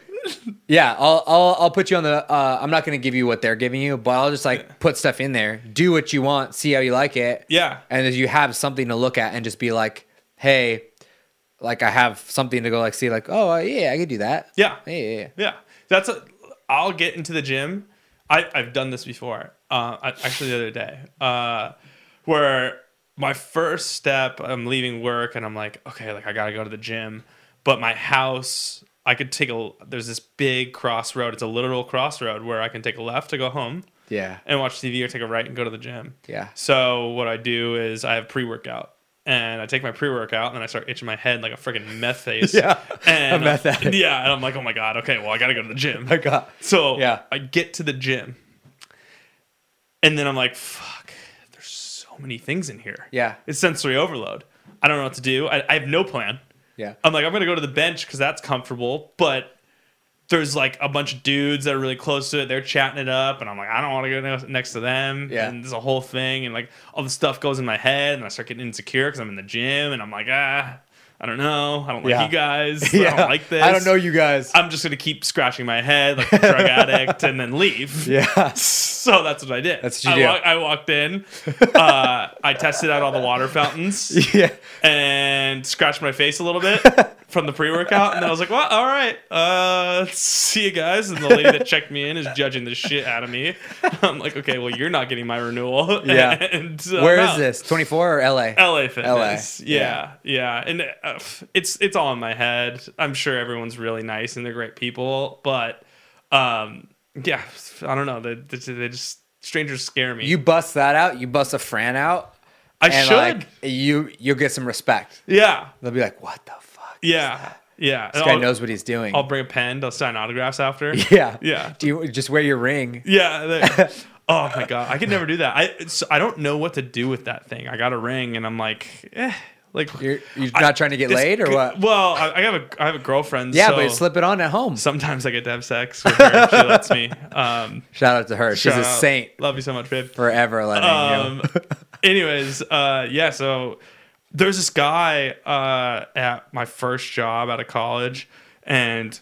Speaker 1: yeah, I'll, I'll I'll put you on the. Uh, I'm not gonna give you what they're giving you, but I'll just like put stuff in there. Do what you want. See how you like it.
Speaker 2: yeah.
Speaker 1: and as you have something to look at and just be like, hey, like I have something to go like see like oh uh, yeah I could do that.
Speaker 2: Yeah.
Speaker 1: Yeah, yeah, yeah.
Speaker 2: Yeah, that's. A, I'll get into the gym. I I've done this before. Uh, I, actually, the other day, uh, where my first step, I'm leaving work and I'm like, okay, like I gotta go to the gym, but my house, I could take a. There's this big crossroad. It's a literal crossroad where I can take a left to go home
Speaker 1: Yeah.
Speaker 2: and watch TV or take a right and go to the gym.
Speaker 1: Yeah.
Speaker 2: So what I do is I have pre workout. And I take my pre workout and then I start itching my head like a freaking meth face.
Speaker 1: Yeah,
Speaker 2: And
Speaker 1: a meth addict.
Speaker 2: yeah. And I'm like, oh my God, okay, well, I got to go to the gym.
Speaker 1: I got.
Speaker 2: So
Speaker 1: Yeah.
Speaker 2: I get to the gym. And then I'm like, fuck, there's so many things in here.
Speaker 1: Yeah.
Speaker 2: It's sensory overload. I don't know what to do. I, I have no plan.
Speaker 1: Yeah.
Speaker 2: I'm like, I'm gonna go to the bench because that's comfortable, but there's like a bunch of dudes that are really close to it. They're chatting it up, and I'm like, I don't want to go ne- next to them.
Speaker 1: Yeah.
Speaker 2: And there's a whole thing, and like all the stuff goes in my head, and I start getting insecure because I'm in the gym, and I'm like, ah, I don't know. I don't like
Speaker 1: Yeah.
Speaker 2: you guys. I don't like this.
Speaker 1: I don't know you guys.
Speaker 2: I'm just gonna keep scratching my head like a drug addict, and then leave.
Speaker 1: yeah.
Speaker 2: So that's what I did.
Speaker 1: That's what
Speaker 2: I,
Speaker 1: you do.
Speaker 2: wa- I walked in. Uh, I tested out all the water fountains
Speaker 1: Yeah.
Speaker 2: and scratched my face a little bit from the pre-workout, and then I was like, "Well, all right, uh, see you guys." And the lady that checked me in is judging the shit out of me. I'm like, "Okay, well, you're not getting my renewal."
Speaker 1: Yeah.
Speaker 2: And, uh,
Speaker 1: Where is
Speaker 2: no.
Speaker 1: this? 24 or LA?
Speaker 2: LA Fitness.
Speaker 1: LA,
Speaker 2: Yeah, yeah, and uh, pff, it's it's all in my head. I'm sure everyone's really nice and they're great people, but um, yeah, I don't know. They, they, they just strangers scare me.
Speaker 1: You bust that out. You bust a Fran out.
Speaker 2: I
Speaker 1: and
Speaker 2: should.
Speaker 1: like you, you'll get some respect.
Speaker 2: yeah,
Speaker 1: They'll be like, "What the fuck?
Speaker 2: yeah, Oh, yeah.
Speaker 1: This guy knows what he's doing."
Speaker 2: I'll bring a pen. I'll sign autographs after.
Speaker 1: yeah.
Speaker 2: Yeah.
Speaker 1: Do you just wear your ring?
Speaker 2: Yeah. they- oh my god, I could never do that. I it's, I don't know what to do with that thing. I got a ring, and I'm like, eh, like
Speaker 1: You're, you're
Speaker 2: I-
Speaker 1: not trying to get
Speaker 2: this
Speaker 1: laid or
Speaker 2: could-
Speaker 1: what?
Speaker 2: Well, I, I have a I have a girlfriend.
Speaker 1: Yeah,
Speaker 2: so
Speaker 1: but you slip it on at home.
Speaker 2: Sometimes I get to have sex with her. if she lets me. Um,
Speaker 1: Shout out to her. She's
Speaker 2: shout
Speaker 1: a
Speaker 2: out.
Speaker 1: saint
Speaker 2: Love you so much, babe.
Speaker 1: forever. Letting
Speaker 2: Um,
Speaker 1: you.
Speaker 2: anyways, uh, yeah. So there's this guy uh, at my first job out of college, and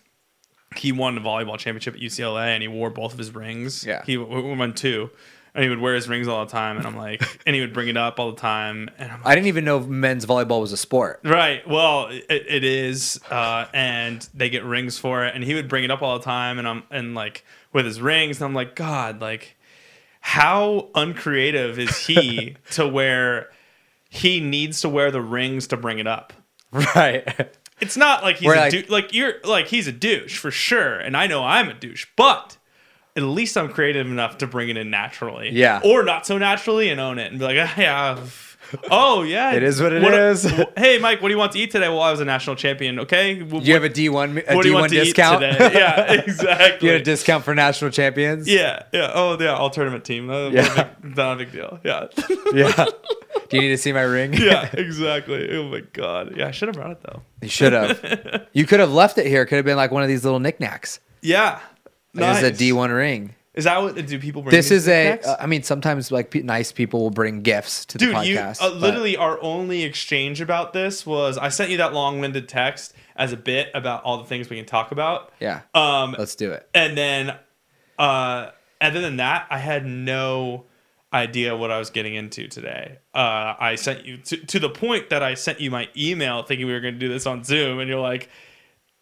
Speaker 2: he won the volleyball championship at UCLA, and he wore both of his rings.
Speaker 1: Yeah.
Speaker 2: he w- w- won two, and he would wear his rings all the time. And I'm like, and he would bring it up all the time, and I'm like,
Speaker 1: I didn't even know men's volleyball was a sport.
Speaker 2: Right. Well, it, it is, uh, and they get rings for it. And he would bring it up all the time, and I'm and like with his rings, and I'm like, God, like, how uncreative is he to where he needs to wear the rings to bring it up?
Speaker 1: Right.
Speaker 2: It's not like he's
Speaker 1: We're
Speaker 2: a
Speaker 1: like-
Speaker 2: dou- like you're like he's a douche for sure, and I know I'm a douche, but. At least I'm creative enough to bring it in naturally,
Speaker 1: Yeah.
Speaker 2: or not so naturally, and own it, and be like, "Ah, yeah, oh yeah,
Speaker 1: It is what it
Speaker 2: it is."
Speaker 1: is.
Speaker 2: hey Mike, what do you want to eat today? Well, I was a national champion. Okay, Wh-
Speaker 1: you have a D one a
Speaker 2: what
Speaker 1: D one discount.
Speaker 2: eat today? Yeah, exactly.
Speaker 1: you had a discount for national champions.
Speaker 2: yeah, yeah. Oh, yeah. All tournament team. That-
Speaker 1: Yeah.
Speaker 2: Not, a big, not a big deal. Yeah,
Speaker 1: Yeah. Do you need to see my ring?
Speaker 2: yeah. Exactly. Oh my god. Yeah, I should have brought it though.
Speaker 1: You should have. you could have left it here. Could have been like one of these little knickknacks.
Speaker 2: Yeah.
Speaker 1: Like, This is
Speaker 2: Nice.
Speaker 1: a D one ring.
Speaker 2: Is that what do people bring?
Speaker 1: This
Speaker 2: these
Speaker 1: is a.
Speaker 2: knickknacks?
Speaker 1: uh, I mean, sometimes like pe- nice people will bring gifts to
Speaker 2: Dude,
Speaker 1: the
Speaker 2: you
Speaker 1: podcast.
Speaker 2: uh,
Speaker 1: but-
Speaker 2: literally our only exchange about this was I sent you that long-winded text as a bit about all the things we can talk about.
Speaker 1: Yeah.
Speaker 2: Um,
Speaker 1: Let's do it.
Speaker 2: and then uh other than that i had no idea what i was getting into today uh i sent you to, to the point that i sent you my email thinking we were going to do this on zoom and you're like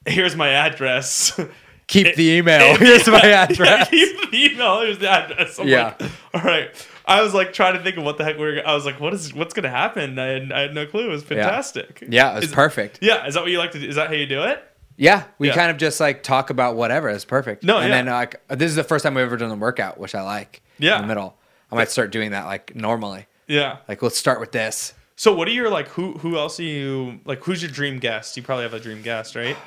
Speaker 2: here's my address
Speaker 1: Keep the email. Oh, Here's my
Speaker 2: Yeah,
Speaker 1: address.
Speaker 2: here's the email here's the address I'm
Speaker 1: Yeah.
Speaker 2: like, all right i was like trying to think of what the heck we were i was like what is what's going to happen I had, I had no clue it was fantastic
Speaker 1: Yeah, it's
Speaker 2: Is-
Speaker 1: perfect.
Speaker 2: yeah is that what you like to do is that how you do it
Speaker 1: Yeah, we
Speaker 2: Yeah.
Speaker 1: kind of just like talk about whatever. It's perfect.
Speaker 2: No,
Speaker 1: and
Speaker 2: yeah.
Speaker 1: then like this is the first time we've ever done the workout, which I like.
Speaker 2: Yeah.
Speaker 1: in the middle, I might start doing that like normally.
Speaker 2: yeah
Speaker 1: Like let's start with this.
Speaker 2: So what are your like who who else are you like who's your dream guest? You probably have a dream guest, right?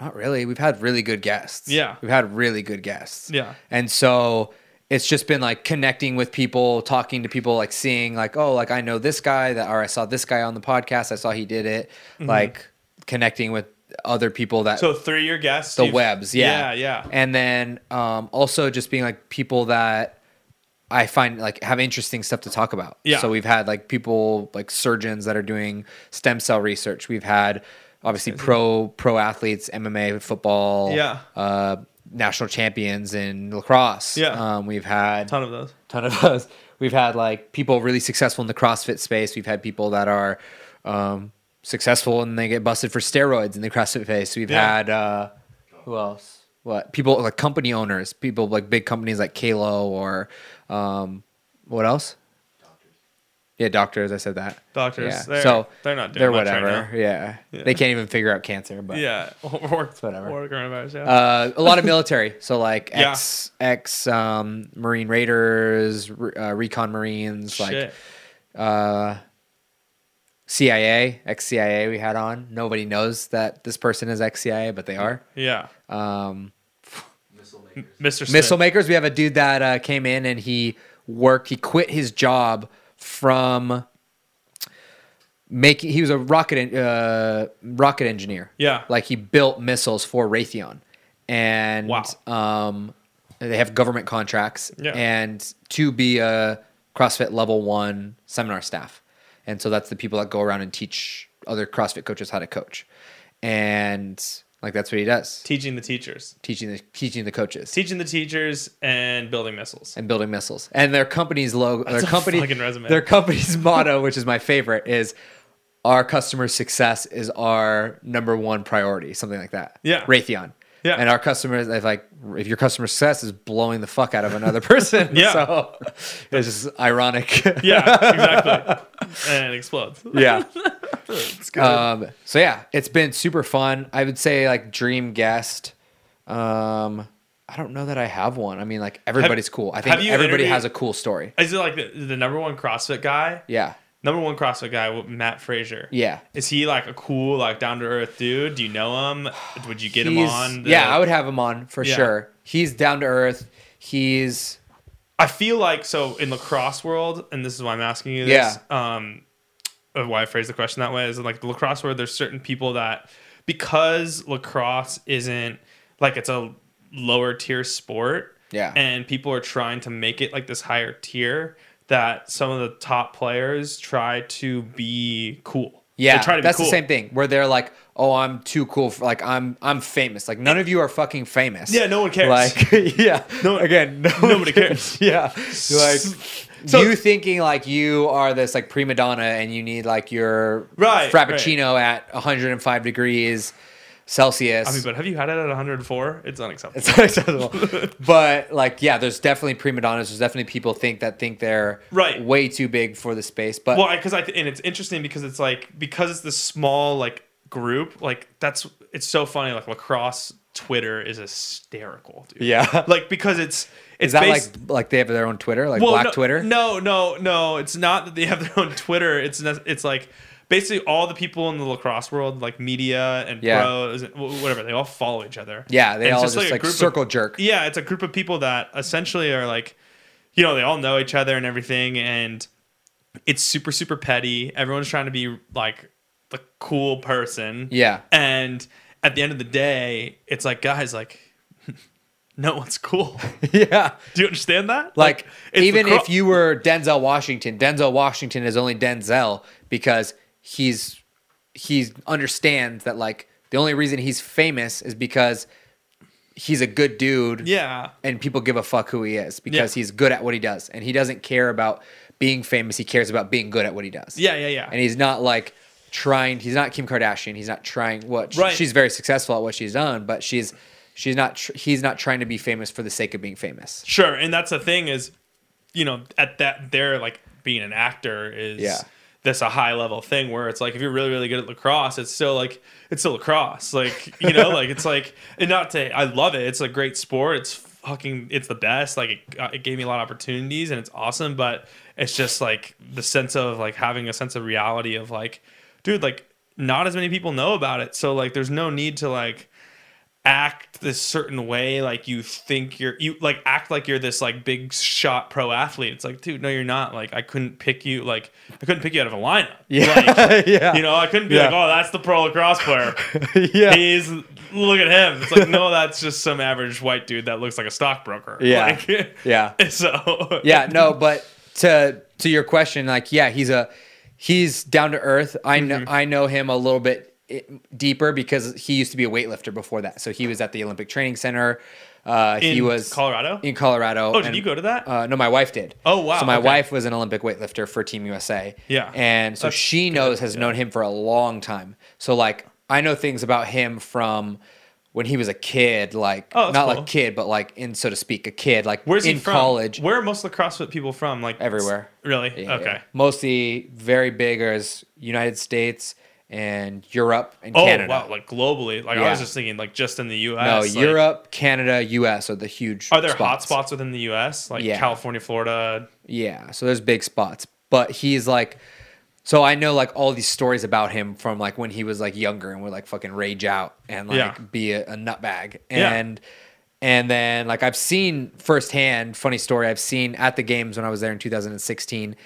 Speaker 1: Not really. We've had really good guests.
Speaker 2: Yeah.
Speaker 1: we've had really good guests.
Speaker 2: Yeah.
Speaker 1: and so it's just been like connecting with people, talking to people, like seeing like, oh, like I know this guy that or I saw this guy on the podcast, I saw he did it. Like connecting with other people that
Speaker 2: Mm-hmm. So through your guests,
Speaker 1: the
Speaker 2: you've-
Speaker 1: webs, yeah.
Speaker 2: yeah, yeah.
Speaker 1: And then um also just being like people that I find like have interesting stuff to talk about.
Speaker 2: Yeah.
Speaker 1: So we've had like people like surgeons that are doing stem cell research. We've had obviously pro pro athletes, MMA, football,
Speaker 2: Yeah.
Speaker 1: uh, national champions in lacrosse.
Speaker 2: Yeah.
Speaker 1: Um, we've had
Speaker 2: ton of those.
Speaker 1: ton of us. We've had like people really successful in the CrossFit space. We've had people that are um, successful and they get busted for steroids in the CrossFit space. We've
Speaker 2: Yeah.
Speaker 1: had uh, who else? What people like company owners, people like big companies like Kalo or um, what else? Yeah, doctors. I said that.
Speaker 2: Doctors,
Speaker 1: Yeah.
Speaker 2: they're-
Speaker 1: so
Speaker 2: they're not doing
Speaker 1: they're
Speaker 2: much right
Speaker 1: whatever.
Speaker 2: now.
Speaker 1: yeah.
Speaker 2: Yeah.
Speaker 1: they can't even figure out cancer. But
Speaker 2: Yeah, or,
Speaker 1: whatever.
Speaker 2: Or coronavirus. Yeah.
Speaker 1: uh, a lot of military. So like
Speaker 2: Yeah.
Speaker 1: ex ex um, Marine Raiders, re- uh, Recon Marines,
Speaker 2: Shit.
Speaker 1: like uh, CIA, ex CIA. We had on. Nobody knows that this person is ex CIA, but they are.
Speaker 2: yeah,
Speaker 1: Um,
Speaker 5: Missile makers.
Speaker 2: Mr. Smith.
Speaker 1: missile makers. We have a dude that uh, came in and he worked. He quit his job from making. He was a rocket en- uh, rocket engineer.
Speaker 2: Yeah.
Speaker 1: like he built missiles for Raytheon, and
Speaker 2: Wow.
Speaker 1: um, they have government contracts.
Speaker 2: Yeah.
Speaker 1: and to be a CrossFit level one seminar staff, and so that's the people that go around and teach other CrossFit coaches how to coach, and like that's what he does.
Speaker 2: teaching the teachers,
Speaker 1: Teaching the teaching the coaches
Speaker 2: teaching the teachers, and building missiles.
Speaker 1: and building missiles. And their company's logo,
Speaker 2: That's
Speaker 1: their
Speaker 2: a
Speaker 1: company,
Speaker 2: fucking resume.
Speaker 1: their company's motto, which is my favorite, is "Our customer success is our number one priority," something like that.
Speaker 2: Yeah.
Speaker 1: Raytheon.
Speaker 2: Yeah.
Speaker 1: And our customers, if like, if your customer success is blowing the fuck out of another person,
Speaker 2: Yeah.
Speaker 1: So it's just ironic.
Speaker 2: yeah, exactly. and it explodes.
Speaker 1: yeah.
Speaker 2: It's good.
Speaker 1: Um, so yeah, it's been super fun. I would say like dream guest. Um, I don't know that I have one. I mean, like everybody's cool. I think
Speaker 2: have you
Speaker 1: everybody has a
Speaker 2: interviewed-
Speaker 1: cool story.
Speaker 2: Is it like the, the number one CrossFit guy?
Speaker 1: Yeah.
Speaker 2: Number one CrossFit guy, Matt Frazier.
Speaker 1: Yeah.
Speaker 2: Is he like a cool, like down to earth dude? Do you know him? Would you get him
Speaker 1: He's-
Speaker 2: on? the-
Speaker 1: yeah, I would have him on for
Speaker 2: Yeah.
Speaker 1: sure. He's down to earth. He's
Speaker 2: I feel like so in lacrosse world, and this is why I'm asking you this. Um, of why I phrase the question that way is like the lacrosse world. There's certain people that because lacrosse isn't like it's a lower tier sport.
Speaker 1: Yeah.
Speaker 2: And people are trying to make it like this higher tier that some of the top players try to be cool. They
Speaker 1: yeah.
Speaker 2: try to be
Speaker 1: that's
Speaker 2: cool.
Speaker 1: the same thing where they're like, "Oh, I'm too cool for like I'm I'm famous." Like none of you are fucking famous.
Speaker 2: Yeah, no one cares.
Speaker 1: Like yeah. No again, no one
Speaker 2: nobody cares.
Speaker 1: yeah. Like
Speaker 2: So-
Speaker 1: you thinking like you are this like prima donna and you need like your
Speaker 2: Right,
Speaker 1: frappuccino at 105 degrees Celsius.
Speaker 2: I mean, but have you had it at 104? It's unacceptable.
Speaker 1: It's unacceptable. but like, yeah, there's definitely prima donnas. There's definitely people think that think they're
Speaker 2: Right.
Speaker 1: way too big for the space. But
Speaker 2: well because i th- and it's interesting because it's like because it's this small like group like that's it's so funny like lacrosse twitter is hysterical dude
Speaker 1: yeah,
Speaker 2: like because it's it's
Speaker 1: is that
Speaker 2: based,
Speaker 1: like like they have their own Twitter, like
Speaker 2: well,
Speaker 1: Black
Speaker 2: no,
Speaker 1: Twitter?
Speaker 2: no no no it's not that they have their own twitter it's not, it's like basically all the people in the lacrosse world like media and
Speaker 1: Yeah.
Speaker 2: pros and wh- whatever they all follow each other
Speaker 1: Yeah, they
Speaker 2: And it's
Speaker 1: all just,
Speaker 2: a
Speaker 1: like,
Speaker 2: group of- e-
Speaker 1: circle jerk.
Speaker 2: yeah, it's a group of people that essentially are like, you know, they all know each other and everything, and it's super, super petty. Everyone's trying to be like the cool person.
Speaker 1: Yeah.
Speaker 2: And at the end of the day, it's like, guys, like, no one's cool.
Speaker 1: yeah.
Speaker 2: Do you understand that?
Speaker 1: Like,
Speaker 2: it's the
Speaker 1: even
Speaker 2: cro-
Speaker 1: if you were Denzel Washington, Denzel Washington is only Denzel because he's he's understands that like the only reason he's famous is because he's a good dude.
Speaker 2: Yeah.
Speaker 1: and people give a fuck who he is because
Speaker 2: Yeah.
Speaker 1: he's good at what he does and he doesn't care about being famous he cares about being good at what he does
Speaker 2: Yeah, yeah, yeah.
Speaker 1: and he's not like trying he's not kim kardashian he's not trying what
Speaker 2: Right.
Speaker 1: she's very successful at what she's done but she's she's not tr- he's not trying to be famous for the sake of being famous
Speaker 2: Sure, and that's the thing is, you know, at that there like being an actor is
Speaker 1: Yeah.
Speaker 2: this a high level thing where it's like if you're really really good at lacrosse, it's still like it's still lacrosse, like you know, like it's like and not to I love it. It's a great sport. It's fucking it's the best. Like it, uh, it gave me a lot of opportunities and it's awesome, but it's just like the sense of like having a sense of reality of like, dude, like not as many people know about it, so like there's no need to like act this certain way like you think you're you like act like you're this like big shot pro athlete it's like dude no you're not like i couldn't pick you like i couldn't pick you out of a lineup like,
Speaker 1: yeah.
Speaker 2: you know i couldn't be
Speaker 1: Yeah.
Speaker 2: like oh that's the pro lacrosse player
Speaker 1: yeah.
Speaker 2: he's look at him it's like no that's just some average white dude that looks like a stockbroker
Speaker 1: Yeah.
Speaker 2: like,
Speaker 1: yeah.
Speaker 2: so
Speaker 1: yeah no but to to your question like yeah he's a he's down to earth i know
Speaker 2: Mm-hmm.
Speaker 1: i know him a little bit i- deeper because he used to be a weightlifter before that so he was at the olympic training center uh he
Speaker 2: In
Speaker 1: was
Speaker 2: Colorado?
Speaker 1: in colorado
Speaker 2: oh did you go to that
Speaker 1: uh, no, my wife did.
Speaker 2: Oh, wow,
Speaker 1: So my
Speaker 2: okay.
Speaker 1: wife was an Olympic weightlifter for Team USA.
Speaker 2: Yeah.
Speaker 1: and so
Speaker 2: That's
Speaker 1: she knows has known him for a long time. So like I know things about him from when he was a kid, like
Speaker 2: Oh, that's
Speaker 1: not
Speaker 2: cool.
Speaker 1: like kid, but like in so to speak, a kid, like
Speaker 2: where's
Speaker 1: in
Speaker 2: he from
Speaker 1: college.
Speaker 2: where are most lacrosse people from like
Speaker 1: Everywhere.
Speaker 2: really
Speaker 1: Yeah,
Speaker 2: okay
Speaker 1: yeah. Mostly very big as United States and Europe and
Speaker 2: Oh
Speaker 1: Canada.
Speaker 2: wow! Like globally, like I
Speaker 1: Yeah.
Speaker 2: was just thinking, like just in the U.S.
Speaker 1: no,
Speaker 2: like,
Speaker 1: Europe, Canada, U.S. are the huge.
Speaker 2: Are there
Speaker 1: spots.
Speaker 2: hot spots within the U.S. like
Speaker 1: Yeah.
Speaker 2: California, Florida?
Speaker 1: Yeah, so there's big spots, but he's like, so I know like all these stories about him from like when he was like younger and would like fucking rage out and like
Speaker 2: Yeah.
Speaker 1: be a, a nutbag
Speaker 2: Yeah.
Speaker 1: and. And then, like I've seen firsthand, funny story. I've seen at the games when I was there in 2016.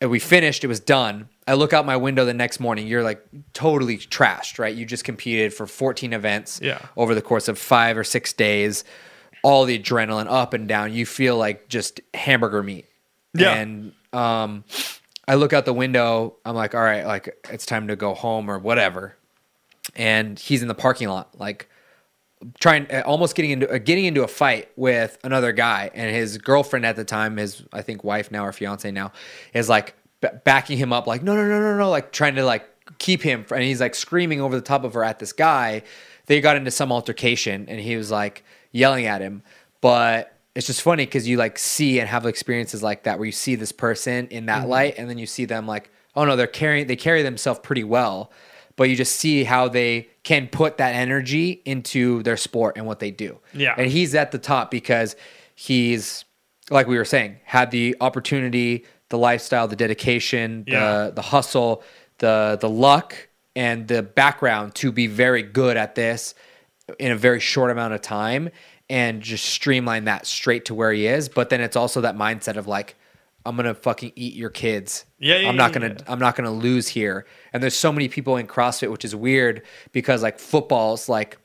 Speaker 1: And we finished. It was done. I look out my window the next morning. You're like totally trashed, right? You just competed for 14 events
Speaker 2: Yeah.
Speaker 1: over the course of five or six days. All the adrenaline up and down. You feel like just hamburger meat.
Speaker 2: Yeah.
Speaker 1: And um, I look out the window. I'm like, all right, like it's time to go home or whatever. And he's in the parking lot, like trying, uh, almost getting into uh, getting into a fight with another guy. And his girlfriend at the time, his I think wife now or fiance now, is like b- backing him up, like no, no, no, no, no, like trying to like keep him. fr- And he's like screaming over the top of her at this guy. They got into some altercation, and he was like yelling at him, but it's just funny because you like see and have experiences like that where you see this person in that light and then you see them like oh no they're carrying they carry themselves pretty well but you just see how they can put that energy into their sport and what they do
Speaker 2: Yeah.
Speaker 1: and he's at the top because he's like we were saying had the opportunity the lifestyle the dedication
Speaker 2: Yeah.
Speaker 1: the the hustle the the luck and the background to be very good at this in a very short amount of time and just streamline that straight to where he is. But then it's also that mindset of like, I'm gonna fucking eat your kids.
Speaker 2: Yeah, yeah,
Speaker 1: I'm not
Speaker 2: yeah,
Speaker 1: gonna
Speaker 2: yeah.
Speaker 1: I'm not gonna lose here. And there's so many people in CrossFit, which is weird because like football's like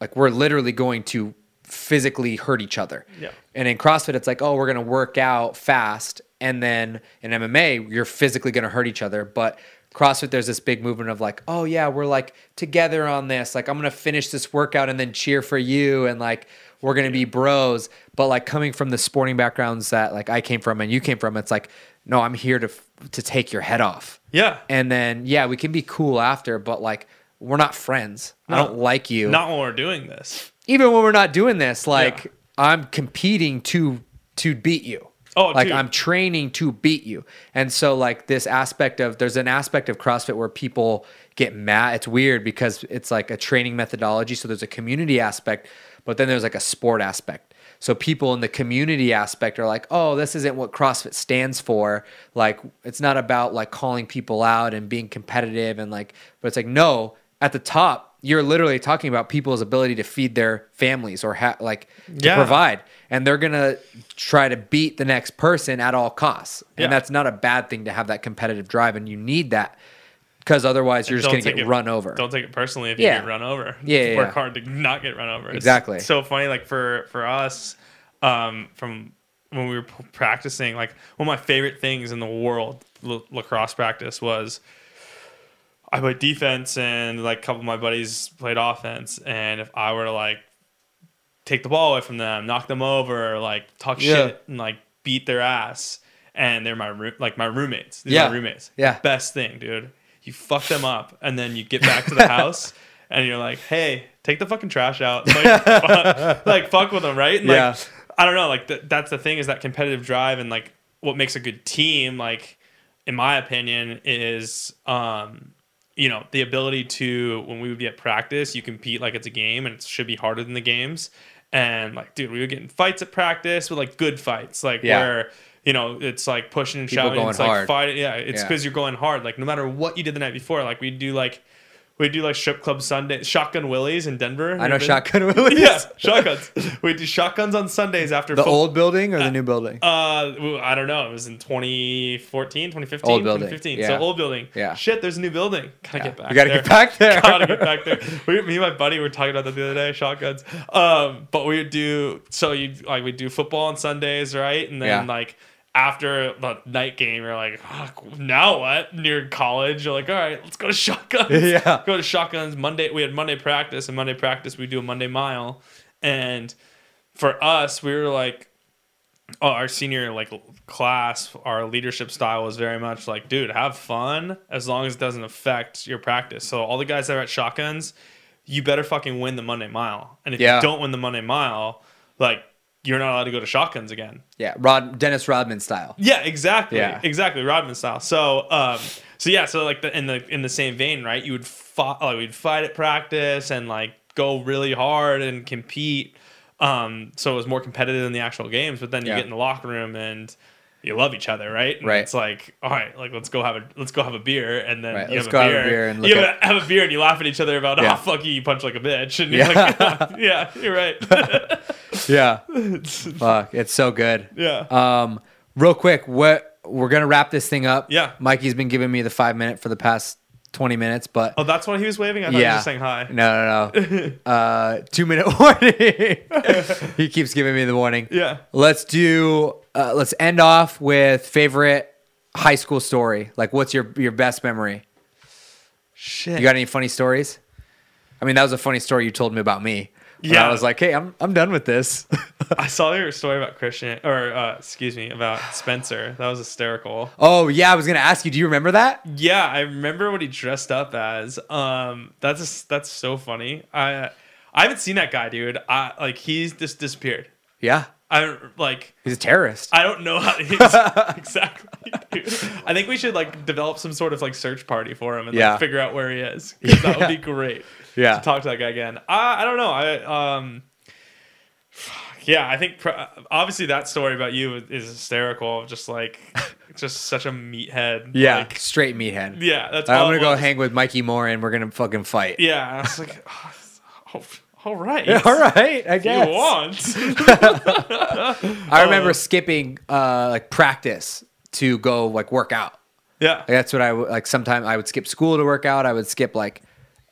Speaker 1: like we're literally going to physically hurt each other.
Speaker 2: Yeah.
Speaker 1: And in CrossFit, it's like, oh, we're gonna work out fast, and then in MMA, you're physically gonna hurt each other. But CrossFit, there's this big movement of like, oh yeah, we're like together on this. Like I'm gonna finish this workout and then cheer for you, and like we're gonna be bros. But like coming from the sporting backgrounds that like I came from and you came from, it's like, no, I'm here to f- to take your head off.
Speaker 2: Yeah,
Speaker 1: And then yeah, we can be cool after, but like we're not friends. I
Speaker 2: No.
Speaker 1: don't like you
Speaker 2: not when we're doing this.
Speaker 1: even when we're not doing this, like I'm competing to to beat you.
Speaker 2: Oh,
Speaker 1: like
Speaker 2: dude.
Speaker 1: I'm training to beat you. And so like this aspect of there's an aspect of CrossFit where people get mad. It's weird because it's like a training methodology, so there's a community aspect, but then there's like a sport aspect. So people in the community aspect are like, "Oh, this isn't what CrossFit stands for." Like it's not about like calling people out and being competitive and like but it's like, "No, at the top, you're literally talking about people's ability to feed their families or ha- like to
Speaker 2: Yeah.
Speaker 1: provide and they're gonna try to beat the next person at all costs and
Speaker 2: Yeah.
Speaker 1: that's not a bad thing to have that competitive drive and you need that because otherwise you're just
Speaker 2: Don't
Speaker 1: gonna get
Speaker 2: take it-
Speaker 1: run over
Speaker 2: Don't take it personally if
Speaker 1: Yeah.
Speaker 2: you get run over.
Speaker 1: Yeah, yeah,
Speaker 2: work
Speaker 1: yeah.
Speaker 2: hard to not get run over. It's
Speaker 1: Exactly.
Speaker 2: so funny, like for for us, um, from when we were p- practicing, like one of my favorite things in the world, l- lacrosse practice was. I played defense, and like a couple of my buddies played offense. And if I were to like take the ball away from them, knock them over, like talk
Speaker 1: Yeah.
Speaker 2: shit, and like beat their ass, and they're my roo- like my roommates. These are
Speaker 1: Yeah.
Speaker 2: my roommates.
Speaker 1: Yeah.
Speaker 2: Best thing, dude. You fuck them up and then you get back to the house and you're like, hey, take the fucking trash out. Like, fuck, like, fuck with them, right? And,
Speaker 1: Yeah.
Speaker 2: Like, I don't know. Like, th- that's the thing is that competitive drive and like what makes a good team, like, in my opinion, is, um, you know, the ability to, when we would be at practice, you compete like it's a game and it should be harder than the games. And like, dude, we would get in fights at practice, but like good fights, like
Speaker 1: Yeah.
Speaker 2: where, you know, it's like pushing and
Speaker 1: People
Speaker 2: shouting.
Speaker 1: going
Speaker 2: it's like
Speaker 1: hard.
Speaker 2: fighting. Yeah, it's
Speaker 1: Yeah.
Speaker 2: because you're going hard. Like no matter what you did the night before, like we do like We do like strip club Sunday, shotgun Willies in Denver.
Speaker 1: I know
Speaker 2: You've been-
Speaker 1: Shotgun Willie's.
Speaker 2: Yeah, shotguns. we do shotguns on Sundays after
Speaker 1: The
Speaker 2: fo-
Speaker 1: old building or the new building?
Speaker 2: Uh, well, I don't know. It was in 2014, 2015,
Speaker 1: Old building,
Speaker 2: 2015.
Speaker 1: yeah.
Speaker 2: So old building.
Speaker 1: Yeah.
Speaker 2: Shit, there's a new building. Gotta
Speaker 1: Yeah.
Speaker 2: get back.
Speaker 1: We gotta
Speaker 2: there.
Speaker 1: get back there.
Speaker 2: gotta get back there. We, me and my buddy were talking about that the other day. Shotguns. Um, but we would do so you like we do football on Sundays, right? And then
Speaker 1: Yeah.
Speaker 2: like. After the night game, you're like, "Fuck, now what? Near college, you're like, all right, let's go to shotguns.
Speaker 1: Yeah.
Speaker 2: Go to shotguns Monday. We had Monday practice, and Monday practice, we do a Monday mile. And for us, we were like, oh, our senior like class, our leadership style was very much like, dude, have fun as long as it doesn't affect your practice. So all the guys that are at shotguns, you better fucking win the Monday mile. And if
Speaker 1: Yeah.
Speaker 2: you don't win the Monday mile, like you're not allowed to go to shotguns again.
Speaker 1: Yeah, Rod Dennis Rodman style.
Speaker 2: Yeah, exactly.
Speaker 1: Yeah.
Speaker 2: Exactly, Rodman style. So, um, so yeah, so like the, in the in the same vein, right? You would fight, like we'd fight at practice and like go really hard and compete. Um, so it was more competitive than the actual games. But then you
Speaker 1: Yeah.
Speaker 2: get in the locker room and you love each other, right? And
Speaker 1: Right.
Speaker 2: It's like, all right, like let's go have a let's go have a beer, and then
Speaker 1: Right,
Speaker 2: you
Speaker 1: let's
Speaker 2: have,
Speaker 1: go
Speaker 2: a beer, and
Speaker 1: look
Speaker 2: you have,
Speaker 1: at-
Speaker 2: a, have a beer, and you laugh at each other about,
Speaker 1: Yeah.
Speaker 2: oh fuck you, you punch like a bitch, and
Speaker 1: Yeah.
Speaker 2: you're like, yeah, you're right,
Speaker 1: Yeah, fuck, it's so good.
Speaker 2: yeah.
Speaker 1: Um, real quick, what we're gonna wrap this thing up.
Speaker 2: Yeah.
Speaker 1: Mikey's been giving me the five minute for the past twenty minutes, but
Speaker 2: oh, that's why he was waving. I thought he was
Speaker 1: yeah,
Speaker 2: just saying hi.
Speaker 1: No, no, no. uh, two minute warning. he keeps giving me the warning.
Speaker 2: Yeah.
Speaker 1: Let's do. Uh, let's end off with favorite high school story. Like, what's your your best memory?
Speaker 2: Shit.
Speaker 1: You got any funny stories? I mean, that was a funny story you told me about me. And
Speaker 2: Yeah.
Speaker 1: I was like, hey, I'm I'm done with this.
Speaker 2: I saw your story about Christian, or uh, excuse me, about Spencer. That was hysterical.
Speaker 1: oh yeah, I was gonna ask you. Do you remember that?
Speaker 2: Yeah, I remember what he dressed up as. Um, that's just, that's so funny. I I haven't seen that guy, dude. I like he's just disappeared.
Speaker 1: Yeah.
Speaker 2: I like
Speaker 1: He's a terrorist.
Speaker 2: I don't know how he's exactly. Dude. I think we should like develop some sort of like search party for him and
Speaker 1: Yeah.
Speaker 2: like figure out where he is. 'cause That would be great.
Speaker 1: Yeah.
Speaker 2: to talk to that guy again. I, I don't know. I um, fuck, yeah, I think pro- obviously that story about you is hysterical. Just like, just such a meathead.
Speaker 1: yeah.
Speaker 2: like,
Speaker 1: Straight meathead.
Speaker 2: yeah. That's.
Speaker 1: I'm
Speaker 2: all
Speaker 1: gonna
Speaker 2: it
Speaker 1: go
Speaker 2: was.
Speaker 1: hang with Mikey Moore and we're gonna fucking fight.
Speaker 2: Yeah, I was like, oh, oh, all right,
Speaker 1: All right, I
Speaker 2: You
Speaker 1: guess.
Speaker 2: want?
Speaker 1: I remember
Speaker 2: Oh.
Speaker 1: skipping uh, like practice to go like work out.
Speaker 2: yeah,
Speaker 1: Like, that's what I would like. Sometimes I would skip school to work out. I would skip like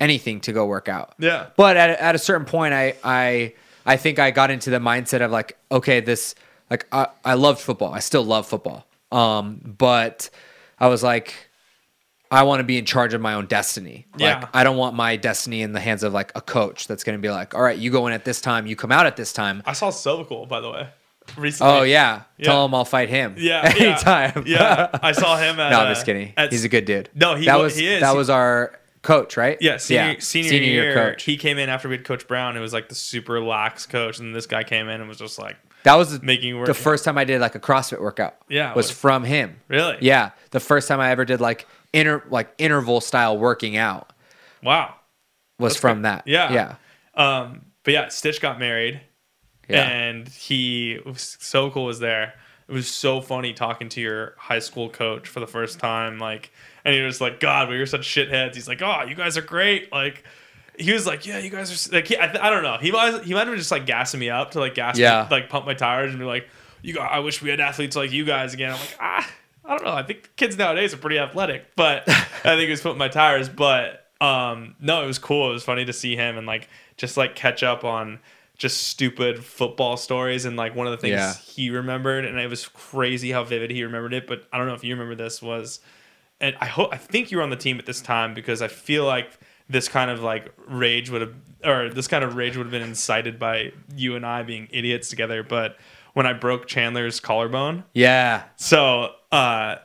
Speaker 1: anything to go work out.
Speaker 2: yeah,
Speaker 1: But at, at a certain point, I I I think I got into the mindset of like, okay, this like I, I loved football. I still love football. Um, but I was like, I want to be in charge of my own destiny. Like,
Speaker 2: Yeah.
Speaker 1: I don't want my destiny in the hands of like a coach that's going to be like, all right, you go in at this time, you come out at this time.
Speaker 2: I saw Silvical by the way recently.
Speaker 1: Oh yeah, tell
Speaker 2: Yeah.
Speaker 1: him I'll fight him.
Speaker 2: yeah, yeah,
Speaker 1: anytime.
Speaker 2: Yeah, I saw him. At,
Speaker 1: no, I'm
Speaker 2: uh,
Speaker 1: just kidding.
Speaker 2: At,
Speaker 1: He's a good dude.
Speaker 2: No, he
Speaker 1: that
Speaker 2: wa-
Speaker 1: was
Speaker 2: he is.
Speaker 1: that
Speaker 2: He-
Speaker 1: was our coach, right?
Speaker 2: Yeah, senior, senior, year, He came in after we had Coach Brown, who was like the super lax coach, and this guy came in and was just like,
Speaker 1: That was the-
Speaker 2: making work-
Speaker 1: the first time I did like a CrossFit workout.
Speaker 2: Yeah, it
Speaker 1: was
Speaker 2: was-
Speaker 1: from him.
Speaker 2: Really?
Speaker 1: Yeah, the first time I ever did like inter like interval style working out
Speaker 2: "Wow."
Speaker 1: was
Speaker 2: That's
Speaker 1: from
Speaker 2: good.
Speaker 1: that.
Speaker 2: Yeah.
Speaker 1: yeah,
Speaker 2: Um, but yeah, Stitch got married,
Speaker 1: Yeah.
Speaker 2: and he so cool was there. It was so funny talking to your high school coach for the first time, like, and he was like, "God, we were such shitheads." He's like, "Oh, you guys are great." Like, he was like, "Yeah, you guys are." s- Like, he, I, th- I don't know. He was he might have been just like gassing me up to like gas,
Speaker 1: Yeah.
Speaker 2: me, like pump my tires and be like, "You got, I wish we had athletes like you guys again." I'm like, ah, I don't know. I think kids nowadays are pretty athletic, but I think it was putting my tires. But um, no, it was cool. It was funny to see him and like just like catch up on just stupid football stories and like one of the things
Speaker 1: Yeah.
Speaker 2: he remembered and it was crazy how vivid he remembered it. But I don't know if you remember this was and I hope I think you were on the team at this time because I feel like this kind of like rage would have or this kind of rage would have been incited by you and I being idiots together. But when I broke Chandler's collarbone,
Speaker 1: yeah.
Speaker 2: so uh,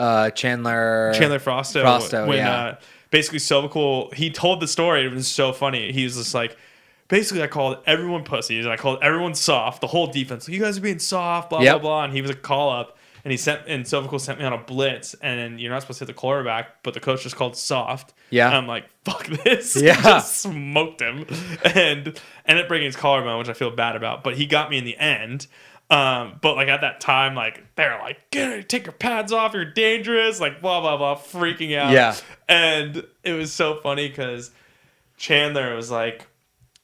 Speaker 1: Uh, Chandler.
Speaker 2: Chandler Frosto,
Speaker 1: Frosto,
Speaker 2: when
Speaker 1: yeah.
Speaker 2: uh, basically Silvical, he told the story. It was so funny. He was just like, basically, I called everyone pussies and I called everyone soft. The whole defense, you guys are being soft, blah
Speaker 1: Yep.
Speaker 2: blah blah. And he was a call up, and he sent and Silvical sent me on a blitz, and you're not supposed to hit the quarterback, but the coach just called soft.
Speaker 1: Yeah.
Speaker 2: and I'm like, fuck this.
Speaker 1: Yeah.
Speaker 2: just smoked him, and ended up breaking his collarbone, which I feel bad about. But he got me in the end. Um, but like at that time, like they're like, get her, take your pads off, you're dangerous, like blah blah blah, freaking out.
Speaker 1: Yeah.
Speaker 2: And it was so funny because Chandler was like,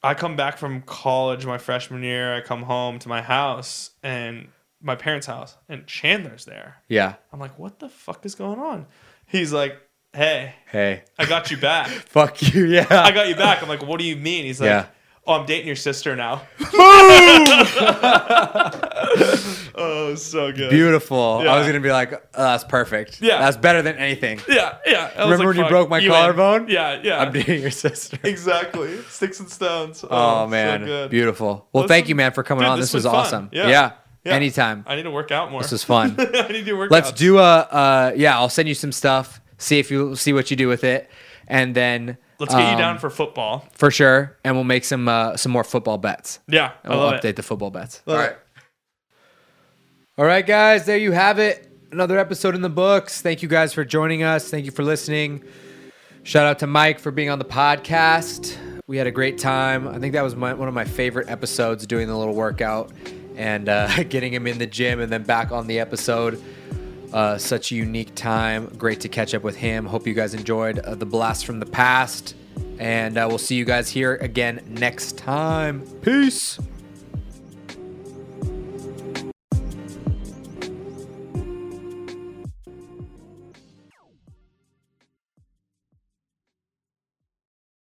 Speaker 2: I come back from college my freshman year, I come home to my house and my parents' house, and Chandler's there.
Speaker 1: Yeah.
Speaker 2: I'm like, what the fuck is going on? He's like, Hey,
Speaker 1: Hey.
Speaker 2: I got you back.
Speaker 1: Fuck you. Yeah.
Speaker 2: I got you back. I'm like, what do you mean? He's like,
Speaker 1: Yeah.
Speaker 2: oh, I'm dating your sister now. oh, so good.
Speaker 1: Beautiful. I was
Speaker 2: Yeah.
Speaker 1: gonna be like, oh, that's perfect.
Speaker 2: Yeah.
Speaker 1: That's better than anything.
Speaker 2: Yeah, yeah. I was
Speaker 1: Remember when you
Speaker 2: fuck,
Speaker 1: broke my
Speaker 2: win.
Speaker 1: collarbone?
Speaker 2: Yeah, yeah.
Speaker 1: I'm dating your sister.
Speaker 2: exactly. Sticks and stones.
Speaker 1: Oh,
Speaker 2: so
Speaker 1: man,
Speaker 2: good.
Speaker 1: beautiful. Well,
Speaker 2: This
Speaker 1: thank
Speaker 2: was-
Speaker 1: you, man, for coming
Speaker 2: dude,
Speaker 1: on.
Speaker 2: this
Speaker 1: This,
Speaker 2: was
Speaker 1: was,
Speaker 2: fun.
Speaker 1: awesome.
Speaker 2: Yeah.
Speaker 1: Yeah.
Speaker 2: Yeah.
Speaker 1: Anytime.
Speaker 2: I need to work out more.
Speaker 1: This was fun.
Speaker 2: I need to work.
Speaker 1: Let's
Speaker 2: outs.
Speaker 1: do a. Uh, yeah, I'll send you some stuff. See if you see what you do with it, and then
Speaker 2: Let's get
Speaker 1: um,
Speaker 2: you down for football.
Speaker 1: for sure. And we'll make some uh, some more football bets.
Speaker 2: Yeah, I
Speaker 1: And we'll
Speaker 2: love
Speaker 1: update
Speaker 2: it.
Speaker 1: the football bets.
Speaker 2: Love
Speaker 1: All
Speaker 2: it.
Speaker 1: right. All right, guys, there you have it. Another episode in the books. Thank you guys for joining us. Thank you for listening. Shout out to Mike for being on the podcast. We had a great time. I think that was my, one of my favorite episodes doing the little workout and uh, getting him in the gym and then back on the episode. Uh, such a unique time. Great to catch up with him. Hope you guys enjoyed uh, the blast from the past. And uh, we'll see you guys here again next time. Peace.